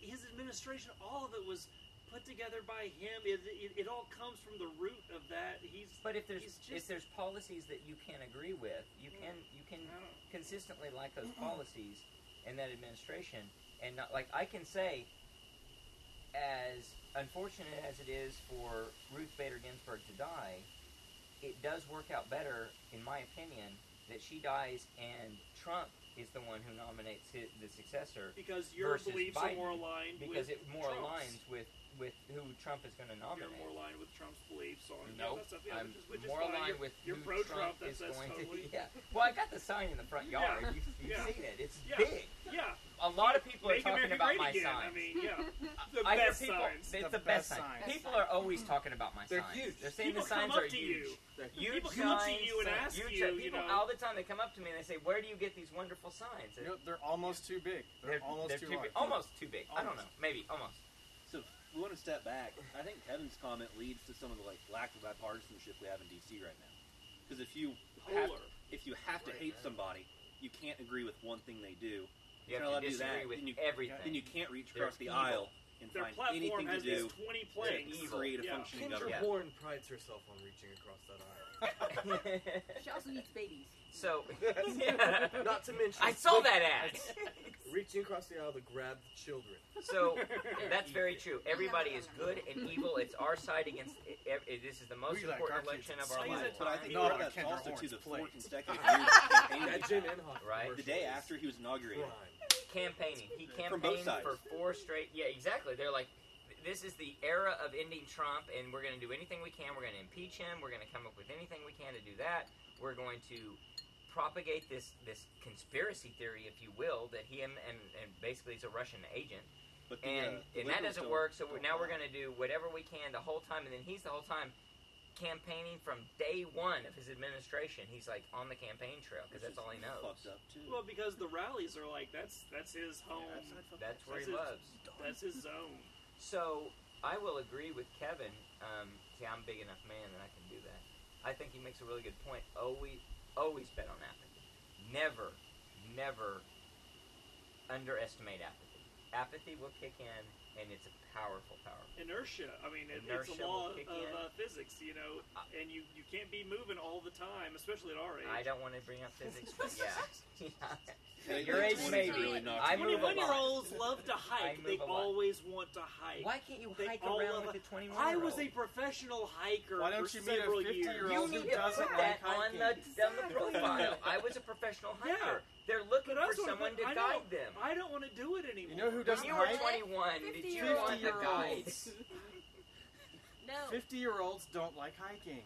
[SPEAKER 4] his administration, all of it was put together by him. It, it, it all comes from the root of that. He's
[SPEAKER 1] But if there's
[SPEAKER 4] It's just-
[SPEAKER 1] if there's policies that you can agree with, you can you can
[SPEAKER 4] I don't-
[SPEAKER 1] consistently like those policies and that administration, and not like I can say, as unfortunate as it is for Ruth Bader Ginsburg to die, it does work out better, in my opinion, that she dies and Trump is the one who nominates hi the successor
[SPEAKER 4] because your
[SPEAKER 1] versus
[SPEAKER 4] beliefs
[SPEAKER 1] Biden,
[SPEAKER 4] are more aligned
[SPEAKER 1] because
[SPEAKER 4] with
[SPEAKER 1] it more
[SPEAKER 4] Trump's.
[SPEAKER 1] aligns with with who Trump is going to
[SPEAKER 4] You're
[SPEAKER 1] nominate.
[SPEAKER 4] more aligned with Trump's beliefs on
[SPEAKER 1] Nope,
[SPEAKER 4] that stuff. Yeah,
[SPEAKER 1] I'm
[SPEAKER 4] which is, which is
[SPEAKER 1] more
[SPEAKER 4] fine.
[SPEAKER 1] aligned
[SPEAKER 4] You're-
[SPEAKER 1] with
[SPEAKER 4] you're
[SPEAKER 1] who
[SPEAKER 4] pro
[SPEAKER 1] Trump,
[SPEAKER 4] Trump,
[SPEAKER 1] is
[SPEAKER 4] that's- that's
[SPEAKER 1] going
[SPEAKER 4] totally-
[SPEAKER 1] to. (laughs) Yeah. Well, I got the sign in the front yard.
[SPEAKER 4] Yeah. (laughs)
[SPEAKER 1] You've, you've
[SPEAKER 4] Yeah.
[SPEAKER 1] seen it. It's
[SPEAKER 4] Yeah.
[SPEAKER 1] big.
[SPEAKER 4] Yeah,
[SPEAKER 1] (laughs) A lot of people are
[SPEAKER 4] make
[SPEAKER 1] talking
[SPEAKER 4] America
[SPEAKER 1] about
[SPEAKER 4] great
[SPEAKER 1] my
[SPEAKER 4] again.
[SPEAKER 1] sign.
[SPEAKER 4] I mean, yeah, the
[SPEAKER 1] I hear
[SPEAKER 4] best
[SPEAKER 1] people,
[SPEAKER 4] signs.
[SPEAKER 1] It's
[SPEAKER 2] The
[SPEAKER 1] the, best, sign.
[SPEAKER 2] best signs.
[SPEAKER 5] Best
[SPEAKER 1] People are always talking about my
[SPEAKER 7] They're
[SPEAKER 1] signs.
[SPEAKER 7] huge.
[SPEAKER 1] They're saying
[SPEAKER 4] People
[SPEAKER 1] the signs
[SPEAKER 4] come
[SPEAKER 1] are
[SPEAKER 4] up to
[SPEAKER 1] huge.
[SPEAKER 4] you.
[SPEAKER 1] Huge
[SPEAKER 4] People come up to
[SPEAKER 1] signs,
[SPEAKER 4] you and
[SPEAKER 1] so
[SPEAKER 4] ask
[SPEAKER 1] huge,
[SPEAKER 4] you, you
[SPEAKER 1] People
[SPEAKER 4] know.
[SPEAKER 1] all the time they come up to me and they say, "Where do you get these wonderful signs?"
[SPEAKER 2] You know, they're almost too big. They're, almost
[SPEAKER 1] they're
[SPEAKER 2] too,
[SPEAKER 1] too
[SPEAKER 2] large.
[SPEAKER 1] big. Almost too big. I don't
[SPEAKER 2] Almost.
[SPEAKER 1] know. Maybe almost.
[SPEAKER 6] So if we want to step back. I think Kevin's comment leads to some of the like lack of bipartisanship we have in DC right now. Because if you have,
[SPEAKER 4] Polar.
[SPEAKER 6] if you have to
[SPEAKER 7] Right,
[SPEAKER 6] hate
[SPEAKER 7] right.
[SPEAKER 6] somebody, you can't agree with one thing they do.
[SPEAKER 1] You have
[SPEAKER 6] Well, I'll
[SPEAKER 1] to
[SPEAKER 6] do that,
[SPEAKER 1] disagree with
[SPEAKER 6] then you-
[SPEAKER 1] everything.
[SPEAKER 6] Then you can't reach
[SPEAKER 1] They're
[SPEAKER 6] across the
[SPEAKER 1] evil.
[SPEAKER 6] aisle and
[SPEAKER 4] Their
[SPEAKER 6] find
[SPEAKER 4] platform
[SPEAKER 6] anything to
[SPEAKER 4] has these
[SPEAKER 6] do
[SPEAKER 4] 20
[SPEAKER 1] these
[SPEAKER 6] to
[SPEAKER 4] planks.
[SPEAKER 1] evil.
[SPEAKER 6] create a
[SPEAKER 4] Yeah.
[SPEAKER 6] functioning
[SPEAKER 7] Kendra
[SPEAKER 6] government.
[SPEAKER 7] Horn prides herself on reaching across that
[SPEAKER 5] She also eats babies.
[SPEAKER 1] (laughs) so, (laughs)
[SPEAKER 6] (laughs)
[SPEAKER 7] aisle. Not to mention,
[SPEAKER 1] I saw that ad.
[SPEAKER 7] reaching across the aisle to grab the children.
[SPEAKER 1] So that's very true. Everybody is good and evil. It's our side against. e- e- This is the most
[SPEAKER 2] We like
[SPEAKER 1] important
[SPEAKER 2] our
[SPEAKER 1] election
[SPEAKER 2] kids
[SPEAKER 1] of our
[SPEAKER 4] inside.
[SPEAKER 1] life.
[SPEAKER 6] But I think
[SPEAKER 2] No,
[SPEAKER 6] part of
[SPEAKER 2] but
[SPEAKER 6] that's
[SPEAKER 2] Kendra
[SPEAKER 6] also to
[SPEAKER 2] Horn's
[SPEAKER 6] the four
[SPEAKER 2] plate.
[SPEAKER 6] consecutive years of
[SPEAKER 7] That Jim
[SPEAKER 6] campaigning
[SPEAKER 7] Inhofe
[SPEAKER 1] Right.
[SPEAKER 6] the
[SPEAKER 7] commercial
[SPEAKER 6] day
[SPEAKER 7] is
[SPEAKER 6] after he was inaugurated.
[SPEAKER 7] Prime.
[SPEAKER 1] Campaigning. He
[SPEAKER 6] From both
[SPEAKER 1] campaigned
[SPEAKER 6] sides.
[SPEAKER 1] for four straight. Yeah, exactly. They're like, this is the era of ending Trump, and we're going to do anything we can. We're going to impeach him. We're going to come up with anything we can to do that. We're going to propagate this this conspiracy theory, if you will, that him and and basically is a Russian agent.
[SPEAKER 6] But the,
[SPEAKER 1] and
[SPEAKER 6] uh, the
[SPEAKER 1] and that
[SPEAKER 6] liberals
[SPEAKER 1] doesn't
[SPEAKER 6] don't-
[SPEAKER 1] work. So we're,
[SPEAKER 6] don't
[SPEAKER 1] now we're
[SPEAKER 6] want
[SPEAKER 1] going to do whatever we can the whole time, and then he's the whole time campaigning from day one of his administration. He's like on the campaign trail
[SPEAKER 6] it, which
[SPEAKER 1] because that's
[SPEAKER 6] is
[SPEAKER 1] all he knows.
[SPEAKER 6] Fucked up too.
[SPEAKER 4] (laughs) Well, because the rallies are like that's that's his home.
[SPEAKER 1] That's where he
[SPEAKER 4] That's it.
[SPEAKER 1] loves.
[SPEAKER 4] That's his zone.
[SPEAKER 1] So I will agree with Kevin. Um, see, I'm a big enough man that I can do that. I think he makes a really good point. Always, always bet on apathy. Never, never underestimate apathy. apathy will kick in, and it's a powerful, powerful.
[SPEAKER 4] inertia. I mean, it, it's
[SPEAKER 1] Inertia
[SPEAKER 4] a
[SPEAKER 1] will
[SPEAKER 4] law of
[SPEAKER 1] kick in.
[SPEAKER 4] uh, physics, you know, and you, you can't be moving all the time, especially at our age.
[SPEAKER 1] I don't want to bring up physics, but yeah.
[SPEAKER 4] (laughs)
[SPEAKER 1] (laughs)
[SPEAKER 6] They-
[SPEAKER 1] Your age,
[SPEAKER 6] they wanted
[SPEAKER 1] maybe.
[SPEAKER 6] really knocked
[SPEAKER 1] I
[SPEAKER 6] me
[SPEAKER 1] move a lot.
[SPEAKER 4] 21 year
[SPEAKER 1] (laughs)
[SPEAKER 4] olds love to
[SPEAKER 1] I
[SPEAKER 4] hike.
[SPEAKER 1] move
[SPEAKER 4] They
[SPEAKER 1] a lot.
[SPEAKER 4] always want to hike.
[SPEAKER 1] Why can't you
[SPEAKER 4] They
[SPEAKER 1] hike
[SPEAKER 4] all
[SPEAKER 1] around
[SPEAKER 4] love
[SPEAKER 1] with a
[SPEAKER 4] it.
[SPEAKER 1] 21
[SPEAKER 4] I was a professional hiker
[SPEAKER 2] Why don't
[SPEAKER 4] for
[SPEAKER 2] you meet a
[SPEAKER 4] several
[SPEAKER 2] 50-year-old
[SPEAKER 4] years.
[SPEAKER 1] You
[SPEAKER 2] girl who
[SPEAKER 1] need to
[SPEAKER 2] doesn't
[SPEAKER 1] put that
[SPEAKER 2] like
[SPEAKER 1] on the,
[SPEAKER 2] hiking.
[SPEAKER 1] on
[SPEAKER 4] (laughs)
[SPEAKER 1] the profile. I was a professional
[SPEAKER 4] Yeah.
[SPEAKER 1] hiker. They're looking
[SPEAKER 4] But I
[SPEAKER 1] for
[SPEAKER 4] was sort of
[SPEAKER 1] someone to
[SPEAKER 4] like, I know.
[SPEAKER 1] guide them.
[SPEAKER 4] I don't want to do it anymore.
[SPEAKER 2] You know who doesn't
[SPEAKER 1] When you were
[SPEAKER 2] hike?
[SPEAKER 1] 21, did you want a guide? (laughs)
[SPEAKER 2] 50-year-olds.
[SPEAKER 9] No.
[SPEAKER 2] Fifty-year-olds don't like hiking.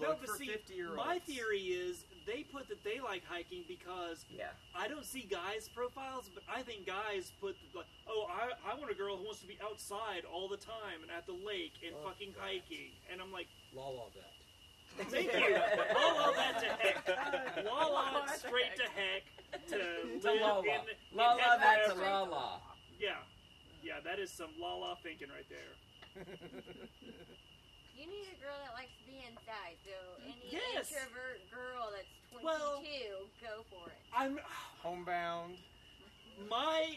[SPEAKER 4] No,
[SPEAKER 2] Look
[SPEAKER 4] but
[SPEAKER 2] for
[SPEAKER 4] see,
[SPEAKER 2] fifty-year-olds.
[SPEAKER 4] My theory is they put that they like hiking because
[SPEAKER 1] Yeah.
[SPEAKER 4] I don't see guys' profiles, but I think guys put the, like, oh, I, I want a girl who wants to be outside all the time and at the lake and
[SPEAKER 1] Oh,
[SPEAKER 7] Love
[SPEAKER 4] fucking
[SPEAKER 7] that.
[SPEAKER 4] hiking, and I'm like,
[SPEAKER 7] La la that.
[SPEAKER 4] thank
[SPEAKER 1] (laughs)
[SPEAKER 4] you, all of that to heck, Lala
[SPEAKER 8] Lala to
[SPEAKER 4] straight
[SPEAKER 8] heck.
[SPEAKER 4] to heck to live
[SPEAKER 1] To Lala.
[SPEAKER 4] in, in
[SPEAKER 1] Lala,
[SPEAKER 4] heck
[SPEAKER 1] that's a
[SPEAKER 4] forever.
[SPEAKER 1] Lala.
[SPEAKER 4] yeah, yeah, that is some Lala thinking right there.
[SPEAKER 9] You need a girl that likes to be inside, so any
[SPEAKER 4] Yes.
[SPEAKER 9] introvert girl that's 22,
[SPEAKER 4] Well-
[SPEAKER 9] go for it.
[SPEAKER 4] I'm
[SPEAKER 2] Homebound.
[SPEAKER 4] my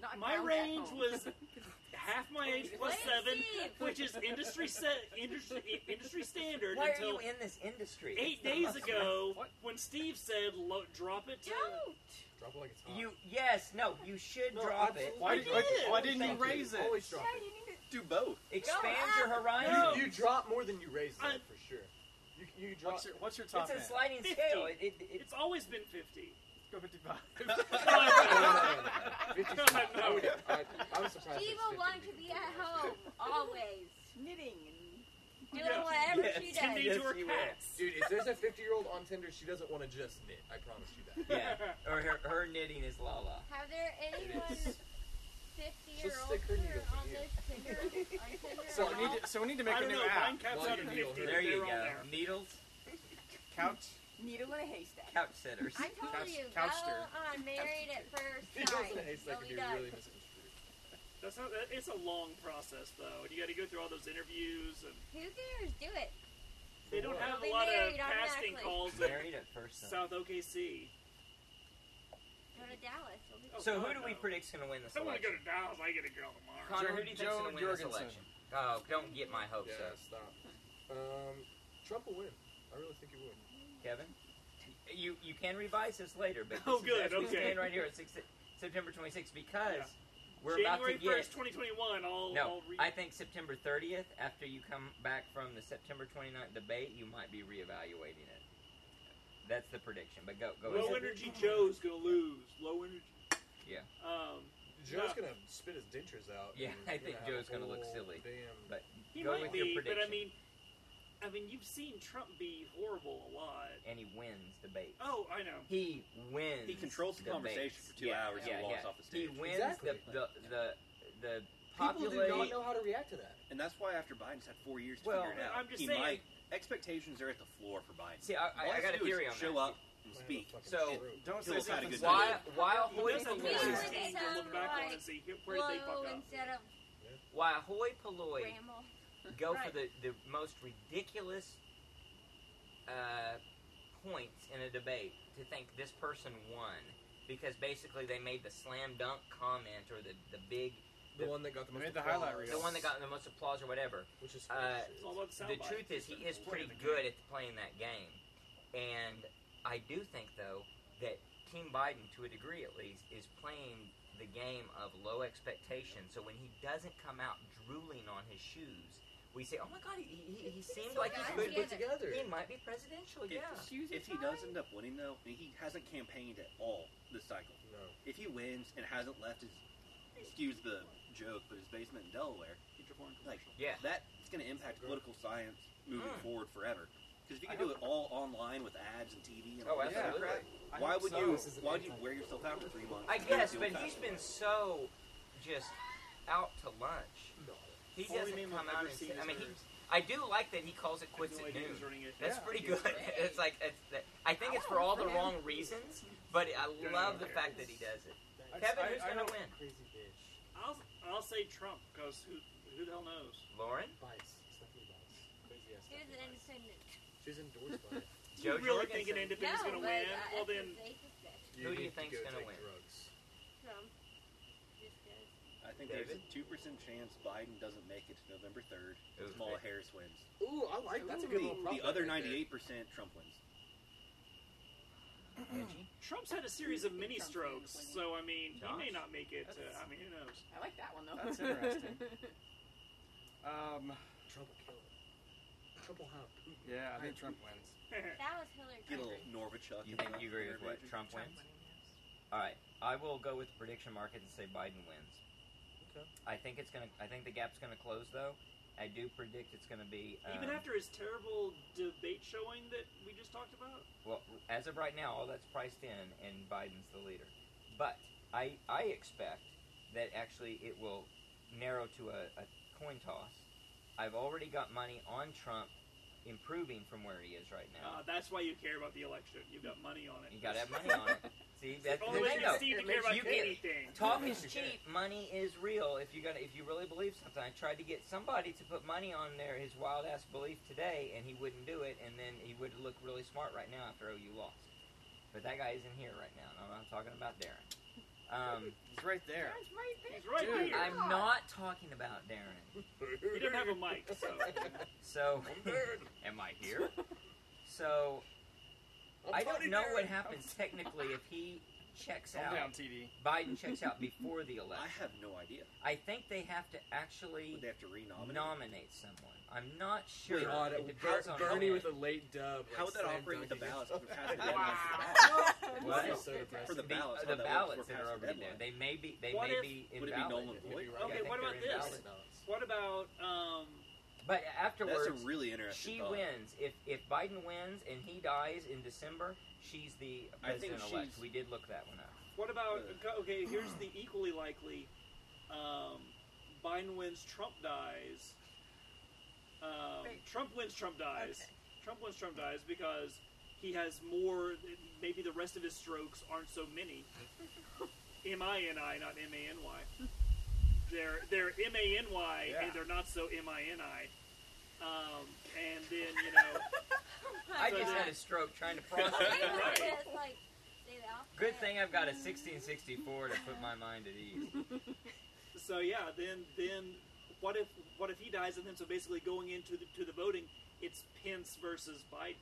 [SPEAKER 5] Not
[SPEAKER 4] My
[SPEAKER 5] bound at
[SPEAKER 4] range
[SPEAKER 5] home.
[SPEAKER 4] was
[SPEAKER 1] (laughs)
[SPEAKER 4] half my age plus
[SPEAKER 9] Wait,
[SPEAKER 4] seven, (laughs)
[SPEAKER 9] Steve.
[SPEAKER 4] which is industry set industry industry standard
[SPEAKER 1] Why are
[SPEAKER 4] until
[SPEAKER 1] you in this industry?
[SPEAKER 4] eight
[SPEAKER 1] It's not
[SPEAKER 4] days
[SPEAKER 1] much- (laughs)
[SPEAKER 4] ago
[SPEAKER 2] What?
[SPEAKER 4] when Steve said Lo- drop it to
[SPEAKER 7] Drop it like it's hot.
[SPEAKER 1] You yes no you should
[SPEAKER 2] No,
[SPEAKER 1] drop
[SPEAKER 2] absolutely.
[SPEAKER 1] it.
[SPEAKER 2] Why,
[SPEAKER 4] I
[SPEAKER 2] did, why,
[SPEAKER 4] did.
[SPEAKER 2] why didn't you
[SPEAKER 1] Thank you.
[SPEAKER 2] raise it?
[SPEAKER 7] Always drop
[SPEAKER 5] Yeah,
[SPEAKER 7] it.
[SPEAKER 5] you need to.
[SPEAKER 6] Do both.
[SPEAKER 1] Expand
[SPEAKER 9] No,
[SPEAKER 1] your horizon.
[SPEAKER 4] No.
[SPEAKER 7] You drop more than you raise, though,
[SPEAKER 4] I-
[SPEAKER 7] for sure. You, you drop.
[SPEAKER 2] What's
[SPEAKER 7] (laughs)
[SPEAKER 2] your, what's your top
[SPEAKER 1] It's a
[SPEAKER 2] end?
[SPEAKER 1] sliding
[SPEAKER 4] 50.
[SPEAKER 1] scale. It, it, it,
[SPEAKER 4] It's always been
[SPEAKER 1] (laughs)
[SPEAKER 4] fifty.
[SPEAKER 2] Go 55.
[SPEAKER 7] Fifty-
[SPEAKER 4] God, no.
[SPEAKER 7] I, would, I, I was surprised.
[SPEAKER 9] She
[SPEAKER 7] it's
[SPEAKER 9] will
[SPEAKER 7] 50
[SPEAKER 9] want to be at home
[SPEAKER 7] (laughs)
[SPEAKER 9] always,
[SPEAKER 5] Knitting and.
[SPEAKER 9] doing
[SPEAKER 4] Yes.
[SPEAKER 9] whatever
[SPEAKER 1] Yes.
[SPEAKER 9] she
[SPEAKER 4] Timmy
[SPEAKER 9] does.
[SPEAKER 1] Yes,
[SPEAKER 4] to her
[SPEAKER 1] you
[SPEAKER 4] cats.
[SPEAKER 7] Dude, if there's a 50 year old on Tinder, she doesn't want to just knit. I promise you that.
[SPEAKER 1] yeah. Or her, her knitting is Lala.
[SPEAKER 9] Have there anyone
[SPEAKER 7] (laughs)
[SPEAKER 9] 50
[SPEAKER 7] She'll
[SPEAKER 9] year olds
[SPEAKER 7] stick her
[SPEAKER 9] on
[SPEAKER 7] needle in
[SPEAKER 9] this
[SPEAKER 7] (laughs)
[SPEAKER 9] Tinder? On Tinder
[SPEAKER 2] So
[SPEAKER 9] at
[SPEAKER 2] we
[SPEAKER 9] all?
[SPEAKER 2] need to, so we need to make
[SPEAKER 4] (laughs) I
[SPEAKER 2] a
[SPEAKER 4] don't
[SPEAKER 2] new
[SPEAKER 4] know.
[SPEAKER 2] app.
[SPEAKER 4] Mine caps
[SPEAKER 7] Well,
[SPEAKER 4] out
[SPEAKER 7] you
[SPEAKER 4] at
[SPEAKER 7] need
[SPEAKER 4] fifty.
[SPEAKER 7] to-
[SPEAKER 4] but
[SPEAKER 1] There you
[SPEAKER 4] they're on
[SPEAKER 1] go.
[SPEAKER 4] there.
[SPEAKER 1] Needles,
[SPEAKER 2] Couch.
[SPEAKER 5] Needle and a haystack.
[SPEAKER 1] couch sitters.
[SPEAKER 9] I told
[SPEAKER 2] Couch-
[SPEAKER 9] you, go
[SPEAKER 2] couchster.
[SPEAKER 9] on married at first
[SPEAKER 7] (laughs)
[SPEAKER 9] sight.
[SPEAKER 7] He doesn't ace that
[SPEAKER 9] Well,
[SPEAKER 7] could
[SPEAKER 9] he
[SPEAKER 7] be
[SPEAKER 9] does.
[SPEAKER 7] really misconstrued.
[SPEAKER 4] That's not, that, it's a long process though, and you got to go through all those interviews, and
[SPEAKER 9] Who cares? Do it.
[SPEAKER 4] they don't
[SPEAKER 7] Well,
[SPEAKER 4] have a
[SPEAKER 9] they
[SPEAKER 4] lot of
[SPEAKER 9] married
[SPEAKER 4] casting
[SPEAKER 9] automatically.
[SPEAKER 4] calls at
[SPEAKER 1] Married at first sight.
[SPEAKER 4] South OKC.
[SPEAKER 9] Go to Dallas. You'll be-
[SPEAKER 4] Oh,
[SPEAKER 1] So who
[SPEAKER 4] God,
[SPEAKER 1] do we
[SPEAKER 4] no.
[SPEAKER 1] predict's going to win this
[SPEAKER 4] I want to
[SPEAKER 1] election?
[SPEAKER 4] go to Dallas. I get a girl tomorrow.
[SPEAKER 1] Connor,
[SPEAKER 2] Joe-
[SPEAKER 1] who do you think's going to
[SPEAKER 2] Joe
[SPEAKER 1] win this
[SPEAKER 2] Jorgensen.
[SPEAKER 1] election? Oh, don't get my hopes up,
[SPEAKER 7] Yeah, stop. Um, Trump will win. I really think he will.
[SPEAKER 1] Kevin. You you can revise this later,
[SPEAKER 4] (laughs)
[SPEAKER 1] but
[SPEAKER 4] Oh,
[SPEAKER 1] this
[SPEAKER 4] good,
[SPEAKER 1] Is, as we
[SPEAKER 4] okay.
[SPEAKER 1] stand right here at six, September 26th because
[SPEAKER 4] Yeah.
[SPEAKER 1] we're
[SPEAKER 4] January
[SPEAKER 1] about to get.
[SPEAKER 4] 1st, 2021, I'll,
[SPEAKER 1] No,
[SPEAKER 4] I'll read.
[SPEAKER 1] I think September 30th, after you come back from the September 29th debate, you might be reevaluating it. That's the prediction. But go, go
[SPEAKER 4] Low
[SPEAKER 1] ahead.
[SPEAKER 4] energy Joe's gonna lose. Low energy.
[SPEAKER 1] Yeah.
[SPEAKER 4] Um,
[SPEAKER 7] Joe's
[SPEAKER 4] No.
[SPEAKER 7] gonna spit his dentures out.
[SPEAKER 1] Yeah,
[SPEAKER 7] and
[SPEAKER 1] I
[SPEAKER 7] he's
[SPEAKER 1] think
[SPEAKER 7] have
[SPEAKER 1] Joe's
[SPEAKER 7] a
[SPEAKER 1] gonna look
[SPEAKER 7] whole
[SPEAKER 1] silly,
[SPEAKER 7] Damn.
[SPEAKER 1] but
[SPEAKER 4] he
[SPEAKER 1] Go
[SPEAKER 4] might
[SPEAKER 1] with your
[SPEAKER 4] be, but I
[SPEAKER 1] prediction.
[SPEAKER 4] mean, I mean, you've seen Trump be horrible a lot.
[SPEAKER 1] and he wins debate.
[SPEAKER 4] Oh, I know.
[SPEAKER 1] He wins.
[SPEAKER 6] He controls the conversation
[SPEAKER 1] debates.
[SPEAKER 6] for two
[SPEAKER 1] Yeah,
[SPEAKER 6] hours
[SPEAKER 1] yeah,
[SPEAKER 6] and walks
[SPEAKER 1] yeah.
[SPEAKER 6] off the stage.
[SPEAKER 1] He wins
[SPEAKER 7] Exactly.
[SPEAKER 1] the, the the the
[SPEAKER 7] People do not
[SPEAKER 1] populate.
[SPEAKER 7] know how to react to that.
[SPEAKER 6] And that's why after Biden's had four years to
[SPEAKER 1] Well,
[SPEAKER 6] figure it out,
[SPEAKER 4] I'm just
[SPEAKER 6] he
[SPEAKER 4] saying-
[SPEAKER 6] might. Expectations are at the floor for Biden.
[SPEAKER 1] See, I,
[SPEAKER 6] All
[SPEAKER 1] I, I
[SPEAKER 6] he has
[SPEAKER 1] got a
[SPEAKER 6] to do is
[SPEAKER 1] theory on
[SPEAKER 6] Show
[SPEAKER 1] that.
[SPEAKER 6] up and
[SPEAKER 7] Might have a
[SPEAKER 6] speak.
[SPEAKER 7] fucking
[SPEAKER 1] So,
[SPEAKER 7] stroke.
[SPEAKER 2] Don't say
[SPEAKER 6] He'll have a
[SPEAKER 2] something
[SPEAKER 6] good
[SPEAKER 2] stupid.
[SPEAKER 1] Why while
[SPEAKER 4] He
[SPEAKER 1] holding
[SPEAKER 4] does have
[SPEAKER 1] the
[SPEAKER 9] Hoy
[SPEAKER 4] things
[SPEAKER 9] Polloi.
[SPEAKER 4] to change and look back on and see where did they fuck
[SPEAKER 9] Blow
[SPEAKER 4] up.
[SPEAKER 9] instead of
[SPEAKER 1] why hoi polloi
[SPEAKER 9] ramble.
[SPEAKER 1] go
[SPEAKER 9] Right.
[SPEAKER 1] for the, the most ridiculous uh, points in a debate to think this person won because basically they made the slam dunk comment or the, the big
[SPEAKER 7] The
[SPEAKER 1] The-
[SPEAKER 7] one that got the
[SPEAKER 2] Made
[SPEAKER 7] most.
[SPEAKER 2] the highlight
[SPEAKER 7] applause,
[SPEAKER 2] reel.
[SPEAKER 1] the one that got the most applause or whatever
[SPEAKER 7] Which is
[SPEAKER 1] Uh,
[SPEAKER 7] bullshit.
[SPEAKER 4] It's all about sound
[SPEAKER 1] the
[SPEAKER 4] bites.
[SPEAKER 1] truth is he is
[SPEAKER 6] Play
[SPEAKER 1] pretty
[SPEAKER 6] the game.
[SPEAKER 1] good at playing that game and i do think though that team biden to a degree at least is playing the game of low expectation so when he doesn't come out drooling on his shoes we say oh my god he, he, he seemed like
[SPEAKER 9] got
[SPEAKER 1] he's
[SPEAKER 9] it
[SPEAKER 1] good
[SPEAKER 7] put
[SPEAKER 9] together.
[SPEAKER 7] together.
[SPEAKER 1] (laughs) He might be presidential,
[SPEAKER 6] If-
[SPEAKER 1] yeah.
[SPEAKER 5] Shoes are
[SPEAKER 6] If he
[SPEAKER 5] fine.
[SPEAKER 6] does end up winning, though, I mean, he hasn't campaigned at all this cycle.
[SPEAKER 7] No.
[SPEAKER 6] If he wins and hasn't left his, excuse the joke, but his basement in Delaware,
[SPEAKER 4] Interborn
[SPEAKER 6] like
[SPEAKER 4] commercial.
[SPEAKER 1] Yeah.
[SPEAKER 6] that's going to impact political science moving
[SPEAKER 1] Mm.
[SPEAKER 6] forward forever. Because if you
[SPEAKER 2] I
[SPEAKER 6] can do it all online with ads and TV and
[SPEAKER 1] Oh,
[SPEAKER 6] all that
[SPEAKER 2] absolutely.
[SPEAKER 6] crap,
[SPEAKER 2] I
[SPEAKER 6] why
[SPEAKER 2] hope
[SPEAKER 6] would
[SPEAKER 2] so.
[SPEAKER 6] you?
[SPEAKER 7] This is
[SPEAKER 6] Why would
[SPEAKER 7] an
[SPEAKER 6] you wear yourself out for three months?
[SPEAKER 1] I
[SPEAKER 6] You don't
[SPEAKER 1] guess,
[SPEAKER 6] feel
[SPEAKER 1] but
[SPEAKER 6] fast
[SPEAKER 1] he's
[SPEAKER 6] enough.
[SPEAKER 1] been so just out to lunch.
[SPEAKER 7] No.
[SPEAKER 1] He
[SPEAKER 4] Only
[SPEAKER 1] doesn't
[SPEAKER 4] name
[SPEAKER 1] come
[SPEAKER 4] I've
[SPEAKER 1] out and
[SPEAKER 4] ever seen
[SPEAKER 1] say, I
[SPEAKER 4] is
[SPEAKER 1] mean, he,
[SPEAKER 4] hers.
[SPEAKER 1] I do like that he calls it
[SPEAKER 4] I have
[SPEAKER 1] quits at
[SPEAKER 4] no idea
[SPEAKER 1] noon.
[SPEAKER 4] who's running it.
[SPEAKER 1] That's
[SPEAKER 2] Yeah.
[SPEAKER 1] pretty
[SPEAKER 4] (laughs)
[SPEAKER 1] good. (laughs) it's like it's that, I think it's
[SPEAKER 5] I
[SPEAKER 1] for all the
[SPEAKER 5] wanna
[SPEAKER 1] wrong
[SPEAKER 5] forget.
[SPEAKER 1] reasons, but I
[SPEAKER 4] Yeah,
[SPEAKER 1] love
[SPEAKER 4] I
[SPEAKER 1] the
[SPEAKER 4] don't
[SPEAKER 1] fact that he does it.
[SPEAKER 2] I-
[SPEAKER 1] Kevin,
[SPEAKER 2] I-
[SPEAKER 1] who's
[SPEAKER 2] I
[SPEAKER 1] gonna
[SPEAKER 2] don't-
[SPEAKER 1] win?
[SPEAKER 7] Crazy bitch.
[SPEAKER 4] I'll I'll say Trump because who who the hell knows?
[SPEAKER 1] Lauren,
[SPEAKER 7] (clears throat) Bice. Stephanie Bice. Crazy ass.
[SPEAKER 9] Here's an
[SPEAKER 7] Stephanie Bice.
[SPEAKER 9] independent.
[SPEAKER 7] She's endorsed
[SPEAKER 1] Joe
[SPEAKER 7] by.
[SPEAKER 4] you really
[SPEAKER 1] Jorgensen.
[SPEAKER 4] think an independent's
[SPEAKER 9] no,
[SPEAKER 4] gonna
[SPEAKER 9] but uh,
[SPEAKER 4] win?
[SPEAKER 9] I- I
[SPEAKER 4] well then,
[SPEAKER 9] think they suspect
[SPEAKER 1] Who do you
[SPEAKER 7] need to
[SPEAKER 1] think's
[SPEAKER 7] go
[SPEAKER 1] gonna
[SPEAKER 7] take
[SPEAKER 1] win?
[SPEAKER 7] Drugs.
[SPEAKER 9] Trump. Just 'cause.
[SPEAKER 6] I think there's a
[SPEAKER 1] David?
[SPEAKER 6] two percent chance Biden doesn't make it to November third.
[SPEAKER 1] Ooh,
[SPEAKER 6] Kamala
[SPEAKER 1] okay.
[SPEAKER 6] Harris wins.
[SPEAKER 7] Ooh, I like that's a good
[SPEAKER 6] The,
[SPEAKER 7] little prop
[SPEAKER 6] the other
[SPEAKER 7] bet right there.
[SPEAKER 6] ninety-eight percent Trump wins.
[SPEAKER 4] Trump's had a series of mini strokes, so I mean, he may
[SPEAKER 1] Josh?
[SPEAKER 4] not make it. To,
[SPEAKER 1] That's-
[SPEAKER 4] I mean, who knows? (laughs)
[SPEAKER 5] I like that one though.
[SPEAKER 2] That's
[SPEAKER 5] (laughs)
[SPEAKER 2] interesting. Um,
[SPEAKER 7] Trump will kill him. Trump will have Putin.
[SPEAKER 2] yeah, I think Trump wins.
[SPEAKER 1] Uh,
[SPEAKER 9] That was Hillary
[SPEAKER 6] Get a little
[SPEAKER 9] Clinton.
[SPEAKER 6] Norvichuk.
[SPEAKER 1] You
[SPEAKER 6] in
[SPEAKER 1] think
[SPEAKER 6] the
[SPEAKER 1] you agree with what
[SPEAKER 6] third major.
[SPEAKER 1] Trump
[SPEAKER 8] Trump
[SPEAKER 1] wins?
[SPEAKER 8] winning, yes.
[SPEAKER 1] All right, I will go with the prediction market and say Biden wins.
[SPEAKER 7] Okay.
[SPEAKER 1] I think it's gonna. I think the gap's gonna close though. I do predict it's gonna be. Um,
[SPEAKER 4] Even after his terrible debate showing that we just talked about,
[SPEAKER 1] Well, as of right now, all that's priced in, and Biden's the leader. But I, I expect that actually it will narrow to a, a coin toss. I've already got money on Trump improving from where he is right
[SPEAKER 4] uh,
[SPEAKER 1] now.
[SPEAKER 4] that's why you care about the election. You've got money on it.
[SPEAKER 1] You gotta have money on it.
[SPEAKER 4] (laughs)
[SPEAKER 1] See, that's
[SPEAKER 4] It's the only way
[SPEAKER 1] there you go.
[SPEAKER 4] you can see to
[SPEAKER 7] It
[SPEAKER 4] care
[SPEAKER 7] makes
[SPEAKER 4] about
[SPEAKER 1] you get-
[SPEAKER 4] anything.
[SPEAKER 1] Talk is cheap, money is real. If you got, if you really believe something, I tried to get somebody to put money on there his wild ass belief today, and he wouldn't do it, and then he would look really smart right now after OU lost. But that guy isn't here right now, and I'm not talking about Darren. Um,
[SPEAKER 2] He's right there.
[SPEAKER 5] That's right there.
[SPEAKER 4] He's right
[SPEAKER 2] Dude,
[SPEAKER 4] here.
[SPEAKER 1] I'm not talking about Darren.
[SPEAKER 4] He
[SPEAKER 1] (laughs)
[SPEAKER 4] didn't have a mic, so
[SPEAKER 1] So,
[SPEAKER 7] (laughs) I'm dead.
[SPEAKER 1] (laughs) am I here? So I'm I do not
[SPEAKER 7] Tony
[SPEAKER 1] know
[SPEAKER 7] Darren.
[SPEAKER 1] what happens technically if he checks
[SPEAKER 2] Calm
[SPEAKER 1] out.
[SPEAKER 2] down, TD.
[SPEAKER 1] Biden checks out before the
[SPEAKER 6] I
[SPEAKER 1] election.
[SPEAKER 6] have no idea.
[SPEAKER 1] I think they have to actually.
[SPEAKER 6] Would they have to renominate?
[SPEAKER 1] nominate someone. I'm not sure.
[SPEAKER 7] Sure. God,
[SPEAKER 1] it
[SPEAKER 7] it-
[SPEAKER 1] depends
[SPEAKER 7] uh, Ber-
[SPEAKER 1] on
[SPEAKER 7] Bernie
[SPEAKER 1] who
[SPEAKER 7] with
[SPEAKER 1] it
[SPEAKER 7] a late dub. Like
[SPEAKER 6] How would that
[SPEAKER 7] slam
[SPEAKER 6] operate with the
[SPEAKER 7] dunking it.
[SPEAKER 6] ballots?
[SPEAKER 1] (laughs)
[SPEAKER 6] We're past the
[SPEAKER 1] Wow.
[SPEAKER 6] deadline for
[SPEAKER 5] (laughs)
[SPEAKER 6] the ballots.
[SPEAKER 1] What?
[SPEAKER 7] This is so
[SPEAKER 6] For
[SPEAKER 7] depressing.
[SPEAKER 6] the
[SPEAKER 1] is.
[SPEAKER 6] ballots,
[SPEAKER 1] the
[SPEAKER 6] how that
[SPEAKER 1] ballots
[SPEAKER 6] works, we're
[SPEAKER 1] that are
[SPEAKER 6] past the
[SPEAKER 1] already there.
[SPEAKER 6] deadline.
[SPEAKER 1] They may be. They
[SPEAKER 4] What
[SPEAKER 1] may
[SPEAKER 4] if-
[SPEAKER 1] be
[SPEAKER 6] would it be
[SPEAKER 1] invalid.
[SPEAKER 6] null and
[SPEAKER 7] It'd be
[SPEAKER 6] void?
[SPEAKER 7] right.
[SPEAKER 1] Yeah, I
[SPEAKER 4] Okay,
[SPEAKER 1] think
[SPEAKER 4] what
[SPEAKER 1] they're
[SPEAKER 4] about this?
[SPEAKER 1] invalid.
[SPEAKER 4] what about um?
[SPEAKER 1] But
[SPEAKER 6] That's
[SPEAKER 1] afterwards,
[SPEAKER 6] a really interesting.
[SPEAKER 1] she
[SPEAKER 6] thought.
[SPEAKER 1] wins. If if Biden wins and he dies in December, she's the
[SPEAKER 6] I think
[SPEAKER 1] president elect.
[SPEAKER 6] she's-
[SPEAKER 1] We did look that one up.
[SPEAKER 4] What about okay? Here's the equally likely: um, Biden wins, Trump dies. Um,
[SPEAKER 8] Wait.
[SPEAKER 4] Trump wins, Trump dies.
[SPEAKER 8] Okay.
[SPEAKER 4] Trump wins, Trump dies because he has more. Maybe the rest of his strokes aren't so
[SPEAKER 8] (laughs)
[SPEAKER 4] many. M I N I, not M A N Y. They're they're M A N Y,
[SPEAKER 2] Yeah.
[SPEAKER 4] and they're not so M I N I. Um, and then you know.
[SPEAKER 1] I
[SPEAKER 4] So
[SPEAKER 1] just
[SPEAKER 4] then-
[SPEAKER 1] had a stroke trying to process.
[SPEAKER 9] Maybe (laughs)
[SPEAKER 1] it.
[SPEAKER 4] (laughs) Right.
[SPEAKER 9] it's like, they all-
[SPEAKER 1] Good thing I've got a 1664 to put my mind at ease.
[SPEAKER 4] So yeah, then then what if what if he dies and then so basically going into the to the voting, it's Pence versus Biden.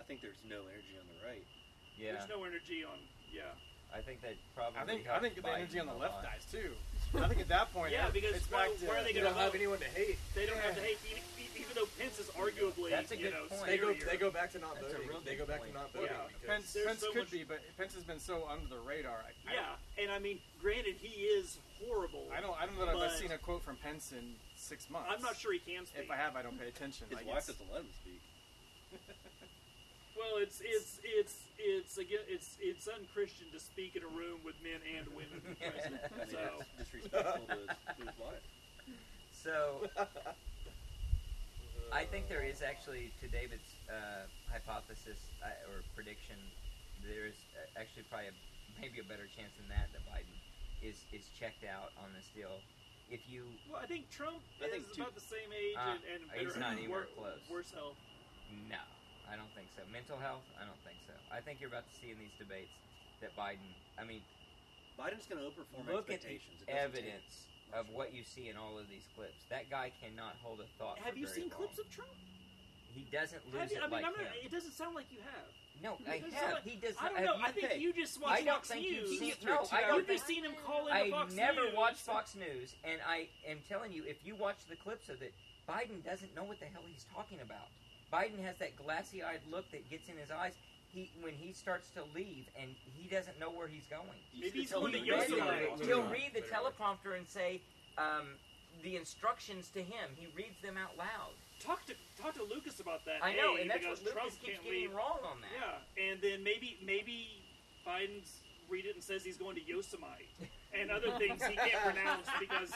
[SPEAKER 6] I think there's no energy on the right.
[SPEAKER 1] Yeah,
[SPEAKER 4] There's no energy on yeah.
[SPEAKER 1] I think that probably.
[SPEAKER 2] I think I
[SPEAKER 1] helped
[SPEAKER 2] think the
[SPEAKER 1] Biden
[SPEAKER 2] energy on the
[SPEAKER 1] a
[SPEAKER 2] left
[SPEAKER 1] lot.
[SPEAKER 2] dies too. I think at that point,
[SPEAKER 4] Yeah,
[SPEAKER 2] it-
[SPEAKER 4] because
[SPEAKER 2] it's
[SPEAKER 4] where-
[SPEAKER 2] back to,
[SPEAKER 4] where are they
[SPEAKER 7] You
[SPEAKER 4] gonna
[SPEAKER 7] don't have
[SPEAKER 4] vote?
[SPEAKER 7] anyone to hate.
[SPEAKER 4] They don't have to hate even, even though Pence is arguably
[SPEAKER 1] That's a
[SPEAKER 4] you
[SPEAKER 1] good
[SPEAKER 4] know
[SPEAKER 1] point.
[SPEAKER 7] They go.
[SPEAKER 4] scarier.
[SPEAKER 7] They go back to not
[SPEAKER 1] That's a
[SPEAKER 7] voting.
[SPEAKER 1] real
[SPEAKER 7] They
[SPEAKER 1] good
[SPEAKER 7] go back
[SPEAKER 1] point.
[SPEAKER 7] to not voting.
[SPEAKER 4] Yeah.
[SPEAKER 7] because-
[SPEAKER 2] Pence,
[SPEAKER 4] There's
[SPEAKER 2] Pence
[SPEAKER 4] so
[SPEAKER 2] could
[SPEAKER 4] much-
[SPEAKER 2] be, but Pence has been so under the radar. I, I don't-
[SPEAKER 4] Yeah, and I mean, granted, he is horrible.
[SPEAKER 2] I don't. I don't know that
[SPEAKER 4] But-
[SPEAKER 2] I've seen a quote from Pence in six months.
[SPEAKER 4] I'm not sure he can speak.
[SPEAKER 2] If I have, I don't pay attention.
[SPEAKER 6] His
[SPEAKER 2] Like,
[SPEAKER 6] wife
[SPEAKER 2] it's-
[SPEAKER 6] doesn't let him
[SPEAKER 1] (laughs)
[SPEAKER 6] speak.
[SPEAKER 4] Well, it's it's it's it's again it's it's unchristian to speak in a room with men and women
[SPEAKER 6] (laughs)
[SPEAKER 4] present.
[SPEAKER 6] I mean,
[SPEAKER 4] So
[SPEAKER 6] that's disrespectful to his, to his wife.
[SPEAKER 1] So
[SPEAKER 7] uh,
[SPEAKER 1] I think there is actually, to David's uh, hypothesis uh, or prediction, there is uh, actually probably a, maybe a better chance than that that Biden is is checked out on this deal. If you,
[SPEAKER 4] well, I think Trump
[SPEAKER 6] I
[SPEAKER 4] is
[SPEAKER 6] think two-
[SPEAKER 4] about the same age
[SPEAKER 1] Ah,
[SPEAKER 4] and, and
[SPEAKER 1] he's
[SPEAKER 4] better,
[SPEAKER 1] not anywhere
[SPEAKER 4] wor-
[SPEAKER 1] close.
[SPEAKER 4] Worse health.
[SPEAKER 1] no, I don't think so. Mental health, I don't think so. I think you're about to see in these debates that Biden. I mean,
[SPEAKER 6] Biden's going to overperform
[SPEAKER 1] look at the
[SPEAKER 6] expectations. It doesn't take
[SPEAKER 1] evidence
[SPEAKER 6] much
[SPEAKER 1] of what you see in all of these clips. That guy cannot hold a thought.
[SPEAKER 4] Have
[SPEAKER 1] for
[SPEAKER 4] you
[SPEAKER 1] very
[SPEAKER 4] seen
[SPEAKER 1] long.
[SPEAKER 4] clips of Trump?
[SPEAKER 1] He doesn't lose
[SPEAKER 4] Have you,
[SPEAKER 1] it
[SPEAKER 4] I mean,
[SPEAKER 1] like
[SPEAKER 4] I'm
[SPEAKER 1] him.
[SPEAKER 4] not, it doesn't sound like you have.
[SPEAKER 1] no,
[SPEAKER 4] it
[SPEAKER 1] I
[SPEAKER 4] doesn't
[SPEAKER 1] have.
[SPEAKER 4] look-
[SPEAKER 1] He does.
[SPEAKER 4] I
[SPEAKER 1] have
[SPEAKER 4] don't know.
[SPEAKER 1] you
[SPEAKER 4] I think
[SPEAKER 6] think-
[SPEAKER 4] you just
[SPEAKER 1] I
[SPEAKER 4] watch
[SPEAKER 1] don't
[SPEAKER 4] Fox
[SPEAKER 1] think
[SPEAKER 4] News.
[SPEAKER 1] you've seen.
[SPEAKER 6] He's
[SPEAKER 1] No, I
[SPEAKER 6] through two
[SPEAKER 1] don't
[SPEAKER 4] You've
[SPEAKER 1] think.
[SPEAKER 9] hours.
[SPEAKER 4] seen him call into
[SPEAKER 1] I
[SPEAKER 4] Fox
[SPEAKER 1] never
[SPEAKER 4] News. (laughs)
[SPEAKER 1] watch Fox News, and I am telling you, if you watch the clips of it, Biden doesn't know what the hell he's talking about. Biden has that glassy-eyed look that gets in his eyes. He when he starts to leave, and he doesn't know where he's going.
[SPEAKER 6] You
[SPEAKER 4] Maybe
[SPEAKER 6] can
[SPEAKER 4] he's
[SPEAKER 6] tell
[SPEAKER 4] going to
[SPEAKER 6] he read
[SPEAKER 4] Yosemite.
[SPEAKER 6] it
[SPEAKER 1] Literally,
[SPEAKER 6] all.
[SPEAKER 1] He'll
[SPEAKER 7] Literally.
[SPEAKER 1] read the
[SPEAKER 7] Literally.
[SPEAKER 1] teleprompter and say um, the instructions to him. He reads them out loud.
[SPEAKER 4] Talk to talk to Lucas about that.
[SPEAKER 1] I know,
[SPEAKER 4] A,
[SPEAKER 1] and that's
[SPEAKER 4] because
[SPEAKER 1] what Lucas
[SPEAKER 4] Trump
[SPEAKER 1] keeps
[SPEAKER 4] can't
[SPEAKER 1] getting
[SPEAKER 4] leave.
[SPEAKER 1] wrong on that.
[SPEAKER 4] Yeah, and then maybe maybe Biden's read it and says he's going to
[SPEAKER 1] (laughs)
[SPEAKER 4] Yosemite and other things he can't pronounce because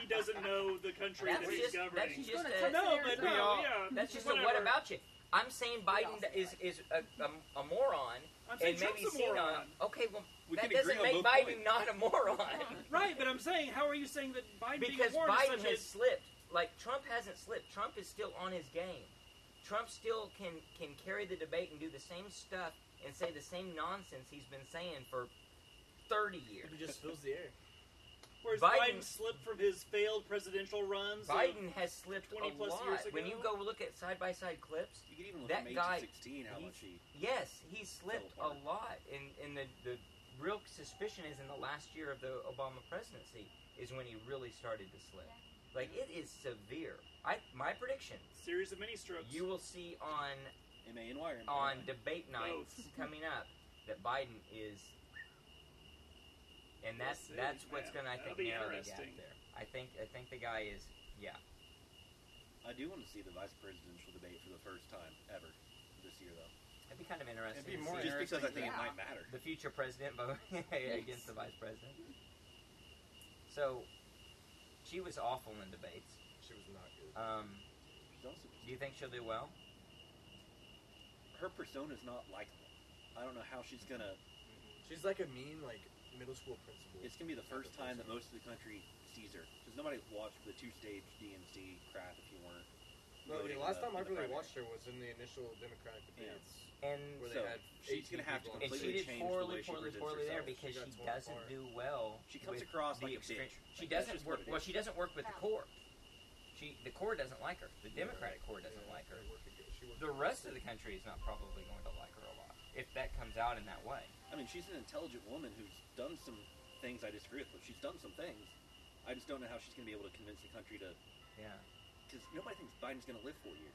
[SPEAKER 4] he doesn't know the country
[SPEAKER 1] That's
[SPEAKER 4] that he's
[SPEAKER 1] just-
[SPEAKER 4] governing.
[SPEAKER 1] that's
[SPEAKER 5] He's
[SPEAKER 1] just
[SPEAKER 5] gonna
[SPEAKER 1] a-
[SPEAKER 5] come
[SPEAKER 4] no,
[SPEAKER 5] That's
[SPEAKER 4] but
[SPEAKER 2] an
[SPEAKER 4] no,
[SPEAKER 2] Arizona.
[SPEAKER 4] yeah,
[SPEAKER 1] That's just a
[SPEAKER 4] whatever.
[SPEAKER 1] what about you? I'm saying Biden
[SPEAKER 5] also
[SPEAKER 1] is is a, a, a moron
[SPEAKER 4] I'm
[SPEAKER 1] and
[SPEAKER 4] saying
[SPEAKER 1] maybe
[SPEAKER 4] Trump's a
[SPEAKER 1] seen
[SPEAKER 4] moron.
[SPEAKER 1] on. Okay, well
[SPEAKER 6] We
[SPEAKER 1] that
[SPEAKER 6] can agree
[SPEAKER 1] doesn't
[SPEAKER 6] on
[SPEAKER 1] make
[SPEAKER 6] both
[SPEAKER 1] Biden
[SPEAKER 6] points.
[SPEAKER 1] not a moron
[SPEAKER 4] (laughs) Right, but I'm saying, how are you saying that Biden
[SPEAKER 1] because
[SPEAKER 4] being a moron is
[SPEAKER 1] Biden
[SPEAKER 4] such
[SPEAKER 1] has
[SPEAKER 4] a
[SPEAKER 1] slipped. Like Trump hasn't slipped. Trump is still on his game. Trump still can can carry the debate and do the same stuff and say the same nonsense he's been saying for thirty years.
[SPEAKER 7] He just fills the air.
[SPEAKER 4] Whereas
[SPEAKER 1] Biden-
[SPEAKER 4] Biden, slipped from his failed presidential runs. of-
[SPEAKER 1] Biden has slipped
[SPEAKER 4] 20
[SPEAKER 1] a
[SPEAKER 4] plus
[SPEAKER 1] lot.
[SPEAKER 4] years
[SPEAKER 1] When
[SPEAKER 4] ago?
[SPEAKER 1] you go look at side by side clips,
[SPEAKER 6] You could even look
[SPEAKER 1] That
[SPEAKER 6] at Mage
[SPEAKER 1] guy-
[SPEAKER 6] at 16, how
[SPEAKER 1] he-
[SPEAKER 6] much he.
[SPEAKER 1] yes, he slipped a
[SPEAKER 6] apart.
[SPEAKER 1] lot. And and the the real suspicion is in the last year of the Obama presidency is when he really started to slip. Like it is severe. I my prediction,
[SPEAKER 4] series of mini strokes.
[SPEAKER 1] you will see on
[SPEAKER 6] M A N Y or M A N Y?
[SPEAKER 1] on debate
[SPEAKER 4] (laughs)
[SPEAKER 1] nights coming up that Biden is, and that's
[SPEAKER 4] We'll see,
[SPEAKER 1] that's what's
[SPEAKER 4] man.
[SPEAKER 1] going to I
[SPEAKER 4] That'll
[SPEAKER 1] think
[SPEAKER 4] be
[SPEAKER 1] narrow the gap
[SPEAKER 4] interesting.
[SPEAKER 1] there. I think I think the guy is yeah.
[SPEAKER 6] I do want to see the vice presidential debate for the first time ever this year, though.
[SPEAKER 1] It'd be kind of interesting.
[SPEAKER 2] It'd be
[SPEAKER 1] to
[SPEAKER 2] more
[SPEAKER 1] see
[SPEAKER 6] Just because I
[SPEAKER 2] interesting,
[SPEAKER 6] think it might matter.
[SPEAKER 1] the future president vote (laughs) against the vice president. So, she was awful in debates.
[SPEAKER 7] She was not good.
[SPEAKER 1] Um,
[SPEAKER 6] She's also,
[SPEAKER 1] do you think she'll do well?
[SPEAKER 6] her persona's not likable. I don't know how she's gonna.
[SPEAKER 7] She's like a mean, like middle school principal.
[SPEAKER 6] It's gonna be the first time that most of the country sees her because nobody watched the two-stage DNC crap if you weren't.
[SPEAKER 7] No,
[SPEAKER 6] voting
[SPEAKER 7] the
[SPEAKER 6] in
[SPEAKER 7] last time
[SPEAKER 6] in
[SPEAKER 7] I
[SPEAKER 6] the
[SPEAKER 7] really
[SPEAKER 6] primary.
[SPEAKER 7] watched her was in the initial Democratic
[SPEAKER 6] Yeah.
[SPEAKER 7] debates
[SPEAKER 1] And
[SPEAKER 7] where
[SPEAKER 6] So,
[SPEAKER 7] they had.
[SPEAKER 6] she's gonna
[SPEAKER 7] 18
[SPEAKER 6] have to
[SPEAKER 7] people on
[SPEAKER 1] and
[SPEAKER 7] the
[SPEAKER 1] she
[SPEAKER 6] completely
[SPEAKER 1] did
[SPEAKER 7] stage.
[SPEAKER 6] changed the
[SPEAKER 1] poorly,
[SPEAKER 6] way she
[SPEAKER 1] poorly,
[SPEAKER 6] presents
[SPEAKER 1] poorly there
[SPEAKER 6] herself.
[SPEAKER 1] because
[SPEAKER 7] She got
[SPEAKER 1] she,
[SPEAKER 7] torn
[SPEAKER 1] doesn't
[SPEAKER 7] apart.
[SPEAKER 1] do well.
[SPEAKER 6] She comes
[SPEAKER 1] with
[SPEAKER 6] across
[SPEAKER 1] the
[SPEAKER 6] like a
[SPEAKER 1] extreme-
[SPEAKER 6] bitch.
[SPEAKER 1] She
[SPEAKER 6] Like, that's
[SPEAKER 1] doesn't
[SPEAKER 6] just
[SPEAKER 1] work.
[SPEAKER 6] what it
[SPEAKER 1] Well,
[SPEAKER 6] is.
[SPEAKER 1] she doesn't work with the
[SPEAKER 9] Wow.
[SPEAKER 1] core. She the core doesn't like her. The Democratic core doesn't
[SPEAKER 7] Yeah,
[SPEAKER 1] like her.
[SPEAKER 7] they work against- she worked
[SPEAKER 1] The
[SPEAKER 7] against
[SPEAKER 1] rest
[SPEAKER 7] her.
[SPEAKER 1] of the country is not probably going to like her a lot if that comes out in that way.
[SPEAKER 6] I mean, she's an intelligent woman who's done some things I disagree with, but she's done some things. I just don't know how she's going to be able to convince the country to.
[SPEAKER 1] Yeah.
[SPEAKER 6] Because nobody thinks Biden's going to live four years.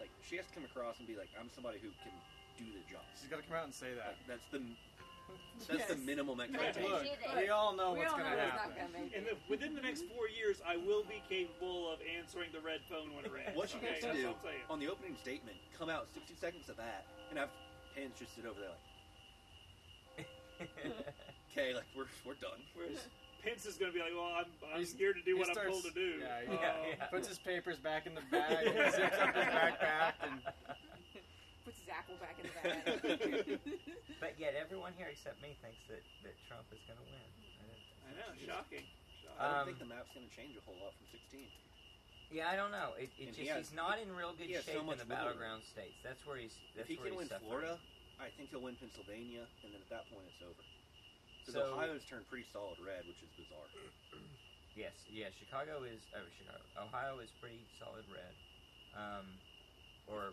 [SPEAKER 6] Like, she has to come across and be like, I'm somebody who can do the job.
[SPEAKER 2] She's got to come out and say that.
[SPEAKER 6] Like, that's the that's the
[SPEAKER 5] Yes.
[SPEAKER 6] minimum
[SPEAKER 2] Like,
[SPEAKER 6] expectation.
[SPEAKER 2] look,
[SPEAKER 9] did it.
[SPEAKER 2] we all know
[SPEAKER 5] we
[SPEAKER 2] what's
[SPEAKER 5] all
[SPEAKER 2] going
[SPEAKER 5] know
[SPEAKER 2] to
[SPEAKER 5] it's not
[SPEAKER 2] happen.
[SPEAKER 5] gonna make
[SPEAKER 4] And
[SPEAKER 5] it.
[SPEAKER 4] the, within the next four years, I will be capable of answering the red phone when it rings.
[SPEAKER 6] What you
[SPEAKER 4] okay?
[SPEAKER 6] get to
[SPEAKER 4] That's
[SPEAKER 6] do
[SPEAKER 4] what I'm saying.
[SPEAKER 6] on the opening statement, come out 60 seconds of that, and have Pence just sit over
[SPEAKER 1] (laughs)
[SPEAKER 6] there like, okay, like we're we're done.
[SPEAKER 4] (laughs) Whereas Pence is going to be like, well, I'm, I'm
[SPEAKER 2] He's-
[SPEAKER 4] here to
[SPEAKER 2] he
[SPEAKER 4] do what I'm
[SPEAKER 2] starts-
[SPEAKER 4] told to do.
[SPEAKER 2] yeah, yeah,
[SPEAKER 4] Uh,
[SPEAKER 1] (laughs) yeah.
[SPEAKER 2] Puts his papers back
[SPEAKER 5] (laughs)
[SPEAKER 2] in the bag, zips up his backpack, and
[SPEAKER 5] Puts his apple back in the bag. (laughs)
[SPEAKER 1] But yet, everyone here except me thinks that, that Trump is going to win. I don't-
[SPEAKER 4] I know, shocking. shocking.
[SPEAKER 6] I don't
[SPEAKER 1] Um,
[SPEAKER 6] think the map's going to change a whole lot from 16.
[SPEAKER 1] Yeah, I don't know. It, it
[SPEAKER 6] And
[SPEAKER 1] just
[SPEAKER 6] he has-
[SPEAKER 1] he's not in real good
[SPEAKER 6] he has
[SPEAKER 1] shape
[SPEAKER 6] so
[SPEAKER 1] in the
[SPEAKER 6] much wiggle
[SPEAKER 1] battleground
[SPEAKER 6] room.
[SPEAKER 1] states. That's where he's. That's
[SPEAKER 6] If he
[SPEAKER 1] where he's
[SPEAKER 6] can win
[SPEAKER 1] suffering.
[SPEAKER 6] Florida, I think he'll win Pennsylvania, and then at that point it's over. Because
[SPEAKER 1] So-
[SPEAKER 6] Ohio's turned pretty solid red, which is bizarre.
[SPEAKER 1] Yes, yeah. Chicago is. Oh, Chicago. Ohio is pretty solid red. Um, or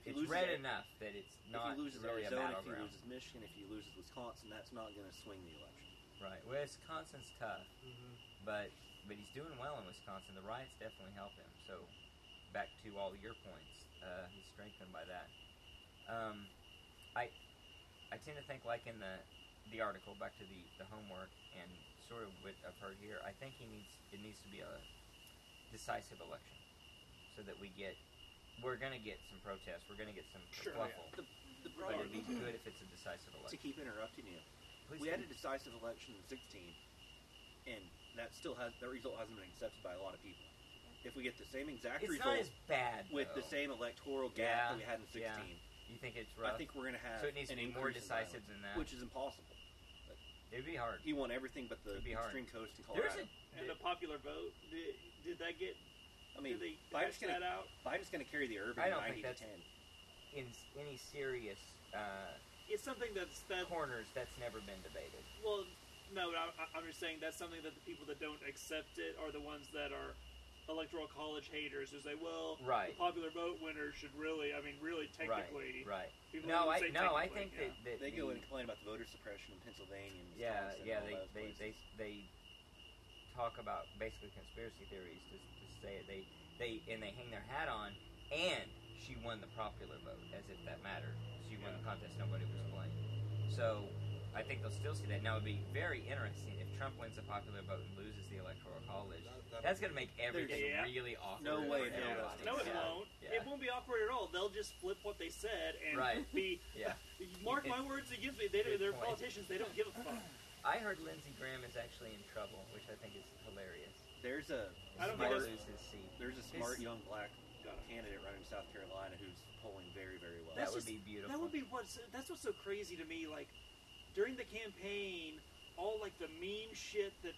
[SPEAKER 6] If he
[SPEAKER 1] it's
[SPEAKER 6] loses,
[SPEAKER 1] red
[SPEAKER 6] Ari-
[SPEAKER 1] enough that it's
[SPEAKER 6] if
[SPEAKER 1] not
[SPEAKER 6] he loses
[SPEAKER 1] really a
[SPEAKER 6] Arizona, if he
[SPEAKER 1] battleground.
[SPEAKER 6] loses Michigan, if he loses Wisconsin, that's not going to swing the election.
[SPEAKER 1] Right. Wisconsin's tough,
[SPEAKER 4] Mm-hmm.
[SPEAKER 1] but but he's doing well in Wisconsin. The riots definitely help him. So back to all your points, uh, he's strengthened by that. Um, I I tend to think like in the the article back to the, the homework and sort of what I've heard here. I think he needs it needs to be a decisive election so that we get we're gonna get some protests. We're gonna get some
[SPEAKER 4] Sure, yeah.
[SPEAKER 1] kerfuffle,
[SPEAKER 6] The, the
[SPEAKER 1] but
[SPEAKER 6] problem
[SPEAKER 1] it'd be
[SPEAKER 6] is
[SPEAKER 1] good if it's a decisive
[SPEAKER 6] to
[SPEAKER 1] election.
[SPEAKER 6] keep interrupting you.
[SPEAKER 1] Please
[SPEAKER 6] we had
[SPEAKER 1] do.
[SPEAKER 6] a decisive election in 16, and that still has that result hasn't been accepted by a lot of people. If we get the same exact
[SPEAKER 1] it's
[SPEAKER 6] result
[SPEAKER 1] not as bad
[SPEAKER 6] with the
[SPEAKER 1] though.
[SPEAKER 6] same electoral
[SPEAKER 1] Yeah,
[SPEAKER 6] gap that we had in 16,
[SPEAKER 1] yeah. You think it's rough?
[SPEAKER 6] I think we're going to have
[SPEAKER 1] So it needs to
[SPEAKER 6] an
[SPEAKER 1] be more
[SPEAKER 6] increase in violence,
[SPEAKER 1] decisive than that.
[SPEAKER 6] which is impossible.
[SPEAKER 1] It'd be hard.
[SPEAKER 6] He won everything but the
[SPEAKER 1] It'd be hard.
[SPEAKER 6] extreme coast in
[SPEAKER 1] There's
[SPEAKER 6] Colorado.
[SPEAKER 1] a.
[SPEAKER 4] and the popular vote, did, did that get,
[SPEAKER 6] I
[SPEAKER 4] did
[SPEAKER 6] mean,
[SPEAKER 4] they
[SPEAKER 6] Biden's
[SPEAKER 4] catch that
[SPEAKER 6] going
[SPEAKER 4] out?
[SPEAKER 6] to Biden's going to carry the urban
[SPEAKER 1] I don't
[SPEAKER 6] 90
[SPEAKER 1] think that's-
[SPEAKER 6] to 10.
[SPEAKER 1] in s- any serious uh,
[SPEAKER 4] It's something that's, that,
[SPEAKER 1] corners that's never been debated.
[SPEAKER 4] well, no, I, I- I'm just saying that's something that the people that don't accept it are the ones that are electoral college haters who say, well,
[SPEAKER 1] Right.
[SPEAKER 4] the popular vote winners should really, I mean, really technically.
[SPEAKER 1] right, right.
[SPEAKER 4] people
[SPEAKER 1] No, I
[SPEAKER 4] who say
[SPEAKER 1] no, I
[SPEAKER 4] technically,
[SPEAKER 1] think
[SPEAKER 4] yeah.
[SPEAKER 1] that, that
[SPEAKER 6] They go
[SPEAKER 1] the-
[SPEAKER 6] and complain about the voter suppression in Pennsylvania. And
[SPEAKER 1] yeah,
[SPEAKER 6] Wisconsin
[SPEAKER 1] yeah.
[SPEAKER 6] and
[SPEAKER 1] They,
[SPEAKER 6] all those
[SPEAKER 1] they, they
[SPEAKER 6] places.
[SPEAKER 1] they talk about basically conspiracy theories to, to say it. They they and they hang their hat on and she won the popular vote as if that mattered. She won the contest. Nobody was blamed. So I think they'll still see that. Now it'd be very interesting if Trump wins the popular vote and loses the electoral college.
[SPEAKER 7] That-
[SPEAKER 1] That's gonna make everything
[SPEAKER 4] Yeah.
[SPEAKER 1] really awkward.
[SPEAKER 6] no
[SPEAKER 1] for
[SPEAKER 6] way in
[SPEAKER 1] everybody.
[SPEAKER 6] hell
[SPEAKER 2] Yeah.
[SPEAKER 6] that's
[SPEAKER 4] No, it
[SPEAKER 6] gonna
[SPEAKER 1] Yeah.
[SPEAKER 4] won't.
[SPEAKER 1] Yeah.
[SPEAKER 4] It won't be awkward at all. They'll just flip what they said and
[SPEAKER 1] Right.
[SPEAKER 4] be.
[SPEAKER 1] Yeah. (laughs)
[SPEAKER 4] Mark my words against me. They,
[SPEAKER 1] Good
[SPEAKER 4] they're
[SPEAKER 1] point.
[SPEAKER 4] politicians. They don't give
[SPEAKER 1] (clears throat)
[SPEAKER 4] a fuck.
[SPEAKER 1] I heard Lindsey Graham is actually in trouble, which I think is hilarious.
[SPEAKER 6] There's a
[SPEAKER 4] I don't
[SPEAKER 1] He might
[SPEAKER 4] think
[SPEAKER 6] smart,
[SPEAKER 1] lose his seat.
[SPEAKER 6] there's a smart
[SPEAKER 2] He's-
[SPEAKER 6] young black
[SPEAKER 4] God.
[SPEAKER 6] candidate running in South Carolina who's polling very very well.
[SPEAKER 1] That would
[SPEAKER 4] That's
[SPEAKER 1] be
[SPEAKER 4] just-
[SPEAKER 1] beautiful.
[SPEAKER 4] That would be what's. That's what's so crazy to me. Like during the campaign, all like the mean shit that,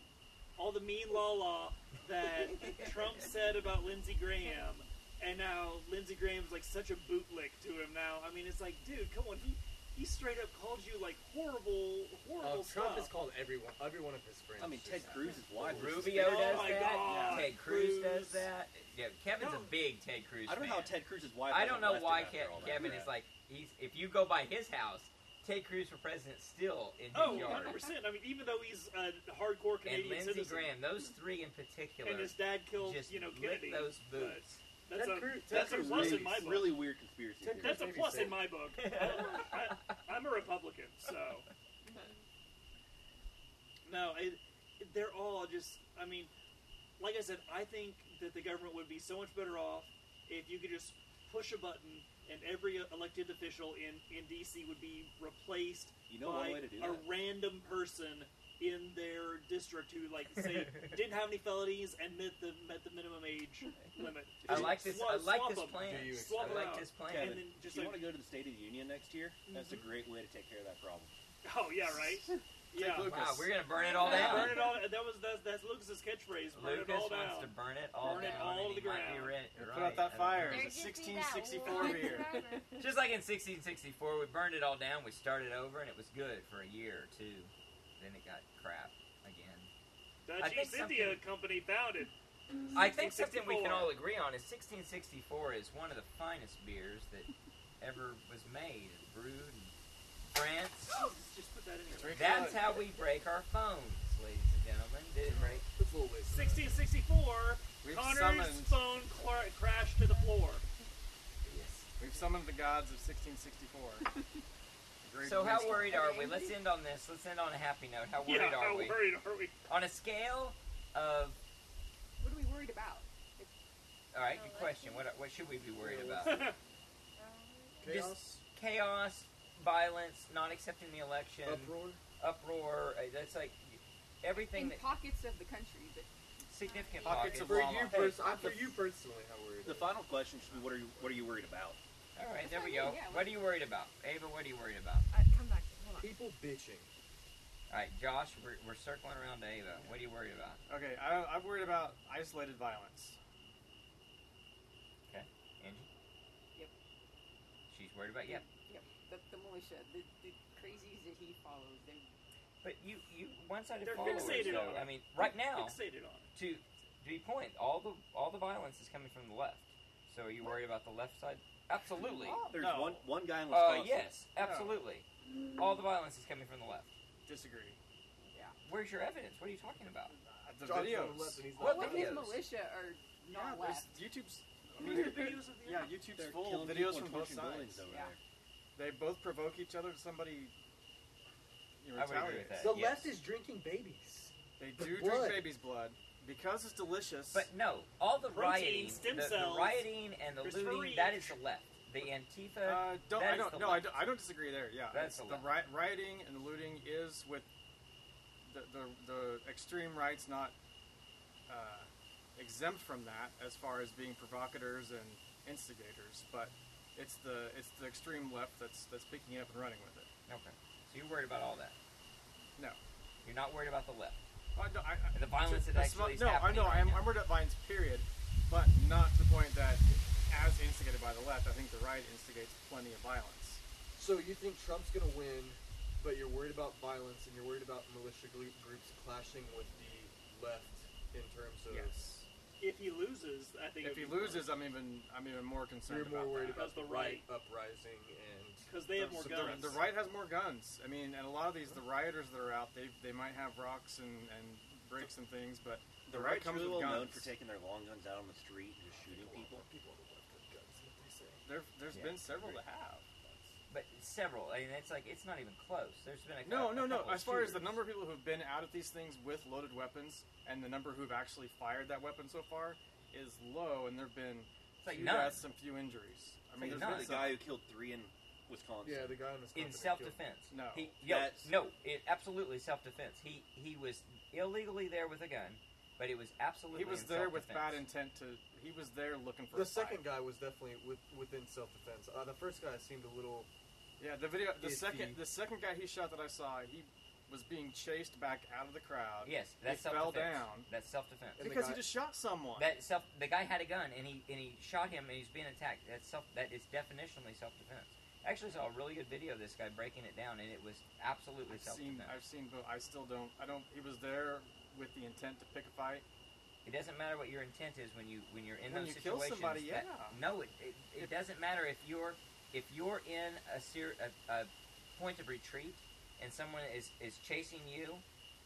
[SPEAKER 4] all the mean la la that Trump said about Lindsey Graham, and now Lindsey Graham's like such a bootlick to him now. I mean, it's like, dude, come on. He, he he straight up called you like horrible, horrible
[SPEAKER 1] Oh,
[SPEAKER 7] Uh,
[SPEAKER 4] stuff.
[SPEAKER 7] Trump has called everyone, every one of his friends.
[SPEAKER 6] I mean, Ted
[SPEAKER 7] just-
[SPEAKER 6] Cruz's wife. was-
[SPEAKER 1] Rubio
[SPEAKER 4] Oh
[SPEAKER 1] does
[SPEAKER 4] my
[SPEAKER 1] that.
[SPEAKER 4] God,
[SPEAKER 1] Ted Cruz, does
[SPEAKER 4] Cruz.
[SPEAKER 1] that. Yeah, Kevin's
[SPEAKER 4] No.
[SPEAKER 1] a big Ted Cruz.
[SPEAKER 6] I don't know how
[SPEAKER 1] fan.
[SPEAKER 6] Ted Cruz's wife.
[SPEAKER 1] I don't
[SPEAKER 6] wasn't
[SPEAKER 1] know
[SPEAKER 6] arrested
[SPEAKER 1] why
[SPEAKER 6] after
[SPEAKER 1] Ke-
[SPEAKER 6] all that
[SPEAKER 1] Kevin
[SPEAKER 6] crap.
[SPEAKER 1] is like he's. If you go by his house, Ted Cruz for president still in his
[SPEAKER 4] Oh,
[SPEAKER 1] yard.
[SPEAKER 4] 100 percent. I mean, even though he's a hardcore
[SPEAKER 1] And
[SPEAKER 4] Canadian
[SPEAKER 1] Lindsey
[SPEAKER 4] citizen,
[SPEAKER 1] Graham, those three in particular,
[SPEAKER 4] and his dad killed
[SPEAKER 1] just
[SPEAKER 4] you know
[SPEAKER 1] lick
[SPEAKER 4] Kennedy.
[SPEAKER 1] those
[SPEAKER 4] but
[SPEAKER 1] boots.
[SPEAKER 4] That's
[SPEAKER 7] Ted
[SPEAKER 4] a
[SPEAKER 7] Cruz- Ted
[SPEAKER 4] that's a
[SPEAKER 7] Cruz
[SPEAKER 4] plus
[SPEAKER 6] really,
[SPEAKER 4] in my book.
[SPEAKER 6] really weird conspiracy
[SPEAKER 7] Ted
[SPEAKER 6] theory.
[SPEAKER 4] that's a
[SPEAKER 7] Maybe
[SPEAKER 4] plus
[SPEAKER 7] so.
[SPEAKER 4] in my book. I don't- I, I'm a Republican, so no, it, they're all just. I mean, like I said, I think that the government would be so much better off if you could just push a button and every elected official in in DC would be replaced
[SPEAKER 6] You know
[SPEAKER 4] by
[SPEAKER 6] one way to do
[SPEAKER 4] a
[SPEAKER 6] that.
[SPEAKER 4] random person in their district who, like, say, didn't have any felonies and met the met the minimum age limit.
[SPEAKER 1] (laughs)
[SPEAKER 4] (laughs)
[SPEAKER 1] I like this. I
[SPEAKER 4] Swap-
[SPEAKER 1] like
[SPEAKER 4] swap
[SPEAKER 1] this
[SPEAKER 4] them.
[SPEAKER 1] plan.
[SPEAKER 7] Do you
[SPEAKER 4] Swap
[SPEAKER 1] I
[SPEAKER 4] them
[SPEAKER 1] like
[SPEAKER 4] out.
[SPEAKER 1] this plan.
[SPEAKER 6] Kevin,
[SPEAKER 4] and then just
[SPEAKER 6] if you
[SPEAKER 4] like-
[SPEAKER 6] want to go to the State of the Union next year? That's a great way to take care of that problem.
[SPEAKER 4] (laughs) Oh yeah, right. Yeah.
[SPEAKER 7] Lucas.
[SPEAKER 1] Wow, we're gonna burn it all down.
[SPEAKER 4] Burn it all. That was that's, that's Lucas's catchphrase. Burn
[SPEAKER 1] Lucas
[SPEAKER 4] it all
[SPEAKER 1] wants
[SPEAKER 4] down.
[SPEAKER 1] to burn it all
[SPEAKER 4] Burn it
[SPEAKER 1] down.
[SPEAKER 4] all
[SPEAKER 1] and he
[SPEAKER 4] to the
[SPEAKER 1] might be
[SPEAKER 4] ground.
[SPEAKER 1] right-
[SPEAKER 2] And put
[SPEAKER 1] right.
[SPEAKER 2] out that
[SPEAKER 1] I don't
[SPEAKER 2] fire.
[SPEAKER 3] There'd
[SPEAKER 1] know.
[SPEAKER 2] There's a
[SPEAKER 3] just be that
[SPEAKER 2] 1664
[SPEAKER 3] one
[SPEAKER 2] beer.
[SPEAKER 4] (laughs)
[SPEAKER 3] farmer.
[SPEAKER 9] Uh,
[SPEAKER 1] Just like in 1664, we burned it all down. We started over, and it was good for a year or two. Then it got crap again. I
[SPEAKER 4] Dutch
[SPEAKER 1] think
[SPEAKER 4] East India
[SPEAKER 1] something-
[SPEAKER 4] Company founded.
[SPEAKER 1] I think something we can
[SPEAKER 4] 1664.
[SPEAKER 1] all agree on is 1664 is one of the finest beers (laughs) that ever was made, brewed in France.
[SPEAKER 4] Oh, Just put that in here.
[SPEAKER 2] Drink
[SPEAKER 1] That's
[SPEAKER 2] it.
[SPEAKER 1] how we break our phones, ladies and gentlemen. Did it break?
[SPEAKER 7] It's a little ways.
[SPEAKER 4] 1664.
[SPEAKER 2] We've
[SPEAKER 4] Connor's
[SPEAKER 2] summoned-
[SPEAKER 4] phone cla- crashed to the floor.
[SPEAKER 1] Yes.
[SPEAKER 2] We've summoned the gods of 1664.
[SPEAKER 5] (laughs)
[SPEAKER 2] The great
[SPEAKER 1] So how
[SPEAKER 2] wisdom.
[SPEAKER 1] worried are we? Let's end on this. Let's end on a happy note. How worried
[SPEAKER 4] yeah,
[SPEAKER 1] are
[SPEAKER 4] how
[SPEAKER 1] we?
[SPEAKER 4] worried are (laughs) we?
[SPEAKER 1] On a scale of
[SPEAKER 5] What are we worried about?
[SPEAKER 1] all right,
[SPEAKER 9] No,
[SPEAKER 1] good
[SPEAKER 9] let's
[SPEAKER 1] question.
[SPEAKER 9] see.
[SPEAKER 1] What what should we be worried about?
[SPEAKER 7] Chaos,
[SPEAKER 1] Chaos, violence, not accepting the election,
[SPEAKER 7] uproar.
[SPEAKER 1] uproar. uh, That's like everything
[SPEAKER 5] In
[SPEAKER 1] that
[SPEAKER 5] pockets of the country that
[SPEAKER 1] significant pockets.
[SPEAKER 2] Pockets of
[SPEAKER 7] For
[SPEAKER 2] Obama.
[SPEAKER 7] you,
[SPEAKER 2] Hey,
[SPEAKER 7] pers- I'm
[SPEAKER 6] the-
[SPEAKER 7] for you personally, how worried?
[SPEAKER 6] The
[SPEAKER 7] are
[SPEAKER 6] final question should be: What are you What are you worried about?
[SPEAKER 1] All right, there
[SPEAKER 5] That's
[SPEAKER 1] we
[SPEAKER 5] what I
[SPEAKER 1] go.
[SPEAKER 5] mean, yeah,
[SPEAKER 1] What are you worried about, Ava? What are you worried about?
[SPEAKER 8] I, come back. Hold on.
[SPEAKER 7] you? people bitching.
[SPEAKER 1] All right, Josh, we're, we're circling around to Ava. What are you worried about?
[SPEAKER 2] Okay, I, I'm worried about isolated violence.
[SPEAKER 1] Angie.
[SPEAKER 5] Yep.
[SPEAKER 1] She's worried about yep.
[SPEAKER 5] the, the militia, the, the crazies that he follows, they
[SPEAKER 1] But you you one-sided
[SPEAKER 4] They're
[SPEAKER 1] followers.
[SPEAKER 4] fixated
[SPEAKER 1] though.
[SPEAKER 4] on it.
[SPEAKER 1] I mean, right now,
[SPEAKER 4] Fixated on it.
[SPEAKER 1] to to your point, all the all the violence is coming from the left. So are you worried about the left side? Absolutely.
[SPEAKER 5] Oh.
[SPEAKER 6] There's
[SPEAKER 2] No.
[SPEAKER 6] one one guy in
[SPEAKER 1] Uh,
[SPEAKER 6] Wisconsin.
[SPEAKER 1] yes, absolutely. All the violence is coming from the left.
[SPEAKER 2] Disagree.
[SPEAKER 1] Where's your evidence? What are you talking about?
[SPEAKER 2] Uh, the
[SPEAKER 7] John's on
[SPEAKER 2] videos.
[SPEAKER 7] the left and he's
[SPEAKER 1] What
[SPEAKER 7] not
[SPEAKER 5] What
[SPEAKER 7] left.
[SPEAKER 5] if
[SPEAKER 1] videos?
[SPEAKER 5] militia are
[SPEAKER 2] yeah,
[SPEAKER 5] not
[SPEAKER 2] there's
[SPEAKER 5] left?
[SPEAKER 2] YouTube's. I (laughs)
[SPEAKER 4] Remember
[SPEAKER 2] mean,
[SPEAKER 4] the videos of the
[SPEAKER 2] yeah,
[SPEAKER 4] army?
[SPEAKER 2] YouTube's
[SPEAKER 6] They're
[SPEAKER 2] full
[SPEAKER 6] killing
[SPEAKER 2] of
[SPEAKER 6] people
[SPEAKER 2] videos
[SPEAKER 6] and
[SPEAKER 2] from both
[SPEAKER 6] torching buildings
[SPEAKER 2] sides.
[SPEAKER 6] over
[SPEAKER 5] Yeah.
[SPEAKER 6] there.
[SPEAKER 2] They both provoke each other. Somebody you know,
[SPEAKER 1] I would agree with
[SPEAKER 2] retaliates.
[SPEAKER 1] that.
[SPEAKER 7] The
[SPEAKER 1] Yes.
[SPEAKER 7] left is drinking babies.
[SPEAKER 2] They
[SPEAKER 7] The
[SPEAKER 2] do
[SPEAKER 7] blood.
[SPEAKER 2] drink baby's blood because it's delicious.
[SPEAKER 1] But no, all the
[SPEAKER 4] Protein,
[SPEAKER 1] rioting,
[SPEAKER 4] stem
[SPEAKER 1] the, the
[SPEAKER 4] cells,
[SPEAKER 1] rioting and the
[SPEAKER 4] Christopher
[SPEAKER 1] looting,
[SPEAKER 4] Reeve.
[SPEAKER 1] that is the left. The Antifa.
[SPEAKER 2] uh, don't
[SPEAKER 1] that
[SPEAKER 2] I
[SPEAKER 1] is
[SPEAKER 2] don't
[SPEAKER 1] the
[SPEAKER 2] no I
[SPEAKER 1] left.
[SPEAKER 2] don't, I don't disagree there. Yeah,
[SPEAKER 1] That's
[SPEAKER 2] it's
[SPEAKER 1] the
[SPEAKER 2] the
[SPEAKER 1] left.
[SPEAKER 2] ri- rioting and the looting is with the the, the extreme right's not uh, exempt from that as far as being provocators and instigators, but it's the it's the extreme left that's that's picking it up and running with it.
[SPEAKER 1] okay. So you're worried about all that.
[SPEAKER 2] No.
[SPEAKER 1] You're not worried about the left.
[SPEAKER 2] I, no, I, I-
[SPEAKER 1] The violence
[SPEAKER 2] to-
[SPEAKER 1] that
[SPEAKER 2] that's
[SPEAKER 1] actually is
[SPEAKER 2] not- No, I
[SPEAKER 1] happening
[SPEAKER 2] know.
[SPEAKER 1] right
[SPEAKER 2] I'm,
[SPEAKER 1] now.
[SPEAKER 2] I'm worried about violence, period, but not to the point that as instigated by the left, I think the right instigates plenty of violence.
[SPEAKER 7] So you think Trump's gonna win, but you're worried about violence and you're worried about militia group groups clashing with the left in terms of.
[SPEAKER 2] Yes.
[SPEAKER 4] If he loses, I think
[SPEAKER 2] If he loses, I'm even I'm even more concerned
[SPEAKER 7] You're
[SPEAKER 2] about
[SPEAKER 7] more worried
[SPEAKER 2] that.
[SPEAKER 7] about
[SPEAKER 4] Because the right-
[SPEAKER 7] uprising and
[SPEAKER 4] because they have more
[SPEAKER 2] So the-
[SPEAKER 4] guns.
[SPEAKER 2] The, right has more guns. I mean, and a lot of these the rioters that are out, they they might have rocks and and bricks and things, but
[SPEAKER 6] The
[SPEAKER 2] right
[SPEAKER 6] right's
[SPEAKER 2] comes
[SPEAKER 6] really
[SPEAKER 2] with
[SPEAKER 6] well known
[SPEAKER 2] guns.
[SPEAKER 6] for taking their long guns out on the street and just shooting people.
[SPEAKER 7] People on the left have guns. What they say.
[SPEAKER 2] there there's
[SPEAKER 1] Yeah,
[SPEAKER 2] been several
[SPEAKER 1] agree.
[SPEAKER 2] to have.
[SPEAKER 1] But several. I mean, it's like, it's not even close. There's been a
[SPEAKER 2] No,
[SPEAKER 1] cou-
[SPEAKER 2] no,
[SPEAKER 1] a
[SPEAKER 2] no.
[SPEAKER 1] couple of
[SPEAKER 2] As far as the
[SPEAKER 1] shooters.
[SPEAKER 2] number of people who've been out at these things with loaded weapons and the number who've actually fired that weapon so far is low, and there've been
[SPEAKER 1] It's like
[SPEAKER 2] few
[SPEAKER 1] none.
[SPEAKER 2] deaths and few injuries. I mean,
[SPEAKER 1] like
[SPEAKER 2] there's
[SPEAKER 1] none.
[SPEAKER 2] been
[SPEAKER 6] The
[SPEAKER 2] some-
[SPEAKER 6] guy who killed three in Wisconsin.
[SPEAKER 7] Yeah, the guy in the
[SPEAKER 1] in self-defense.
[SPEAKER 2] No.
[SPEAKER 1] he, yo,
[SPEAKER 6] That's-
[SPEAKER 1] no, it, absolutely self-defense. He he was illegally there with a gun, but it was absolutely
[SPEAKER 2] He was
[SPEAKER 1] in
[SPEAKER 2] there with
[SPEAKER 1] self-defense.
[SPEAKER 2] bad intent to. He was there looking for
[SPEAKER 7] The
[SPEAKER 2] a fight.
[SPEAKER 7] second guy was definitely with, within self-defense. Uh, the first guy seemed a little.
[SPEAKER 2] Yeah, the video. The
[SPEAKER 7] Is
[SPEAKER 2] second,
[SPEAKER 7] the-
[SPEAKER 2] the second guy he shot that I saw, he was being chased back out of the crowd.
[SPEAKER 1] Yes, that's
[SPEAKER 2] He fell
[SPEAKER 1] self-defense.
[SPEAKER 2] down.
[SPEAKER 1] That's self-defense.
[SPEAKER 7] And the
[SPEAKER 2] because
[SPEAKER 7] guy-
[SPEAKER 2] he just shot someone.
[SPEAKER 1] That self, the guy had a gun and he and he shot him and he's being attacked. That's self. That is definitionally self-defense. Actually, saw a really good video of this guy breaking it down, and it was absolutely
[SPEAKER 2] I've seen,
[SPEAKER 1] self-defense.
[SPEAKER 2] I've seen, but I still don't. I don't. He was there with the intent to pick a fight.
[SPEAKER 1] It doesn't matter what your intent is when you when you're in
[SPEAKER 2] When
[SPEAKER 1] those
[SPEAKER 2] you kill
[SPEAKER 1] situations.
[SPEAKER 2] somebody,
[SPEAKER 1] that-
[SPEAKER 2] yeah.
[SPEAKER 1] No, it, it, it
[SPEAKER 2] If-
[SPEAKER 1] doesn't matter if you're if you're in a, ser- a, a point of retreat and someone is, is chasing you,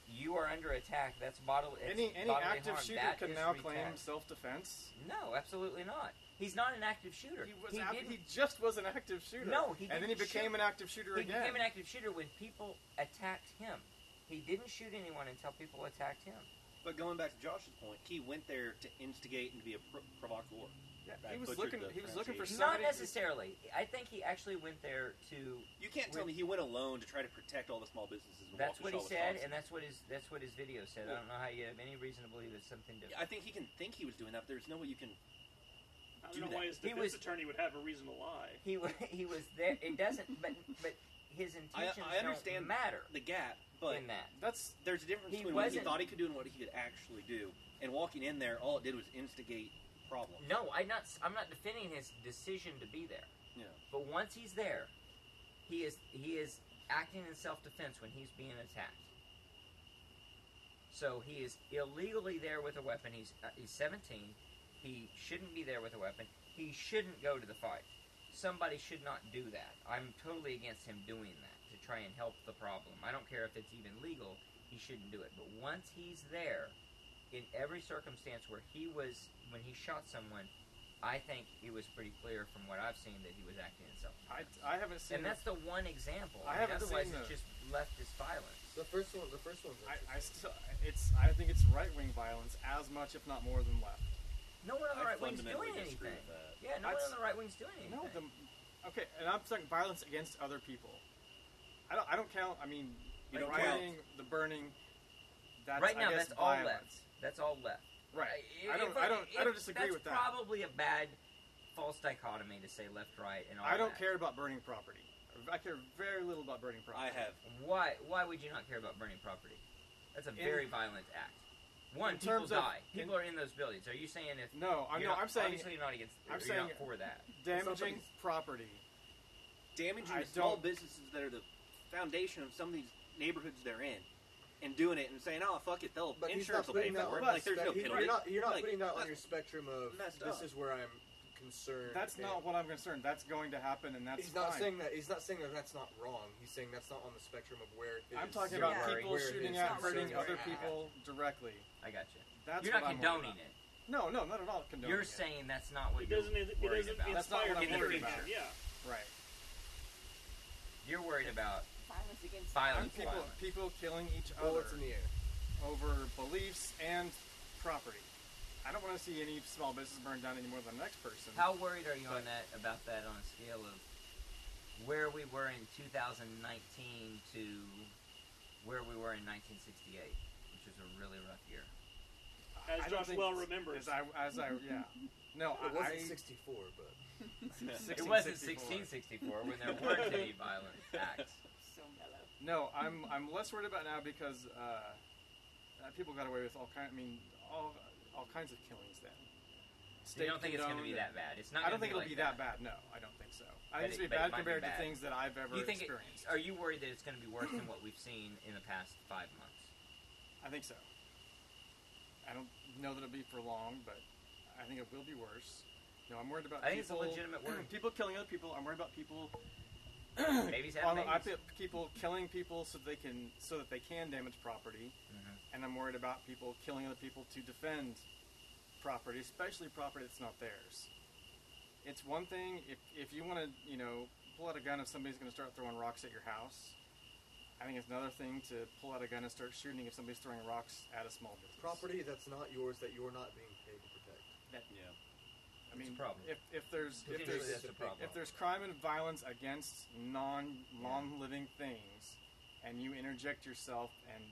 [SPEAKER 1] you are under attack. That's bodily it's
[SPEAKER 2] any any
[SPEAKER 1] bodily
[SPEAKER 2] active
[SPEAKER 1] harm.
[SPEAKER 2] shooter
[SPEAKER 1] That
[SPEAKER 2] can
[SPEAKER 1] is
[SPEAKER 2] now
[SPEAKER 1] retac-
[SPEAKER 2] claim self-defense.
[SPEAKER 1] No, absolutely not. He's not an active shooter.
[SPEAKER 2] He was.
[SPEAKER 1] he
[SPEAKER 2] act-
[SPEAKER 1] didn't
[SPEAKER 2] he just was an active shooter.
[SPEAKER 1] No, he
[SPEAKER 2] and then he
[SPEAKER 1] didn't
[SPEAKER 2] became
[SPEAKER 1] shoot.
[SPEAKER 2] an active shooter
[SPEAKER 1] He
[SPEAKER 2] again.
[SPEAKER 1] became an active shooter when people attacked him. He didn't shoot anyone until people attacked him.
[SPEAKER 6] But going back to Josh's point, he went there to instigate and to be a pro- provocateur.
[SPEAKER 2] Yeah,
[SPEAKER 6] I
[SPEAKER 2] he was
[SPEAKER 6] butchered
[SPEAKER 2] looking.
[SPEAKER 6] the
[SPEAKER 2] He was looking for
[SPEAKER 6] pronunciation.
[SPEAKER 1] Not
[SPEAKER 2] somebody.
[SPEAKER 1] necessarily. I think he actually went there to.
[SPEAKER 6] You can't tell
[SPEAKER 1] Wait.
[SPEAKER 6] me he went alone to try to protect all the small businesses. In
[SPEAKER 1] That's what he
[SPEAKER 6] Waukesha,
[SPEAKER 1] said,
[SPEAKER 6] Wisconsin.
[SPEAKER 1] and that's what his that's what his video said. I don't know how you have any reason to believe it's something different.
[SPEAKER 6] I think he can think he was doing that, but there's no way you can.
[SPEAKER 4] I
[SPEAKER 6] Do
[SPEAKER 4] don't know
[SPEAKER 6] that.
[SPEAKER 4] why his
[SPEAKER 1] He
[SPEAKER 4] defense
[SPEAKER 1] was-
[SPEAKER 4] attorney would have a reason to lie.
[SPEAKER 1] He wa- (laughs) he was there. It doesn't. But but his
[SPEAKER 6] I,
[SPEAKER 1] intentions
[SPEAKER 6] I understand
[SPEAKER 1] don't matter
[SPEAKER 6] the gap, but
[SPEAKER 1] in that.
[SPEAKER 2] That's
[SPEAKER 6] there's a difference
[SPEAKER 1] He
[SPEAKER 6] between what he
[SPEAKER 1] wasn't-
[SPEAKER 6] thought he could do and what he could actually do. And walking in there, all it did was instigate problems.
[SPEAKER 1] No, I not. I'm not defending his decision to be there.
[SPEAKER 6] Yeah.
[SPEAKER 1] But once he's there, he is he is acting in self defense when he's being attacked. So he is illegally there with a weapon. He's uh, he's 17. He shouldn't be there with a weapon. He shouldn't go to the fight. Somebody should not do that. I'm totally against him doing that to try and help the problem. I don't care if it's even legal. He shouldn't do it. But once he's there, in every circumstance where he was when he shot someone, I think it was pretty clear from what I've seen that he was acting in self
[SPEAKER 2] I, I haven't seen.
[SPEAKER 1] and that's the one example. I
[SPEAKER 2] I
[SPEAKER 1] mean,
[SPEAKER 2] haven't
[SPEAKER 1] otherwise,
[SPEAKER 2] seen
[SPEAKER 1] it's
[SPEAKER 2] the-
[SPEAKER 1] just leftist violence.
[SPEAKER 7] The first one. The first one's.
[SPEAKER 2] I, I
[SPEAKER 7] interesting.
[SPEAKER 2] still. It's. I think it's right-wing violence as much, if not more, than left.
[SPEAKER 1] No one on the
[SPEAKER 6] I
[SPEAKER 1] right wing's
[SPEAKER 6] fundamentally
[SPEAKER 1] doing
[SPEAKER 6] disagree
[SPEAKER 1] anything.
[SPEAKER 6] with that.
[SPEAKER 1] Yeah, no one
[SPEAKER 2] That's-
[SPEAKER 1] on the right wing's doing anything.
[SPEAKER 2] No, the, okay, and I'm talking violence against other people. I don't. I don't count. I mean,
[SPEAKER 6] You
[SPEAKER 2] like
[SPEAKER 6] don't count.
[SPEAKER 2] rioting, the burning. That's,
[SPEAKER 1] right
[SPEAKER 2] I
[SPEAKER 1] now,
[SPEAKER 2] guess,
[SPEAKER 1] that's all
[SPEAKER 2] violence.
[SPEAKER 1] left. That's all left.
[SPEAKER 2] Right.
[SPEAKER 1] Uh,
[SPEAKER 2] I don't.
[SPEAKER 1] if
[SPEAKER 2] I don't. I
[SPEAKER 1] if-
[SPEAKER 2] don't disagree
[SPEAKER 1] that's
[SPEAKER 2] with that.
[SPEAKER 1] Probably a bad, false dichotomy to say left, right, and all.
[SPEAKER 2] I don't
[SPEAKER 1] that.
[SPEAKER 2] care about burning property. I care very little about burning property.
[SPEAKER 6] I have.
[SPEAKER 1] Why? Why would you not care about burning property? That's a very violent act. One,
[SPEAKER 2] in
[SPEAKER 1] people
[SPEAKER 2] terms of-
[SPEAKER 1] die. people
[SPEAKER 2] in-
[SPEAKER 1] are in those buildings. Are you saying if
[SPEAKER 2] No, I'm.
[SPEAKER 1] you're
[SPEAKER 2] No,
[SPEAKER 1] not-
[SPEAKER 2] I'm saying
[SPEAKER 1] obviously you're not against?
[SPEAKER 2] I'm
[SPEAKER 1] you're not
[SPEAKER 2] saying-
[SPEAKER 1] for that.
[SPEAKER 2] damaging
[SPEAKER 6] something's-
[SPEAKER 2] property.
[SPEAKER 6] damaging
[SPEAKER 2] I
[SPEAKER 6] the small
[SPEAKER 2] don't-
[SPEAKER 6] businesses that are the foundation of some of these neighborhoods they're in, and doing it and saying, "Oh, fuck it, they'll
[SPEAKER 7] But he's
[SPEAKER 6] insurance
[SPEAKER 7] not
[SPEAKER 6] will pay
[SPEAKER 7] putting that.
[SPEAKER 6] for it."
[SPEAKER 7] on
[SPEAKER 6] Like,
[SPEAKER 7] the
[SPEAKER 6] there's no
[SPEAKER 7] spe-
[SPEAKER 6] penalty.
[SPEAKER 7] You're not. You're not
[SPEAKER 6] Like,
[SPEAKER 7] putting that on
[SPEAKER 6] that's-
[SPEAKER 7] your spectrum of.
[SPEAKER 6] messed
[SPEAKER 7] This
[SPEAKER 6] up.
[SPEAKER 7] is where I'm concerned.
[SPEAKER 2] That's
[SPEAKER 7] and-
[SPEAKER 2] not what I'm concerned. That's going to happen, and that's
[SPEAKER 7] He's not
[SPEAKER 2] fine.
[SPEAKER 7] saying that. He's not saying that that's not wrong. He's saying that's not on the spectrum of where. It
[SPEAKER 2] I'm
[SPEAKER 7] is-
[SPEAKER 2] talking
[SPEAKER 1] You're
[SPEAKER 2] about
[SPEAKER 1] worried.
[SPEAKER 2] people
[SPEAKER 7] where it
[SPEAKER 2] shooting
[SPEAKER 7] is
[SPEAKER 2] at,
[SPEAKER 7] concerned
[SPEAKER 2] hurting
[SPEAKER 7] where
[SPEAKER 2] other
[SPEAKER 7] it's at.
[SPEAKER 2] people directly.
[SPEAKER 1] I got you.
[SPEAKER 2] That's
[SPEAKER 1] you're not
[SPEAKER 2] what I'm worried
[SPEAKER 1] condoning
[SPEAKER 2] about.
[SPEAKER 1] it.
[SPEAKER 2] No, no, not at all. Condoning
[SPEAKER 1] You're
[SPEAKER 2] it.
[SPEAKER 1] saying that's not what
[SPEAKER 4] It
[SPEAKER 1] you're
[SPEAKER 4] doesn't. It
[SPEAKER 1] worried
[SPEAKER 4] doesn't
[SPEAKER 1] about.
[SPEAKER 2] That's not
[SPEAKER 4] inspire
[SPEAKER 2] what I'm
[SPEAKER 4] me to
[SPEAKER 2] worried
[SPEAKER 4] do
[SPEAKER 2] about.
[SPEAKER 4] that, Yeah.
[SPEAKER 2] right.
[SPEAKER 1] You're worried about
[SPEAKER 5] Violence against
[SPEAKER 2] And
[SPEAKER 1] violence.
[SPEAKER 2] people,
[SPEAKER 1] violence.
[SPEAKER 2] people killing each other
[SPEAKER 7] Bullets in the air.
[SPEAKER 2] over beliefs and property. I don't want to see any small business burned down any more than the next person.
[SPEAKER 1] How worried are you on that about that on a scale of where we were in 2019 to where we were in 1968, which was a really rough year?
[SPEAKER 4] As
[SPEAKER 2] I don't
[SPEAKER 4] Josh
[SPEAKER 2] think-
[SPEAKER 4] well remembers,
[SPEAKER 2] As I, as I, yeah. No, I,
[SPEAKER 7] It wasn't
[SPEAKER 2] I-
[SPEAKER 7] 64, but
[SPEAKER 1] It wasn't 1664 when there weren't
[SPEAKER 2] (laughs)
[SPEAKER 1] any violent acts.
[SPEAKER 5] so mellow.
[SPEAKER 2] No, I'm I'm less worried about now because uh, uh, people got away with all kind. I mean, all all kinds of killings then.
[SPEAKER 1] So you don't think it's going to
[SPEAKER 2] State-condoned
[SPEAKER 1] be that bad? It's not.
[SPEAKER 2] I don't
[SPEAKER 1] gonna
[SPEAKER 2] think it'll
[SPEAKER 1] like
[SPEAKER 2] be that, bad. No, I don't think so. I think
[SPEAKER 1] But it- but
[SPEAKER 2] it's gonna be
[SPEAKER 1] it
[SPEAKER 2] bad
[SPEAKER 1] might be
[SPEAKER 2] compared
[SPEAKER 1] bad.
[SPEAKER 2] to things that I've ever
[SPEAKER 1] You think? It,
[SPEAKER 2] experienced.
[SPEAKER 1] are you worried that it's going to be worse than what we've seen in the past five
[SPEAKER 2] (clears throat)
[SPEAKER 1] months?
[SPEAKER 2] I think so. I don't know that it'll be for long, but I think it will be worse. No, I'm worried about.
[SPEAKER 1] I think it's a
[SPEAKER 2] people, (clears throat)
[SPEAKER 1] legitimate worry.
[SPEAKER 2] People killing other people. I'm worried about people.
[SPEAKER 1] Babies
[SPEAKER 2] on-
[SPEAKER 1] have
[SPEAKER 2] I
[SPEAKER 1] babies.
[SPEAKER 2] feel people killing people so they can so that they can damage property,
[SPEAKER 1] Mhm.
[SPEAKER 2] and I'm worried about people killing other people to defend property, especially property that's not theirs. It's one thing if if you want to you know pull out a gun if somebody's going to start throwing rocks at your house. I think it's another thing to pull out a gun and start shooting if somebody's throwing rocks at a small business.
[SPEAKER 7] property that's not yours that you're not being paid to protect.
[SPEAKER 6] Yeah.
[SPEAKER 2] I mean,
[SPEAKER 1] a problem.
[SPEAKER 2] if if there's if
[SPEAKER 1] Potentially
[SPEAKER 2] there's
[SPEAKER 1] that's a problem.
[SPEAKER 2] if there's crime and violence against non non living things, and you interject yourself and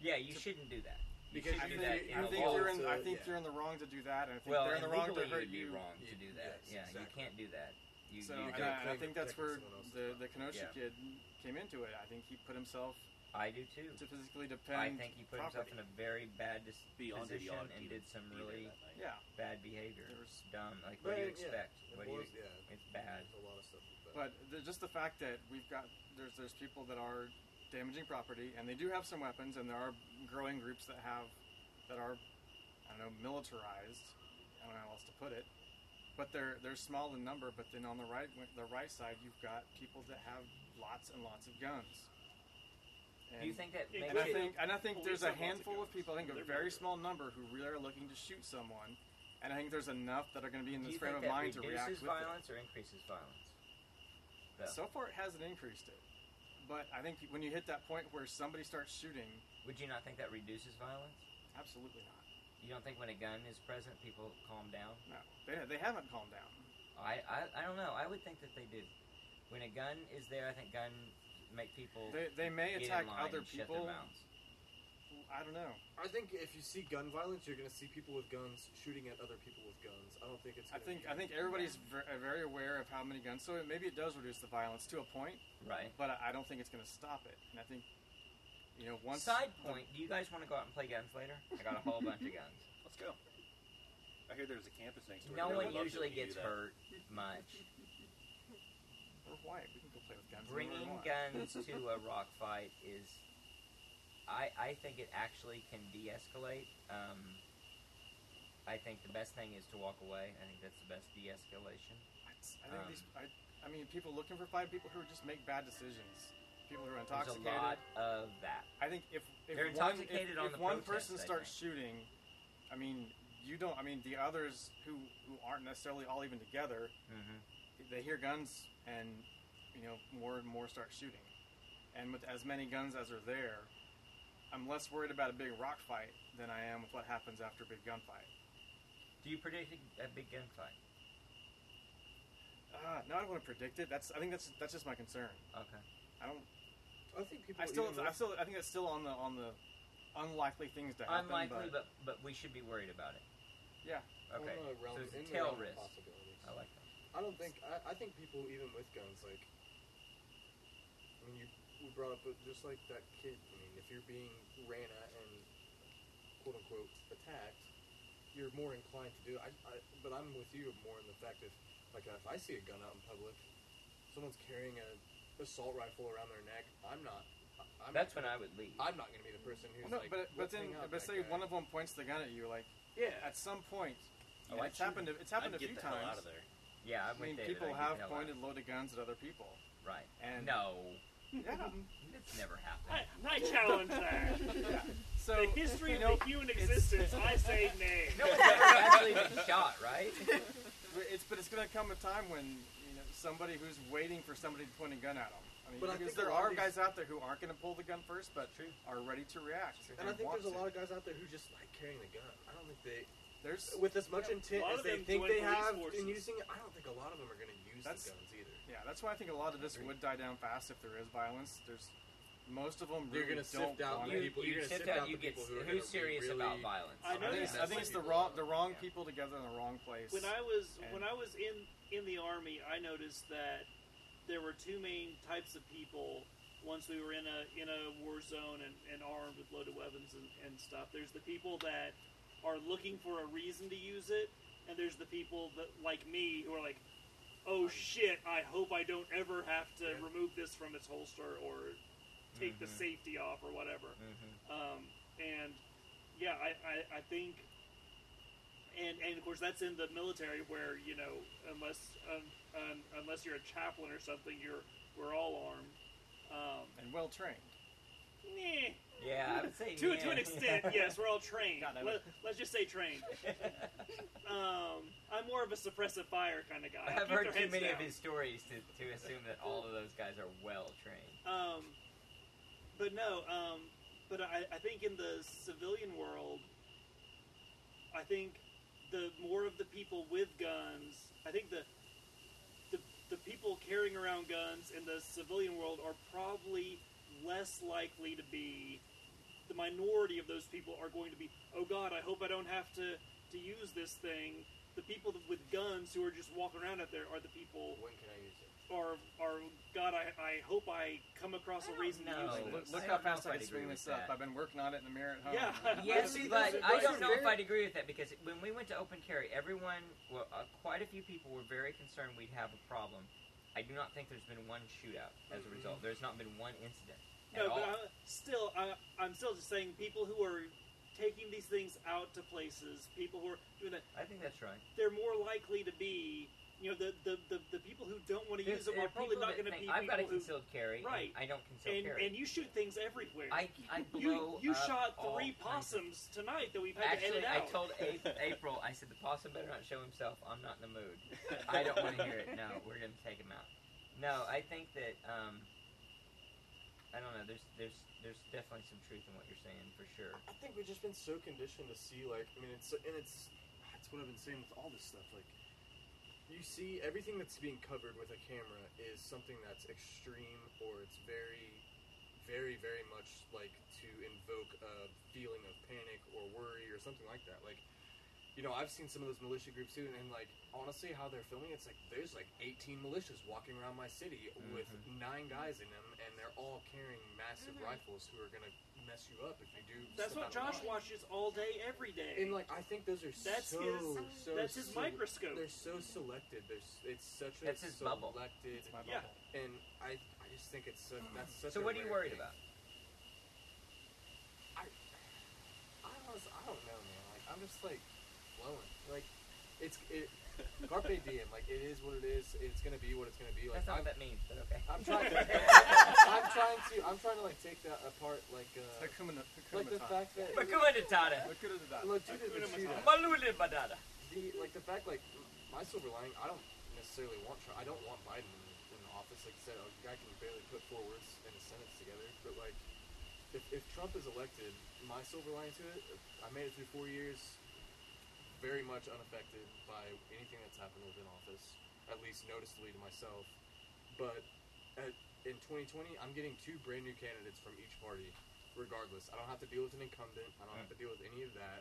[SPEAKER 1] Yeah, you shouldn't do that. You
[SPEAKER 7] Because
[SPEAKER 2] I
[SPEAKER 1] shouldn't
[SPEAKER 2] think,
[SPEAKER 1] do that.
[SPEAKER 7] you-
[SPEAKER 1] in
[SPEAKER 2] I
[SPEAKER 1] a
[SPEAKER 2] think
[SPEAKER 1] law.
[SPEAKER 2] you're in I
[SPEAKER 7] So,
[SPEAKER 2] think
[SPEAKER 7] yeah.
[SPEAKER 2] you're in the wrong to do that, and I think
[SPEAKER 1] well,
[SPEAKER 2] they're in
[SPEAKER 1] and
[SPEAKER 2] the wrong to
[SPEAKER 1] legally
[SPEAKER 2] hurt
[SPEAKER 1] you'd be
[SPEAKER 2] you.
[SPEAKER 1] wrong to
[SPEAKER 7] Yeah,
[SPEAKER 1] do that.
[SPEAKER 7] yes,
[SPEAKER 1] yeah, you
[SPEAKER 7] exactly.
[SPEAKER 1] can't do that. You,
[SPEAKER 2] So
[SPEAKER 1] you
[SPEAKER 2] and
[SPEAKER 1] don't.
[SPEAKER 2] I, and I think that's where
[SPEAKER 7] Protecting someone else's
[SPEAKER 2] the the
[SPEAKER 7] property.
[SPEAKER 2] Kenosha
[SPEAKER 1] Yeah.
[SPEAKER 2] kid came into it. I think he put himself
[SPEAKER 1] I do too.
[SPEAKER 2] to physically depend.
[SPEAKER 1] I think he put himself in
[SPEAKER 2] property.
[SPEAKER 1] a very bad dis-
[SPEAKER 6] Beyond
[SPEAKER 1] position
[SPEAKER 6] idiotic
[SPEAKER 1] and
[SPEAKER 6] to
[SPEAKER 1] did
[SPEAKER 6] even
[SPEAKER 1] some
[SPEAKER 6] be there
[SPEAKER 1] really
[SPEAKER 6] that night.
[SPEAKER 2] Yeah,
[SPEAKER 1] bad behavior.
[SPEAKER 2] There's-
[SPEAKER 1] dumb. Like, what do you
[SPEAKER 7] Right, yeah.
[SPEAKER 1] expect?
[SPEAKER 7] It
[SPEAKER 1] What do you?
[SPEAKER 7] boils- yeah.
[SPEAKER 1] It's bad.
[SPEAKER 7] There's a lot of stuff. with that.
[SPEAKER 2] but the, just the fact that we've got there's there's people that are damaging property, and they do have some weapons, and there are growing groups that have that are I don't know militarized. I don't know how else to put it. But they're they're small in number. But then on the right the right side, you've got people that have lots and lots of guns.
[SPEAKER 1] Do you think that makes
[SPEAKER 4] Yeah,
[SPEAKER 2] And I
[SPEAKER 1] it?
[SPEAKER 2] think, and I think
[SPEAKER 4] Police
[SPEAKER 2] there's a
[SPEAKER 4] have lots of
[SPEAKER 2] handful of
[SPEAKER 4] guns.
[SPEAKER 2] people. I think a
[SPEAKER 4] They're
[SPEAKER 2] very
[SPEAKER 4] military.
[SPEAKER 2] small number who really are looking to shoot someone, and I think there's enough that are going to be in
[SPEAKER 1] do you
[SPEAKER 2] this frame
[SPEAKER 1] think
[SPEAKER 2] of
[SPEAKER 1] that
[SPEAKER 2] mind to react
[SPEAKER 1] reduces
[SPEAKER 2] with
[SPEAKER 1] violence or increases violence?
[SPEAKER 2] it.
[SPEAKER 1] Though.
[SPEAKER 2] So far, it hasn't increased it, but I think when you hit that point where somebody starts shooting,
[SPEAKER 1] Would you not think that reduces violence?
[SPEAKER 2] absolutely not.
[SPEAKER 1] You don't think when a gun is present, people calm down?
[SPEAKER 2] No, they, they haven't calmed down.
[SPEAKER 1] I, I, I don't know. I would think that they do. When a gun is there, I think gun make people
[SPEAKER 2] They, they may
[SPEAKER 1] get in
[SPEAKER 2] attack
[SPEAKER 1] line
[SPEAKER 2] other
[SPEAKER 1] and shut their
[SPEAKER 2] people.
[SPEAKER 1] mouths.
[SPEAKER 2] I don't know.
[SPEAKER 7] I think if you see gun violence, you're going to see people with guns shooting at other people with guns. I don't think it's.
[SPEAKER 2] I
[SPEAKER 7] Gonna
[SPEAKER 2] think
[SPEAKER 7] be-
[SPEAKER 2] I think everybody's ver- uh, very aware of how many guns. So it, maybe it does reduce the violence to a point,
[SPEAKER 1] Right.
[SPEAKER 2] but I, I don't think it's going to stop it. And I think, you know, once
[SPEAKER 1] Side
[SPEAKER 2] the-
[SPEAKER 1] point: Do you guys want to go out and play guns later? I got a whole bunch of
[SPEAKER 2] (laughs)
[SPEAKER 1] guns.
[SPEAKER 6] Let's go. I hear there's a campus next door.
[SPEAKER 1] No
[SPEAKER 6] They would
[SPEAKER 1] one
[SPEAKER 6] love it
[SPEAKER 1] usually
[SPEAKER 6] if you
[SPEAKER 1] gets
[SPEAKER 6] do that.
[SPEAKER 1] hurt
[SPEAKER 2] (laughs)
[SPEAKER 1] much.
[SPEAKER 2] We're white. We can go play with guns. whenever we
[SPEAKER 1] Bringing
[SPEAKER 2] want.
[SPEAKER 1] guns
[SPEAKER 2] (laughs)
[SPEAKER 1] to a rock fight is, I I think it actually can de-escalate. Um, I think the best thing is to walk away. I think that's the best de-escalation.
[SPEAKER 2] I I think
[SPEAKER 1] Um,
[SPEAKER 2] these. I, I mean, people looking for fight, people who just make bad decisions, people who are
[SPEAKER 1] There's
[SPEAKER 2] intoxicated.
[SPEAKER 1] a lot of that.
[SPEAKER 2] I think if if
[SPEAKER 1] They're
[SPEAKER 2] one,
[SPEAKER 1] intoxicated
[SPEAKER 2] if,
[SPEAKER 1] on
[SPEAKER 2] if
[SPEAKER 1] the
[SPEAKER 2] one
[SPEAKER 1] protest,
[SPEAKER 2] person
[SPEAKER 1] I
[SPEAKER 2] starts shooting, I mean, you don't. I mean, the others who who aren't necessarily all even together,
[SPEAKER 1] Mm-hmm.
[SPEAKER 2] they hear guns and you know more and more start shooting, and with as many guns as are there, I'm less worried about a big rock fight than I am with what happens after a big gunfight.
[SPEAKER 1] Do you predict a big gunfight?
[SPEAKER 2] Ah, no, I don't want to predict it. That's I think that's that's just my concern.
[SPEAKER 1] Okay.
[SPEAKER 2] I don't.
[SPEAKER 7] I think people.
[SPEAKER 2] I still,
[SPEAKER 7] even
[SPEAKER 2] I still, I think that's still on the on the unlikely things to happen.
[SPEAKER 1] Unlikely,
[SPEAKER 2] but
[SPEAKER 1] but, but we should be worried about it.
[SPEAKER 2] Yeah.
[SPEAKER 7] on
[SPEAKER 1] Okay.
[SPEAKER 7] the realm-
[SPEAKER 1] so it's a
[SPEAKER 7] in the
[SPEAKER 1] tail
[SPEAKER 7] realm of
[SPEAKER 1] risk.
[SPEAKER 7] possibilities.
[SPEAKER 1] I like that.
[SPEAKER 7] I don't think. I, I think people, even with guns, like. I mean, you we brought up uh, just like that kid. I mean, if you're being ran at and quote unquote attacked, you're more inclined to do it. I, I, but I'm with you more in the fact if, like, if I see a gun out in public, someone's carrying a assault rifle around their neck. I'm not. I- I'm
[SPEAKER 1] That's when I would leave.
[SPEAKER 7] I'm not going to be the person who's
[SPEAKER 2] no,
[SPEAKER 7] like.
[SPEAKER 2] but but then,
[SPEAKER 7] lifting up
[SPEAKER 2] but
[SPEAKER 7] that
[SPEAKER 2] say
[SPEAKER 7] guy.
[SPEAKER 2] one of them points the gun at you, like
[SPEAKER 6] Yeah.
[SPEAKER 2] at some point.
[SPEAKER 1] Oh,
[SPEAKER 2] and
[SPEAKER 1] I'd
[SPEAKER 2] it's happened. To, it's happened a
[SPEAKER 6] I'd
[SPEAKER 2] few
[SPEAKER 6] get the
[SPEAKER 2] times.
[SPEAKER 6] hell out of there.
[SPEAKER 1] yeah, I'm
[SPEAKER 2] I mean,
[SPEAKER 1] with David.
[SPEAKER 2] people
[SPEAKER 1] I'd get
[SPEAKER 2] have
[SPEAKER 1] the hell out.
[SPEAKER 2] pointed loaded guns at other people,
[SPEAKER 1] Right.
[SPEAKER 2] and
[SPEAKER 1] no,
[SPEAKER 2] yeah,
[SPEAKER 1] it's never
[SPEAKER 4] I,
[SPEAKER 1] happened. (laughs)
[SPEAKER 4] I challenge that.
[SPEAKER 2] yeah. (laughs) So
[SPEAKER 4] the history
[SPEAKER 2] you
[SPEAKER 4] of
[SPEAKER 2] know,
[SPEAKER 4] the human
[SPEAKER 2] it's-
[SPEAKER 4] existence,
[SPEAKER 2] (laughs)
[SPEAKER 4] I say nay.
[SPEAKER 1] No one's ever actually been shot, right?
[SPEAKER 2] it's but it's going to come a time when you know somebody who's waiting for somebody to point a gun at them. I mean,
[SPEAKER 7] But I
[SPEAKER 2] because
[SPEAKER 7] think a
[SPEAKER 2] there are
[SPEAKER 7] lot of
[SPEAKER 2] guys
[SPEAKER 7] these-
[SPEAKER 2] out there who aren't going to pull the gun first, but
[SPEAKER 1] True.
[SPEAKER 2] are ready to react.
[SPEAKER 7] And I think
[SPEAKER 2] want
[SPEAKER 7] there's a
[SPEAKER 2] to.
[SPEAKER 7] lot of guys out there who just like carrying the gun. I don't think they,
[SPEAKER 2] there's
[SPEAKER 7] with as much
[SPEAKER 4] Yeah, a
[SPEAKER 7] intent
[SPEAKER 4] lot
[SPEAKER 7] as
[SPEAKER 4] of
[SPEAKER 7] they
[SPEAKER 4] them
[SPEAKER 7] think
[SPEAKER 4] join
[SPEAKER 7] they
[SPEAKER 4] police
[SPEAKER 7] have
[SPEAKER 4] forces.
[SPEAKER 7] in using it, I don't think a lot of them are going to use
[SPEAKER 2] That's-
[SPEAKER 7] the guns either.
[SPEAKER 2] Yeah, that's why I think a lot of this
[SPEAKER 7] Agreed.
[SPEAKER 2] would die down fast if there is violence. There's most of them
[SPEAKER 7] You're
[SPEAKER 2] really
[SPEAKER 7] gonna
[SPEAKER 2] don't
[SPEAKER 7] sift out
[SPEAKER 2] want
[SPEAKER 7] you-
[SPEAKER 2] it.
[SPEAKER 7] people-
[SPEAKER 1] you
[SPEAKER 7] you're gonna
[SPEAKER 1] sift
[SPEAKER 7] sift
[SPEAKER 1] out.
[SPEAKER 7] out
[SPEAKER 1] You
[SPEAKER 7] the
[SPEAKER 1] get
[SPEAKER 7] people who are
[SPEAKER 1] who's
[SPEAKER 7] gonna be
[SPEAKER 1] serious
[SPEAKER 7] really-
[SPEAKER 1] about violence.
[SPEAKER 2] I
[SPEAKER 4] I
[SPEAKER 2] think, it's, I think it's the wrong the wrong
[SPEAKER 1] Yeah.
[SPEAKER 2] people together in the wrong place.
[SPEAKER 4] When I was when
[SPEAKER 2] And-
[SPEAKER 4] I was in in the army, I noticed that there were two main types of people. Once we were in a in a war zone and, and armed with loaded weapons and, and stuff, there's the people that are looking for a reason to use it, and there's the people that like me who are like, oh shit, I hope I don't ever have to
[SPEAKER 7] Yeah.
[SPEAKER 4] remove this from its holster or take the
[SPEAKER 1] Mhm.
[SPEAKER 2] Mm-hmm.
[SPEAKER 4] safety off or whatever.
[SPEAKER 1] Mhm.
[SPEAKER 4] Um, and yeah, I, I, I think, and and of course that's in the military where you know unless um, um, unless you're a chaplain or something, you're we're all armed. Um,
[SPEAKER 2] and well trained.
[SPEAKER 4] meh.
[SPEAKER 1] Yeah, I would say
[SPEAKER 4] (laughs) to to
[SPEAKER 1] yeah. (laughs)
[SPEAKER 4] an extent, yes, we're all trained.
[SPEAKER 2] God, I
[SPEAKER 4] Let,
[SPEAKER 2] would-
[SPEAKER 4] let's just say trained. Um, I'm more of a suppressive fire kind of guy. I
[SPEAKER 1] I've
[SPEAKER 4] keep
[SPEAKER 1] heard
[SPEAKER 4] their
[SPEAKER 1] too
[SPEAKER 4] heads
[SPEAKER 1] many
[SPEAKER 4] down.
[SPEAKER 1] of his stories to, to assume that all of those guys are well trained.
[SPEAKER 4] Um, but no, um, but I, I think in the civilian world, I think the more of the people with guns, I think the the, the people carrying around guns in the civilian world are probably less likely to be the minority of those people are going to be oh god i hope i don't have to to use this thing the the people with guns who are just walking around out there are the people
[SPEAKER 7] When can I use it?
[SPEAKER 4] are are God. I, I hope I come across
[SPEAKER 1] I
[SPEAKER 4] a
[SPEAKER 1] don't
[SPEAKER 4] reason to
[SPEAKER 1] know.
[SPEAKER 4] use
[SPEAKER 1] Oh,
[SPEAKER 2] Look,
[SPEAKER 1] that's-
[SPEAKER 4] this.
[SPEAKER 2] look
[SPEAKER 1] I
[SPEAKER 2] how
[SPEAKER 1] don't know
[SPEAKER 2] fast
[SPEAKER 1] if
[SPEAKER 2] I
[SPEAKER 1] I'd
[SPEAKER 2] can
[SPEAKER 1] agree
[SPEAKER 2] swing
[SPEAKER 1] with
[SPEAKER 2] this up.
[SPEAKER 1] that.
[SPEAKER 2] I've been working on it in the mirror at home.
[SPEAKER 4] Yeah.
[SPEAKER 1] Yes,
[SPEAKER 4] See,
[SPEAKER 1] but
[SPEAKER 4] those are
[SPEAKER 1] I
[SPEAKER 4] great.
[SPEAKER 1] don't know if
[SPEAKER 2] Very-
[SPEAKER 1] I'd agree with that because when we went to open carry, everyone, well, uh, quite a few people were very concerned we'd have a problem. I do not think there's been one shootout as a result. There's not been one incident at
[SPEAKER 4] Mm-hmm. No,
[SPEAKER 1] all.
[SPEAKER 4] but I, still, I, I'm still just saying people who are taking these things out to places, people who are doing that,
[SPEAKER 1] I think that's right.
[SPEAKER 4] they're more likely to be, you know, the the, the, the people who don't want to
[SPEAKER 1] There's-
[SPEAKER 4] use them
[SPEAKER 1] there are
[SPEAKER 4] are probably
[SPEAKER 1] people
[SPEAKER 4] not
[SPEAKER 1] that
[SPEAKER 4] going to be
[SPEAKER 1] think, I've got a
[SPEAKER 4] people who.
[SPEAKER 1] concealed carry. and
[SPEAKER 4] Right.
[SPEAKER 1] I don't conceal
[SPEAKER 4] And,
[SPEAKER 1] carry.
[SPEAKER 4] and you shoot things everywhere.
[SPEAKER 1] I, I
[SPEAKER 4] you
[SPEAKER 1] blow
[SPEAKER 4] (laughs) you
[SPEAKER 1] up
[SPEAKER 4] shot
[SPEAKER 1] all
[SPEAKER 4] three
[SPEAKER 1] kinds of-
[SPEAKER 4] possums tonight that we've had to
[SPEAKER 1] Actually,
[SPEAKER 4] edit
[SPEAKER 1] I
[SPEAKER 4] out.
[SPEAKER 1] told
[SPEAKER 4] (laughs)
[SPEAKER 1] A- April, I said the possum better not show himself. I'm not in the mood. (laughs) I don't want to hear it. No, we're gonna take him out. No, I think that um, I don't know. There's there's there's definitely some truth in what you're saying for sure.
[SPEAKER 7] I think we've just been so conditioned to see like I mean it's and it's that's what I've been saying with all this stuff like you see everything that's being covered with a camera is something that's extreme or it's very very very much like to invoke a feeling of panic or worry or something like that like you know I've seen some of those militia groups too and like honestly how they're filming it's like there's like 18 militias walking around my city with nine guys in them and they're all carrying massive rifles who are gonna mess you up if you do
[SPEAKER 4] That's
[SPEAKER 7] step
[SPEAKER 4] what
[SPEAKER 7] out of
[SPEAKER 4] Josh
[SPEAKER 7] line.
[SPEAKER 4] watches all day, every day.
[SPEAKER 7] And like I think those are
[SPEAKER 4] That's
[SPEAKER 7] so
[SPEAKER 4] his-
[SPEAKER 7] so
[SPEAKER 4] that's his
[SPEAKER 7] sele-
[SPEAKER 4] microscope.
[SPEAKER 7] They're so selected. There's it's such a
[SPEAKER 1] That's his bubble.
[SPEAKER 7] selected
[SPEAKER 2] (laughs) It's my
[SPEAKER 4] Yeah.
[SPEAKER 2] bubble.
[SPEAKER 7] and I I just think it's such, that's such
[SPEAKER 1] So
[SPEAKER 7] a
[SPEAKER 1] what are you
[SPEAKER 7] rare
[SPEAKER 1] worried
[SPEAKER 7] thing.
[SPEAKER 1] about?
[SPEAKER 7] I honestly I don't know man. Like I'm just like blowing. Like it's it Carpe Diem, like it is what it is, it's gonna be what it's gonna be. Like
[SPEAKER 1] That's not
[SPEAKER 7] I'm,
[SPEAKER 1] what that means. But
[SPEAKER 7] (laughs)
[SPEAKER 1] okay.
[SPEAKER 7] I'm trying I'm trying to I'm trying to like take that apart like uh
[SPEAKER 2] It's Hakuna, Hakuna
[SPEAKER 7] like the
[SPEAKER 2] Matata.
[SPEAKER 7] fact that
[SPEAKER 1] Hakuna Matata.
[SPEAKER 2] (laughs) Look at it.
[SPEAKER 7] look dude, the
[SPEAKER 4] Hakuna
[SPEAKER 7] shootout.
[SPEAKER 1] Malulu Matata.
[SPEAKER 7] the like the fact like my silver lining I don't necessarily want Trump. I don't want Biden in, in the office. Like I said, a guy can barely put four words in a sentence together. But like, if, if Trump is elected, my silver lining to it, I made it through four years, very much unaffected by anything that's happened within office, at least noticeably to myself. But at, in 2020, I'm getting two brand new candidates from each party. Regardless, I don't have to deal with an incumbent. I don't have to deal with any of that.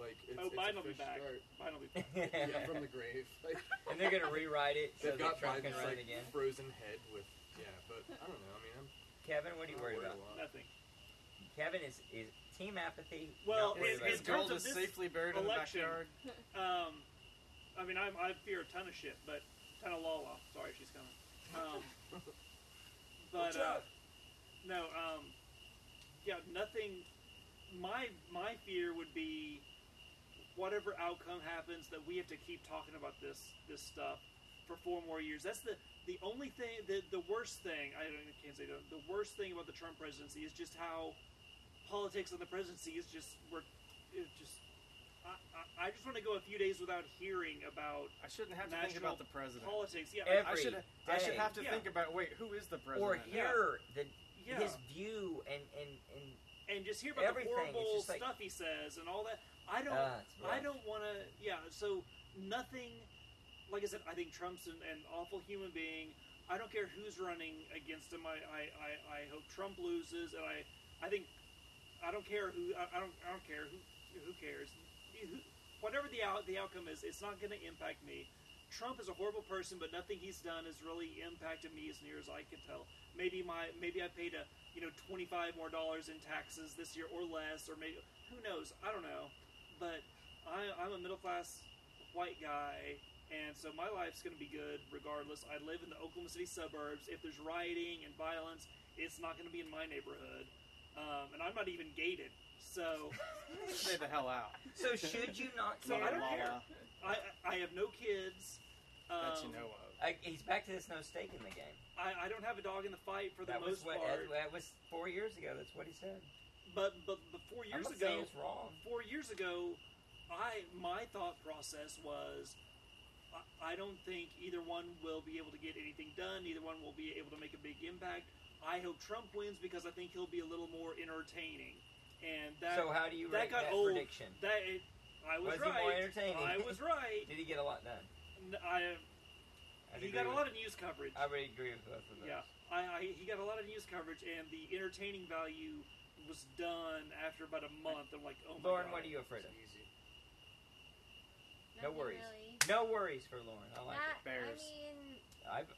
[SPEAKER 7] Like, it's,
[SPEAKER 4] Oh,
[SPEAKER 7] it's a
[SPEAKER 4] Biden will be back.
[SPEAKER 7] fresh start
[SPEAKER 4] Finally,
[SPEAKER 1] (laughs)
[SPEAKER 4] back.
[SPEAKER 7] yeah, from the grave. Like,
[SPEAKER 1] and they're gonna rewrite it so
[SPEAKER 7] they've
[SPEAKER 1] that
[SPEAKER 7] got
[SPEAKER 1] Trump can
[SPEAKER 7] Biden's
[SPEAKER 1] run
[SPEAKER 7] like
[SPEAKER 1] it again.
[SPEAKER 7] frozen head with yeah, but I don't know. I mean, I'm
[SPEAKER 1] Kevin, what are you
[SPEAKER 7] I'm
[SPEAKER 1] worried
[SPEAKER 7] worried
[SPEAKER 1] about?
[SPEAKER 7] a lot.
[SPEAKER 4] nothing.
[SPEAKER 1] Kevin is is team apathy.
[SPEAKER 4] Well,
[SPEAKER 1] not worried
[SPEAKER 4] it-
[SPEAKER 1] about it.
[SPEAKER 2] His
[SPEAKER 4] it's terms
[SPEAKER 2] gold
[SPEAKER 4] of
[SPEAKER 2] is
[SPEAKER 4] this
[SPEAKER 2] safely buried
[SPEAKER 4] election-
[SPEAKER 2] in the backyard.
[SPEAKER 4] Um, I mean, I'm, I fear a ton of shit, but ton of Lala. Sorry, she's coming. Um, but uh, no, um, yeah, nothing. My my fear would be whatever outcome happens that we have to keep talking about this this stuff for four more years. That's the the only thing. The the worst thing I, don't, I can't say the, the worst thing about the Trump presidency is just how politics and the presidency is just we're it just. I, I, I just want to go a few days without hearing about
[SPEAKER 2] I shouldn't have to think
[SPEAKER 4] national
[SPEAKER 2] about the president.
[SPEAKER 4] politics. Yeah,
[SPEAKER 1] Every
[SPEAKER 2] I should.
[SPEAKER 1] day.
[SPEAKER 2] I should have to
[SPEAKER 4] Yeah.
[SPEAKER 2] think about. Wait, who is the
[SPEAKER 1] or
[SPEAKER 2] president?
[SPEAKER 4] Yeah.
[SPEAKER 1] hear the
[SPEAKER 4] yeah.
[SPEAKER 1] his view and and and
[SPEAKER 4] and just hear about the
[SPEAKER 1] Everything, it's
[SPEAKER 4] horrible
[SPEAKER 1] just like-
[SPEAKER 4] stuff he says and all that. I don't.
[SPEAKER 1] Ah, it's
[SPEAKER 4] I
[SPEAKER 1] rough.
[SPEAKER 4] don't want to. Yeah. So nothing. Like I said, I think Trump's an, an awful human being. I don't care who's running against him. I, I, I, I hope Trump loses, and I I think I don't care who I, I don't I don't care who who cares. Who, whatever the out the outcome is, it's not going to impact me. Trump is a horrible person, but nothing he's done has really impacted me as near as I can tell. Maybe my maybe I paid a you know twenty five more dollars in taxes this year or less, or maybe who knows? I don't know. But I, I'm a middle class white guy, and so my life's going to be good regardless. I live in the Oklahoma City suburbs. If there's rioting and violence, it's not going to be in my neighborhood, um, and I'm not even gated.
[SPEAKER 1] (laughs)
[SPEAKER 4] So
[SPEAKER 2] Stay the hell
[SPEAKER 4] (laughs)
[SPEAKER 2] out.
[SPEAKER 1] So should you not
[SPEAKER 4] So
[SPEAKER 1] care?
[SPEAKER 4] I don't
[SPEAKER 2] Lala,
[SPEAKER 4] care. I I have no kids. Um,
[SPEAKER 2] That you know of.
[SPEAKER 1] I, he's back to this no stake in the game.
[SPEAKER 4] I, I don't have a dog in the fight for the
[SPEAKER 1] That was
[SPEAKER 4] most
[SPEAKER 1] what
[SPEAKER 4] part.
[SPEAKER 1] that was four years ago. That's what he said.
[SPEAKER 4] But but but four
[SPEAKER 1] I'm
[SPEAKER 4] years
[SPEAKER 1] not
[SPEAKER 4] ago,
[SPEAKER 1] saying it's wrong.
[SPEAKER 4] four years ago, I my thought process was, I, I don't think either one will be able to get anything done. Neither one will be able to make a big impact. I hope Trump wins because I think he'll be a little more entertaining. And that
[SPEAKER 1] so how do you
[SPEAKER 4] that
[SPEAKER 1] rate
[SPEAKER 4] got
[SPEAKER 1] that
[SPEAKER 4] old.
[SPEAKER 1] prediction?
[SPEAKER 4] that it, I was,
[SPEAKER 1] Was he more
[SPEAKER 4] right.
[SPEAKER 1] entertaining?
[SPEAKER 4] I
[SPEAKER 1] (laughs)
[SPEAKER 4] was right.
[SPEAKER 1] Did he get a lot done?
[SPEAKER 4] N- I
[SPEAKER 1] I'd
[SPEAKER 4] he
[SPEAKER 1] agree
[SPEAKER 4] got a
[SPEAKER 1] with-
[SPEAKER 4] lot of news coverage.
[SPEAKER 1] I would agree with both of those.
[SPEAKER 4] Yeah, I, I, he got a lot of news coverage, and the entertaining value was done after about a month. I'm like, oh my
[SPEAKER 1] Lauren,
[SPEAKER 4] god.
[SPEAKER 1] what are you afraid
[SPEAKER 7] It's
[SPEAKER 1] of?
[SPEAKER 7] easy.
[SPEAKER 1] No
[SPEAKER 9] nothing
[SPEAKER 1] worries.
[SPEAKER 9] Really.
[SPEAKER 1] No worries for Lauren. I like
[SPEAKER 9] Not,
[SPEAKER 2] Bears.
[SPEAKER 9] I mean,
[SPEAKER 1] it. I've,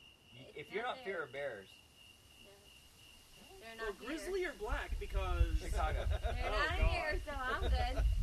[SPEAKER 9] it's
[SPEAKER 1] if you're
[SPEAKER 9] not
[SPEAKER 1] not fear of
[SPEAKER 9] there.
[SPEAKER 1] bears,
[SPEAKER 9] they're
[SPEAKER 4] Well,
[SPEAKER 9] not here.
[SPEAKER 4] Oh, grizzly or black because (laughs)
[SPEAKER 1] Chicago.
[SPEAKER 9] They're
[SPEAKER 4] Oh,
[SPEAKER 9] not
[SPEAKER 4] God.
[SPEAKER 9] here, so I'm good.
[SPEAKER 4] (laughs)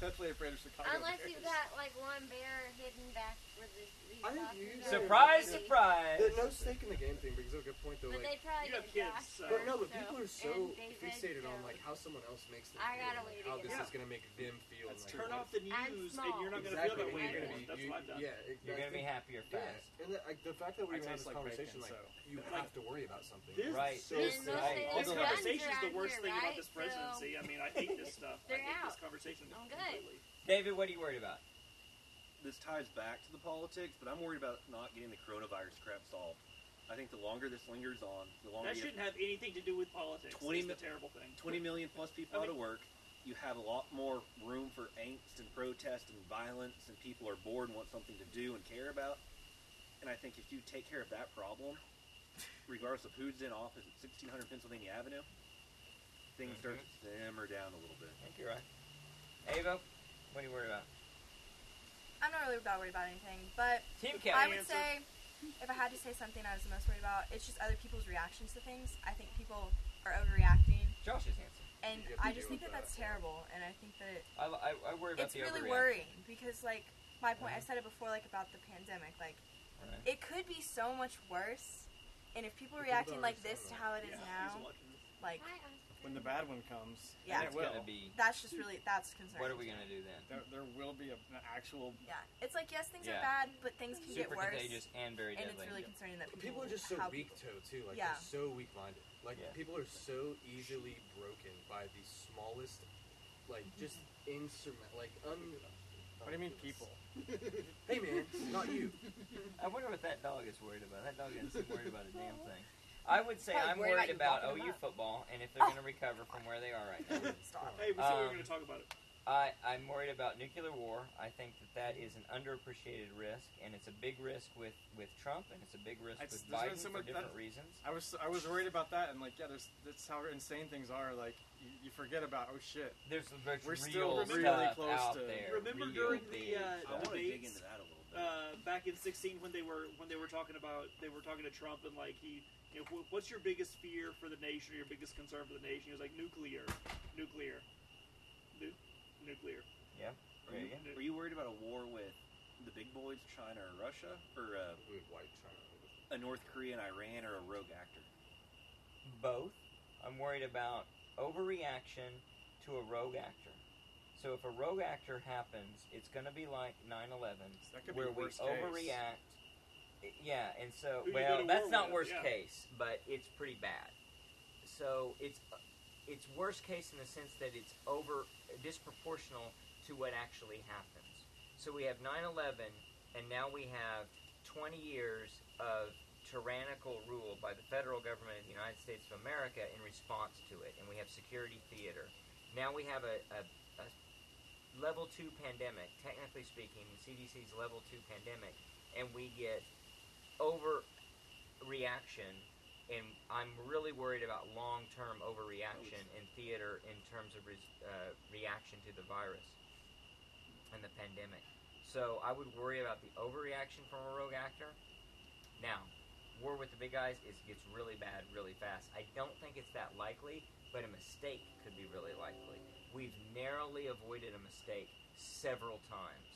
[SPEAKER 2] Definitely afraid of Chicago.
[SPEAKER 9] Unless
[SPEAKER 2] Bears.
[SPEAKER 9] you've got like one bear hidden back with the. these
[SPEAKER 7] I think
[SPEAKER 9] boxes are
[SPEAKER 7] you-
[SPEAKER 1] surprise,
[SPEAKER 9] really-
[SPEAKER 1] surprise.
[SPEAKER 7] The, no stake in the game thing brings up a good point though.
[SPEAKER 9] But they
[SPEAKER 7] Like,
[SPEAKER 9] probably
[SPEAKER 4] you have
[SPEAKER 9] get
[SPEAKER 4] kids,
[SPEAKER 9] Josh.
[SPEAKER 4] so
[SPEAKER 7] but no, but
[SPEAKER 9] so-
[SPEAKER 7] people are so
[SPEAKER 9] and they said
[SPEAKER 7] fixated on
[SPEAKER 9] so.
[SPEAKER 7] like how someone else makes them
[SPEAKER 9] I
[SPEAKER 7] feel,
[SPEAKER 9] got a
[SPEAKER 7] like,
[SPEAKER 9] way to
[SPEAKER 7] how
[SPEAKER 9] get
[SPEAKER 7] this
[SPEAKER 4] out.
[SPEAKER 7] is gonna make them feel.
[SPEAKER 2] That's
[SPEAKER 7] like,
[SPEAKER 2] true.
[SPEAKER 4] turn off the news
[SPEAKER 9] I'm
[SPEAKER 4] and you're not going to feel
[SPEAKER 7] Exactly.
[SPEAKER 4] that way
[SPEAKER 7] you're
[SPEAKER 4] anymore.
[SPEAKER 7] gonna be,
[SPEAKER 4] That's
[SPEAKER 7] you,
[SPEAKER 4] what I've done.
[SPEAKER 7] Yeah,
[SPEAKER 1] You're gonna be happier
[SPEAKER 7] Yeah,
[SPEAKER 1] fast.
[SPEAKER 7] and the, like the fact that we
[SPEAKER 2] I
[SPEAKER 7] even had
[SPEAKER 2] taste
[SPEAKER 7] this
[SPEAKER 2] like
[SPEAKER 7] conversation,
[SPEAKER 2] bacon,
[SPEAKER 7] like
[SPEAKER 2] so-
[SPEAKER 7] you
[SPEAKER 4] Like,
[SPEAKER 7] have to worry about something.
[SPEAKER 4] this-
[SPEAKER 1] Right.
[SPEAKER 7] So
[SPEAKER 9] This- this
[SPEAKER 7] sad.
[SPEAKER 1] Right.
[SPEAKER 4] This
[SPEAKER 9] Guns
[SPEAKER 4] conversation is
[SPEAKER 9] around
[SPEAKER 4] the worst
[SPEAKER 9] here,
[SPEAKER 4] thing
[SPEAKER 9] right?
[SPEAKER 4] about this presidency. I mean, I hate this stuff. I
[SPEAKER 9] They're
[SPEAKER 4] hate this
[SPEAKER 9] out.
[SPEAKER 4] conversation
[SPEAKER 9] I'm good.
[SPEAKER 4] completely.
[SPEAKER 1] David, what are you worried about?
[SPEAKER 6] This ties back to the politics, but I'm worried about not getting the coronavirus crap solved. I think the longer this lingers on, the longer
[SPEAKER 4] That
[SPEAKER 6] you have
[SPEAKER 4] shouldn't have anything to do with politics.
[SPEAKER 6] 20
[SPEAKER 4] It's a
[SPEAKER 6] Oh, mi-
[SPEAKER 4] terrible thing.
[SPEAKER 6] 20 million plus people
[SPEAKER 4] I
[SPEAKER 6] out of work, you have a lot more room for angst and protest and violence, and people are bored and want something to do and care about. And I think if you take care of that problem, regardless of who's in office at 1600 Pennsylvania Avenue, things start to
[SPEAKER 4] Mm-hmm.
[SPEAKER 6] simmer down a little bit.
[SPEAKER 1] I think you're right. Ava, what are you worried about?
[SPEAKER 8] I'm not really about worried about anything, but I
[SPEAKER 1] Team Cat.
[SPEAKER 8] would
[SPEAKER 4] answer.
[SPEAKER 8] say if I had to say something I was the most worried about, it's just other people's reactions to things. I think people are overreacting,
[SPEAKER 1] Josh's answer.
[SPEAKER 8] and
[SPEAKER 7] You have to
[SPEAKER 8] I
[SPEAKER 7] deal
[SPEAKER 8] just think
[SPEAKER 7] with
[SPEAKER 8] that that's
[SPEAKER 7] that, yeah.
[SPEAKER 8] terrible. And I think that
[SPEAKER 1] I, I, I worry about
[SPEAKER 8] it's
[SPEAKER 1] the
[SPEAKER 8] really
[SPEAKER 1] overreaction.
[SPEAKER 8] worrying because, like, my point, I said it before, like about the pandemic, like
[SPEAKER 1] Right.
[SPEAKER 8] it could be so much worse. And if people are
[SPEAKER 7] People don't
[SPEAKER 8] reacting like
[SPEAKER 7] understand
[SPEAKER 8] this to
[SPEAKER 7] that.
[SPEAKER 8] how it is
[SPEAKER 4] yeah,
[SPEAKER 8] now,
[SPEAKER 4] he's lucky.
[SPEAKER 8] like
[SPEAKER 9] Hi, Oscar.
[SPEAKER 2] when the bad one comes,
[SPEAKER 8] Yeah.
[SPEAKER 2] and
[SPEAKER 1] It's
[SPEAKER 2] it will.
[SPEAKER 1] gonna be.
[SPEAKER 8] that's just really that's concerning.
[SPEAKER 1] What are we gonna do then?
[SPEAKER 2] There, there will be a, an actual.
[SPEAKER 8] Yeah, it's like yes, things are
[SPEAKER 1] Yeah.
[SPEAKER 8] bad, but things can get
[SPEAKER 1] Super
[SPEAKER 8] worse,
[SPEAKER 1] contagious and very
[SPEAKER 8] and
[SPEAKER 1] deadly.
[SPEAKER 8] it's really
[SPEAKER 2] Yeah.
[SPEAKER 8] concerning that
[SPEAKER 7] But
[SPEAKER 8] people,
[SPEAKER 7] people are just so
[SPEAKER 8] how
[SPEAKER 7] weak
[SPEAKER 8] people-
[SPEAKER 7] toe too. Like
[SPEAKER 8] Yeah.
[SPEAKER 7] they're so weak minded. Like
[SPEAKER 1] Yeah.
[SPEAKER 7] people are so easily broken by the smallest, like
[SPEAKER 8] Mm-hmm.
[SPEAKER 7] just insurmount, like un.
[SPEAKER 2] What do you mean, people?
[SPEAKER 7] hey man, not
[SPEAKER 8] (laughs)
[SPEAKER 7] you.
[SPEAKER 1] I wonder what that dog is worried about. That dog isn't worried about a damn thing. I would say
[SPEAKER 5] Probably
[SPEAKER 1] I'm
[SPEAKER 5] worried
[SPEAKER 1] worried
[SPEAKER 5] about
[SPEAKER 1] about
[SPEAKER 5] you walking them
[SPEAKER 1] OU
[SPEAKER 5] up.
[SPEAKER 1] football and if they're
[SPEAKER 8] Oh.
[SPEAKER 1] going to recover from where they are right
[SPEAKER 8] (laughs)
[SPEAKER 1] now.
[SPEAKER 8] Stop.
[SPEAKER 4] (laughs) Hey, we said we
[SPEAKER 1] Um,
[SPEAKER 4] were going to talk about it.
[SPEAKER 1] I, I'm worried about nuclear war. I think that that is an underappreciated risk, and it's a big risk with, with Trump, and it's a big risk
[SPEAKER 2] It's-
[SPEAKER 1] with
[SPEAKER 2] there's been
[SPEAKER 1] Biden
[SPEAKER 2] so
[SPEAKER 1] for
[SPEAKER 2] much-
[SPEAKER 1] different
[SPEAKER 2] that-
[SPEAKER 1] reasons.
[SPEAKER 2] I was I was worried about that, and like yeah, there's that's how insane things are. Like you, you forget about oh shit.
[SPEAKER 1] There's, there's real
[SPEAKER 2] We're still
[SPEAKER 1] stuff
[SPEAKER 2] really close
[SPEAKER 1] out
[SPEAKER 2] to-
[SPEAKER 1] there.
[SPEAKER 4] Remember
[SPEAKER 1] real
[SPEAKER 4] during
[SPEAKER 1] big
[SPEAKER 4] the, uh,
[SPEAKER 6] I
[SPEAKER 1] stuff.
[SPEAKER 6] want to dig
[SPEAKER 4] Debates,
[SPEAKER 6] into that a little bit.
[SPEAKER 4] Uh, back in 16 when they were when they were talking about they were talking to Trump and like he you know, wh- what's your biggest fear for the nation or your biggest concern for the nation he was like nuclear nuclear nu- nuclear
[SPEAKER 1] There you go.
[SPEAKER 4] Nu-
[SPEAKER 6] Were you worried about a war with the big boys, China or Russia, or uh,
[SPEAKER 7] We would white China.
[SPEAKER 6] a North Korea and Iran, or a rogue actor?
[SPEAKER 1] both. I'm worried about overreaction to a rogue actor. So if a rogue actor happens, it's going to be like 9/11,
[SPEAKER 2] That could be
[SPEAKER 1] where we
[SPEAKER 2] worst case.
[SPEAKER 1] overreact. I- Yeah, and so
[SPEAKER 4] Who you go
[SPEAKER 1] well,
[SPEAKER 4] to
[SPEAKER 1] that's
[SPEAKER 4] war
[SPEAKER 1] not
[SPEAKER 4] with,
[SPEAKER 1] worst
[SPEAKER 4] yeah.
[SPEAKER 1] case, but it's pretty bad. So it's it's worst case in the sense that it's over disproportional to what actually happens. So we have 9/11, and now we have 20 years of tyrannical rule by the federal government of the United States of America in response to it, and we have security theater. Now we have a, a, a level two pandemic, technically speaking, the CDC's level two pandemic, and we get overreaction, and I'm really worried about long term overreaction in theater in terms of res- uh, reaction to the virus and the pandemic. So I would worry about the overreaction from a rogue actor. Now, war with the big guys is gets really bad really fast. I don't think it's that likely, but a mistake could be really likely. We've narrowly avoided a mistake several times,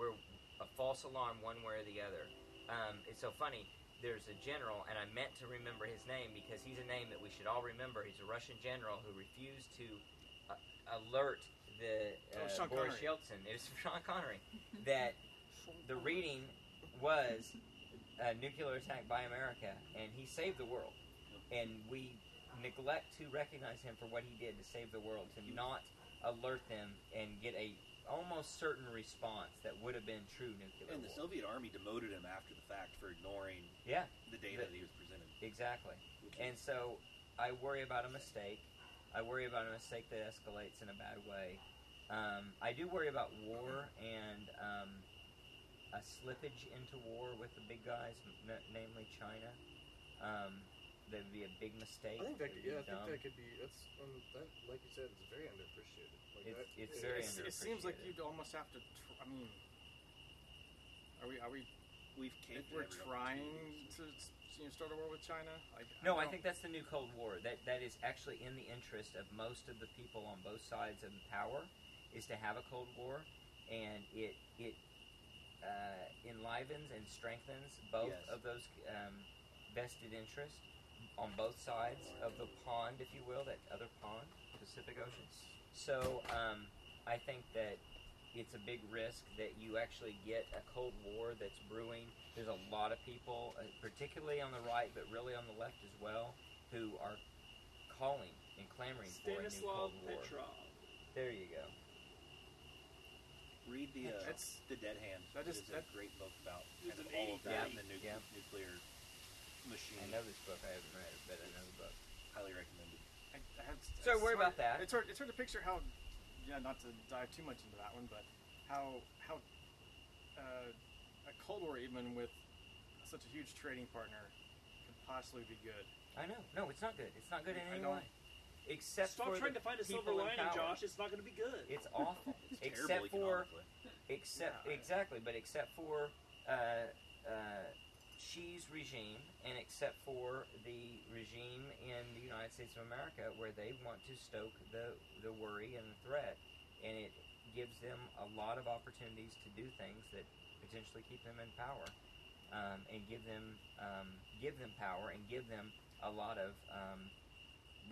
[SPEAKER 1] where a false alarm one way or the other. Um, it's so funny. There's a general, and I meant to remember his name because he's a name that we should all remember. He's a Russian general who refused to uh, alert the
[SPEAKER 2] Oh,
[SPEAKER 1] uh,
[SPEAKER 2] Sean
[SPEAKER 1] Boris
[SPEAKER 2] Connery.
[SPEAKER 1] Yeltsin. It was (laughs) Sean Connery that the reading was a nuclear attack by America, and he saved the world. And we neglect to recognize him for what he did to save the world, to not alert them and get a almost certain response that would have been true nuclear
[SPEAKER 6] And the
[SPEAKER 1] war.
[SPEAKER 6] Soviet army demoted him after the fact for ignoring
[SPEAKER 1] Yeah.
[SPEAKER 6] the data that he was presented.
[SPEAKER 1] Exactly.
[SPEAKER 6] which
[SPEAKER 1] And so I worry about a mistake. I worry about a mistake that escalates in a bad way. Um, I do worry about war and um, a slippage into war with the big guys, n- namely China. Um, that would be a big mistake.
[SPEAKER 7] I think that
[SPEAKER 1] It would be
[SPEAKER 7] could, yeah, I think
[SPEAKER 1] dumb.
[SPEAKER 7] that could be. That's um, that like you said, it's very underappreciated. Like
[SPEAKER 1] It's-
[SPEAKER 7] that,
[SPEAKER 1] it's
[SPEAKER 7] it-
[SPEAKER 1] very
[SPEAKER 2] It's- it seems like
[SPEAKER 1] underappreciated.
[SPEAKER 2] you'd almost have to. Tr- I mean, Are we? Are we?
[SPEAKER 6] We've
[SPEAKER 2] If
[SPEAKER 6] caved.
[SPEAKER 2] we're
[SPEAKER 6] at every
[SPEAKER 2] trying
[SPEAKER 6] opportunity.
[SPEAKER 2] to you know, start a war with China, like
[SPEAKER 1] No, I
[SPEAKER 2] don't-
[SPEAKER 1] think that's the new Cold War. That that is actually in the interest of most of the people on both sides of the power, is to have a Cold War, and it it uh, enlivens and strengthens both
[SPEAKER 6] Yes.
[SPEAKER 1] of those um, vested interests on both sides of the pond, if you will, that other pond, Pacific Ocean. So um, I think that it's a big risk that you actually get a Cold War that's brewing. There's a lot of people, uh, particularly on the right, but really on the left as well, who are calling and clamoring for a new Cold
[SPEAKER 4] Stanislav
[SPEAKER 1] War.
[SPEAKER 4] Petrov.
[SPEAKER 1] There you go.
[SPEAKER 6] Read the uh,
[SPEAKER 2] That's-
[SPEAKER 6] the Dead Hand.
[SPEAKER 2] that is-
[SPEAKER 6] It's
[SPEAKER 2] that-
[SPEAKER 6] a great book about
[SPEAKER 4] It's
[SPEAKER 6] kind of
[SPEAKER 4] an
[SPEAKER 6] all of
[SPEAKER 4] 80
[SPEAKER 6] that
[SPEAKER 1] Yeah.
[SPEAKER 6] and the nu-
[SPEAKER 1] Yeah.
[SPEAKER 6] nuclear machine.
[SPEAKER 1] I know this book. I haven't read it, but I know the book.
[SPEAKER 6] Highly recommended.
[SPEAKER 2] I, I have,
[SPEAKER 1] So
[SPEAKER 2] it's
[SPEAKER 1] worry
[SPEAKER 2] hard-
[SPEAKER 1] about that.
[SPEAKER 2] It's hard. It's hard to picture how, yeah, not to dive too much into that one, but how how uh, a Cold War even with such a huge trading partner could possibly be good.
[SPEAKER 1] I know. No, it's not good. It's not good in any
[SPEAKER 2] I don't-
[SPEAKER 1] way. Except
[SPEAKER 4] Stop
[SPEAKER 1] for
[SPEAKER 4] trying
[SPEAKER 1] the
[SPEAKER 4] to find a silver
[SPEAKER 1] people in
[SPEAKER 4] lining,
[SPEAKER 1] power.
[SPEAKER 4] Josh. It's not going to be good.
[SPEAKER 1] It's awful.
[SPEAKER 6] (laughs) It's terrible
[SPEAKER 1] except for
[SPEAKER 6] economically.
[SPEAKER 1] except
[SPEAKER 2] Yeah, I-
[SPEAKER 1] exactly, but except for uh, uh, Xi's regime, and except for the regime in the United States of America, where they want to stoke the the worry and the threat, and it gives them a lot of opportunities to do things that potentially keep them in power, um, and give them um, give them power, and give them a lot of um,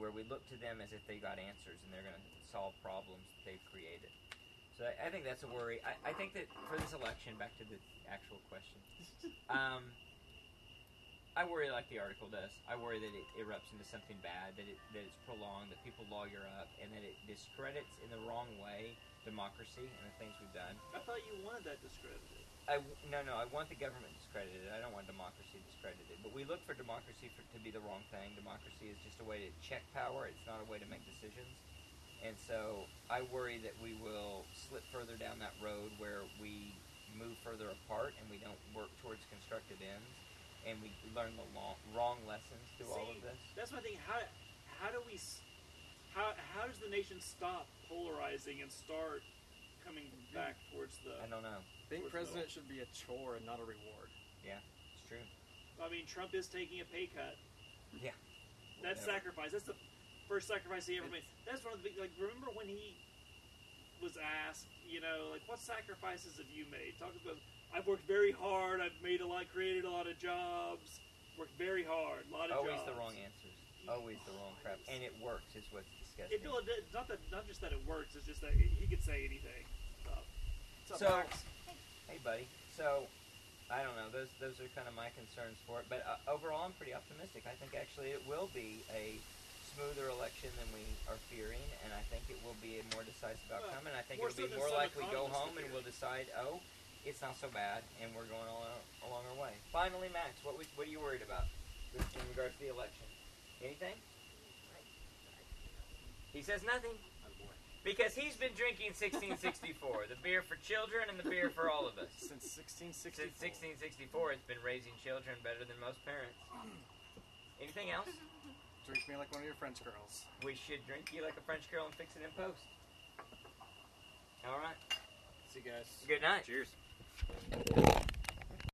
[SPEAKER 1] where we look to them as if they got answers and they're going to solve problems that they've created. So I, I think that's a worry. I, I think that for this election, back to the actual question, um, I worry like the article does. I worry that it erupts into something bad, that it that it's prolonged, that people lawyer up, and that it discredits in the wrong way democracy and the things we've done.
[SPEAKER 4] I thought you wanted that discredited.
[SPEAKER 1] I w- no no. I want the government discredited. I don't want democracy discredited. But we look for democracy for, to be the wrong thing. Democracy is just a way to check power. It's not a way to make decisions. And so I worry that we will slip further down that road where we move further apart and we don't work towards constructive ends and we learn the lo- wrong lessons through all of
[SPEAKER 4] See,
[SPEAKER 1] this.
[SPEAKER 4] That's my thing. How how do we s- how how does the nation stop polarizing and start coming back towards the?
[SPEAKER 1] I don't know.
[SPEAKER 2] Being
[SPEAKER 4] Or it's
[SPEAKER 2] president should be a chore and not a reward.
[SPEAKER 1] It's true.
[SPEAKER 4] I mean, Trump is taking a pay cut.
[SPEAKER 1] Yeah.
[SPEAKER 4] That's
[SPEAKER 1] Whatever.
[SPEAKER 4] sacrifice. That's the first sacrifice he ever made. That's one of the big. Like, remember when he was asked, you know, like, what sacrifices have you made? Talk about. I've worked very hard. I've made a lot, created a lot of jobs. Worked very hard. A lot of
[SPEAKER 1] Always
[SPEAKER 4] jobs.
[SPEAKER 1] the wrong answers. Always the wrong crap. And it works is what's disgusting.
[SPEAKER 4] It, no, it- it's not that. Not just that it works. It's just that he could say anything. Uh,
[SPEAKER 2] What's up,
[SPEAKER 1] So-
[SPEAKER 2] Max?
[SPEAKER 1] Hey, buddy. So, I don't know. Those those are kind of my concerns for it. But uh, overall, I'm pretty optimistic. I think actually it will be a smoother election than we are fearing, and I think it will be a more decisive outcome. And I think
[SPEAKER 4] more
[SPEAKER 1] it'll be
[SPEAKER 4] so than
[SPEAKER 1] more
[SPEAKER 4] some
[SPEAKER 1] likely go
[SPEAKER 4] economists are
[SPEAKER 1] home and we'll decide, oh, it's not so bad, and we're going all our, along our way. Finally, Max, what we, what are you worried about with- in regards to the election? Anything? He says nothing. Because he's been drinking 1664, the beer for children and the beer for all of us.
[SPEAKER 2] Since 1660.
[SPEAKER 1] Since 1664, it's been raising children better than most parents. Anything else?
[SPEAKER 2] Drink me like one of your French girls.
[SPEAKER 1] We should drink you like a French girl and fix it in post. All right.
[SPEAKER 7] See you guys.
[SPEAKER 1] Good night.
[SPEAKER 6] Cheers.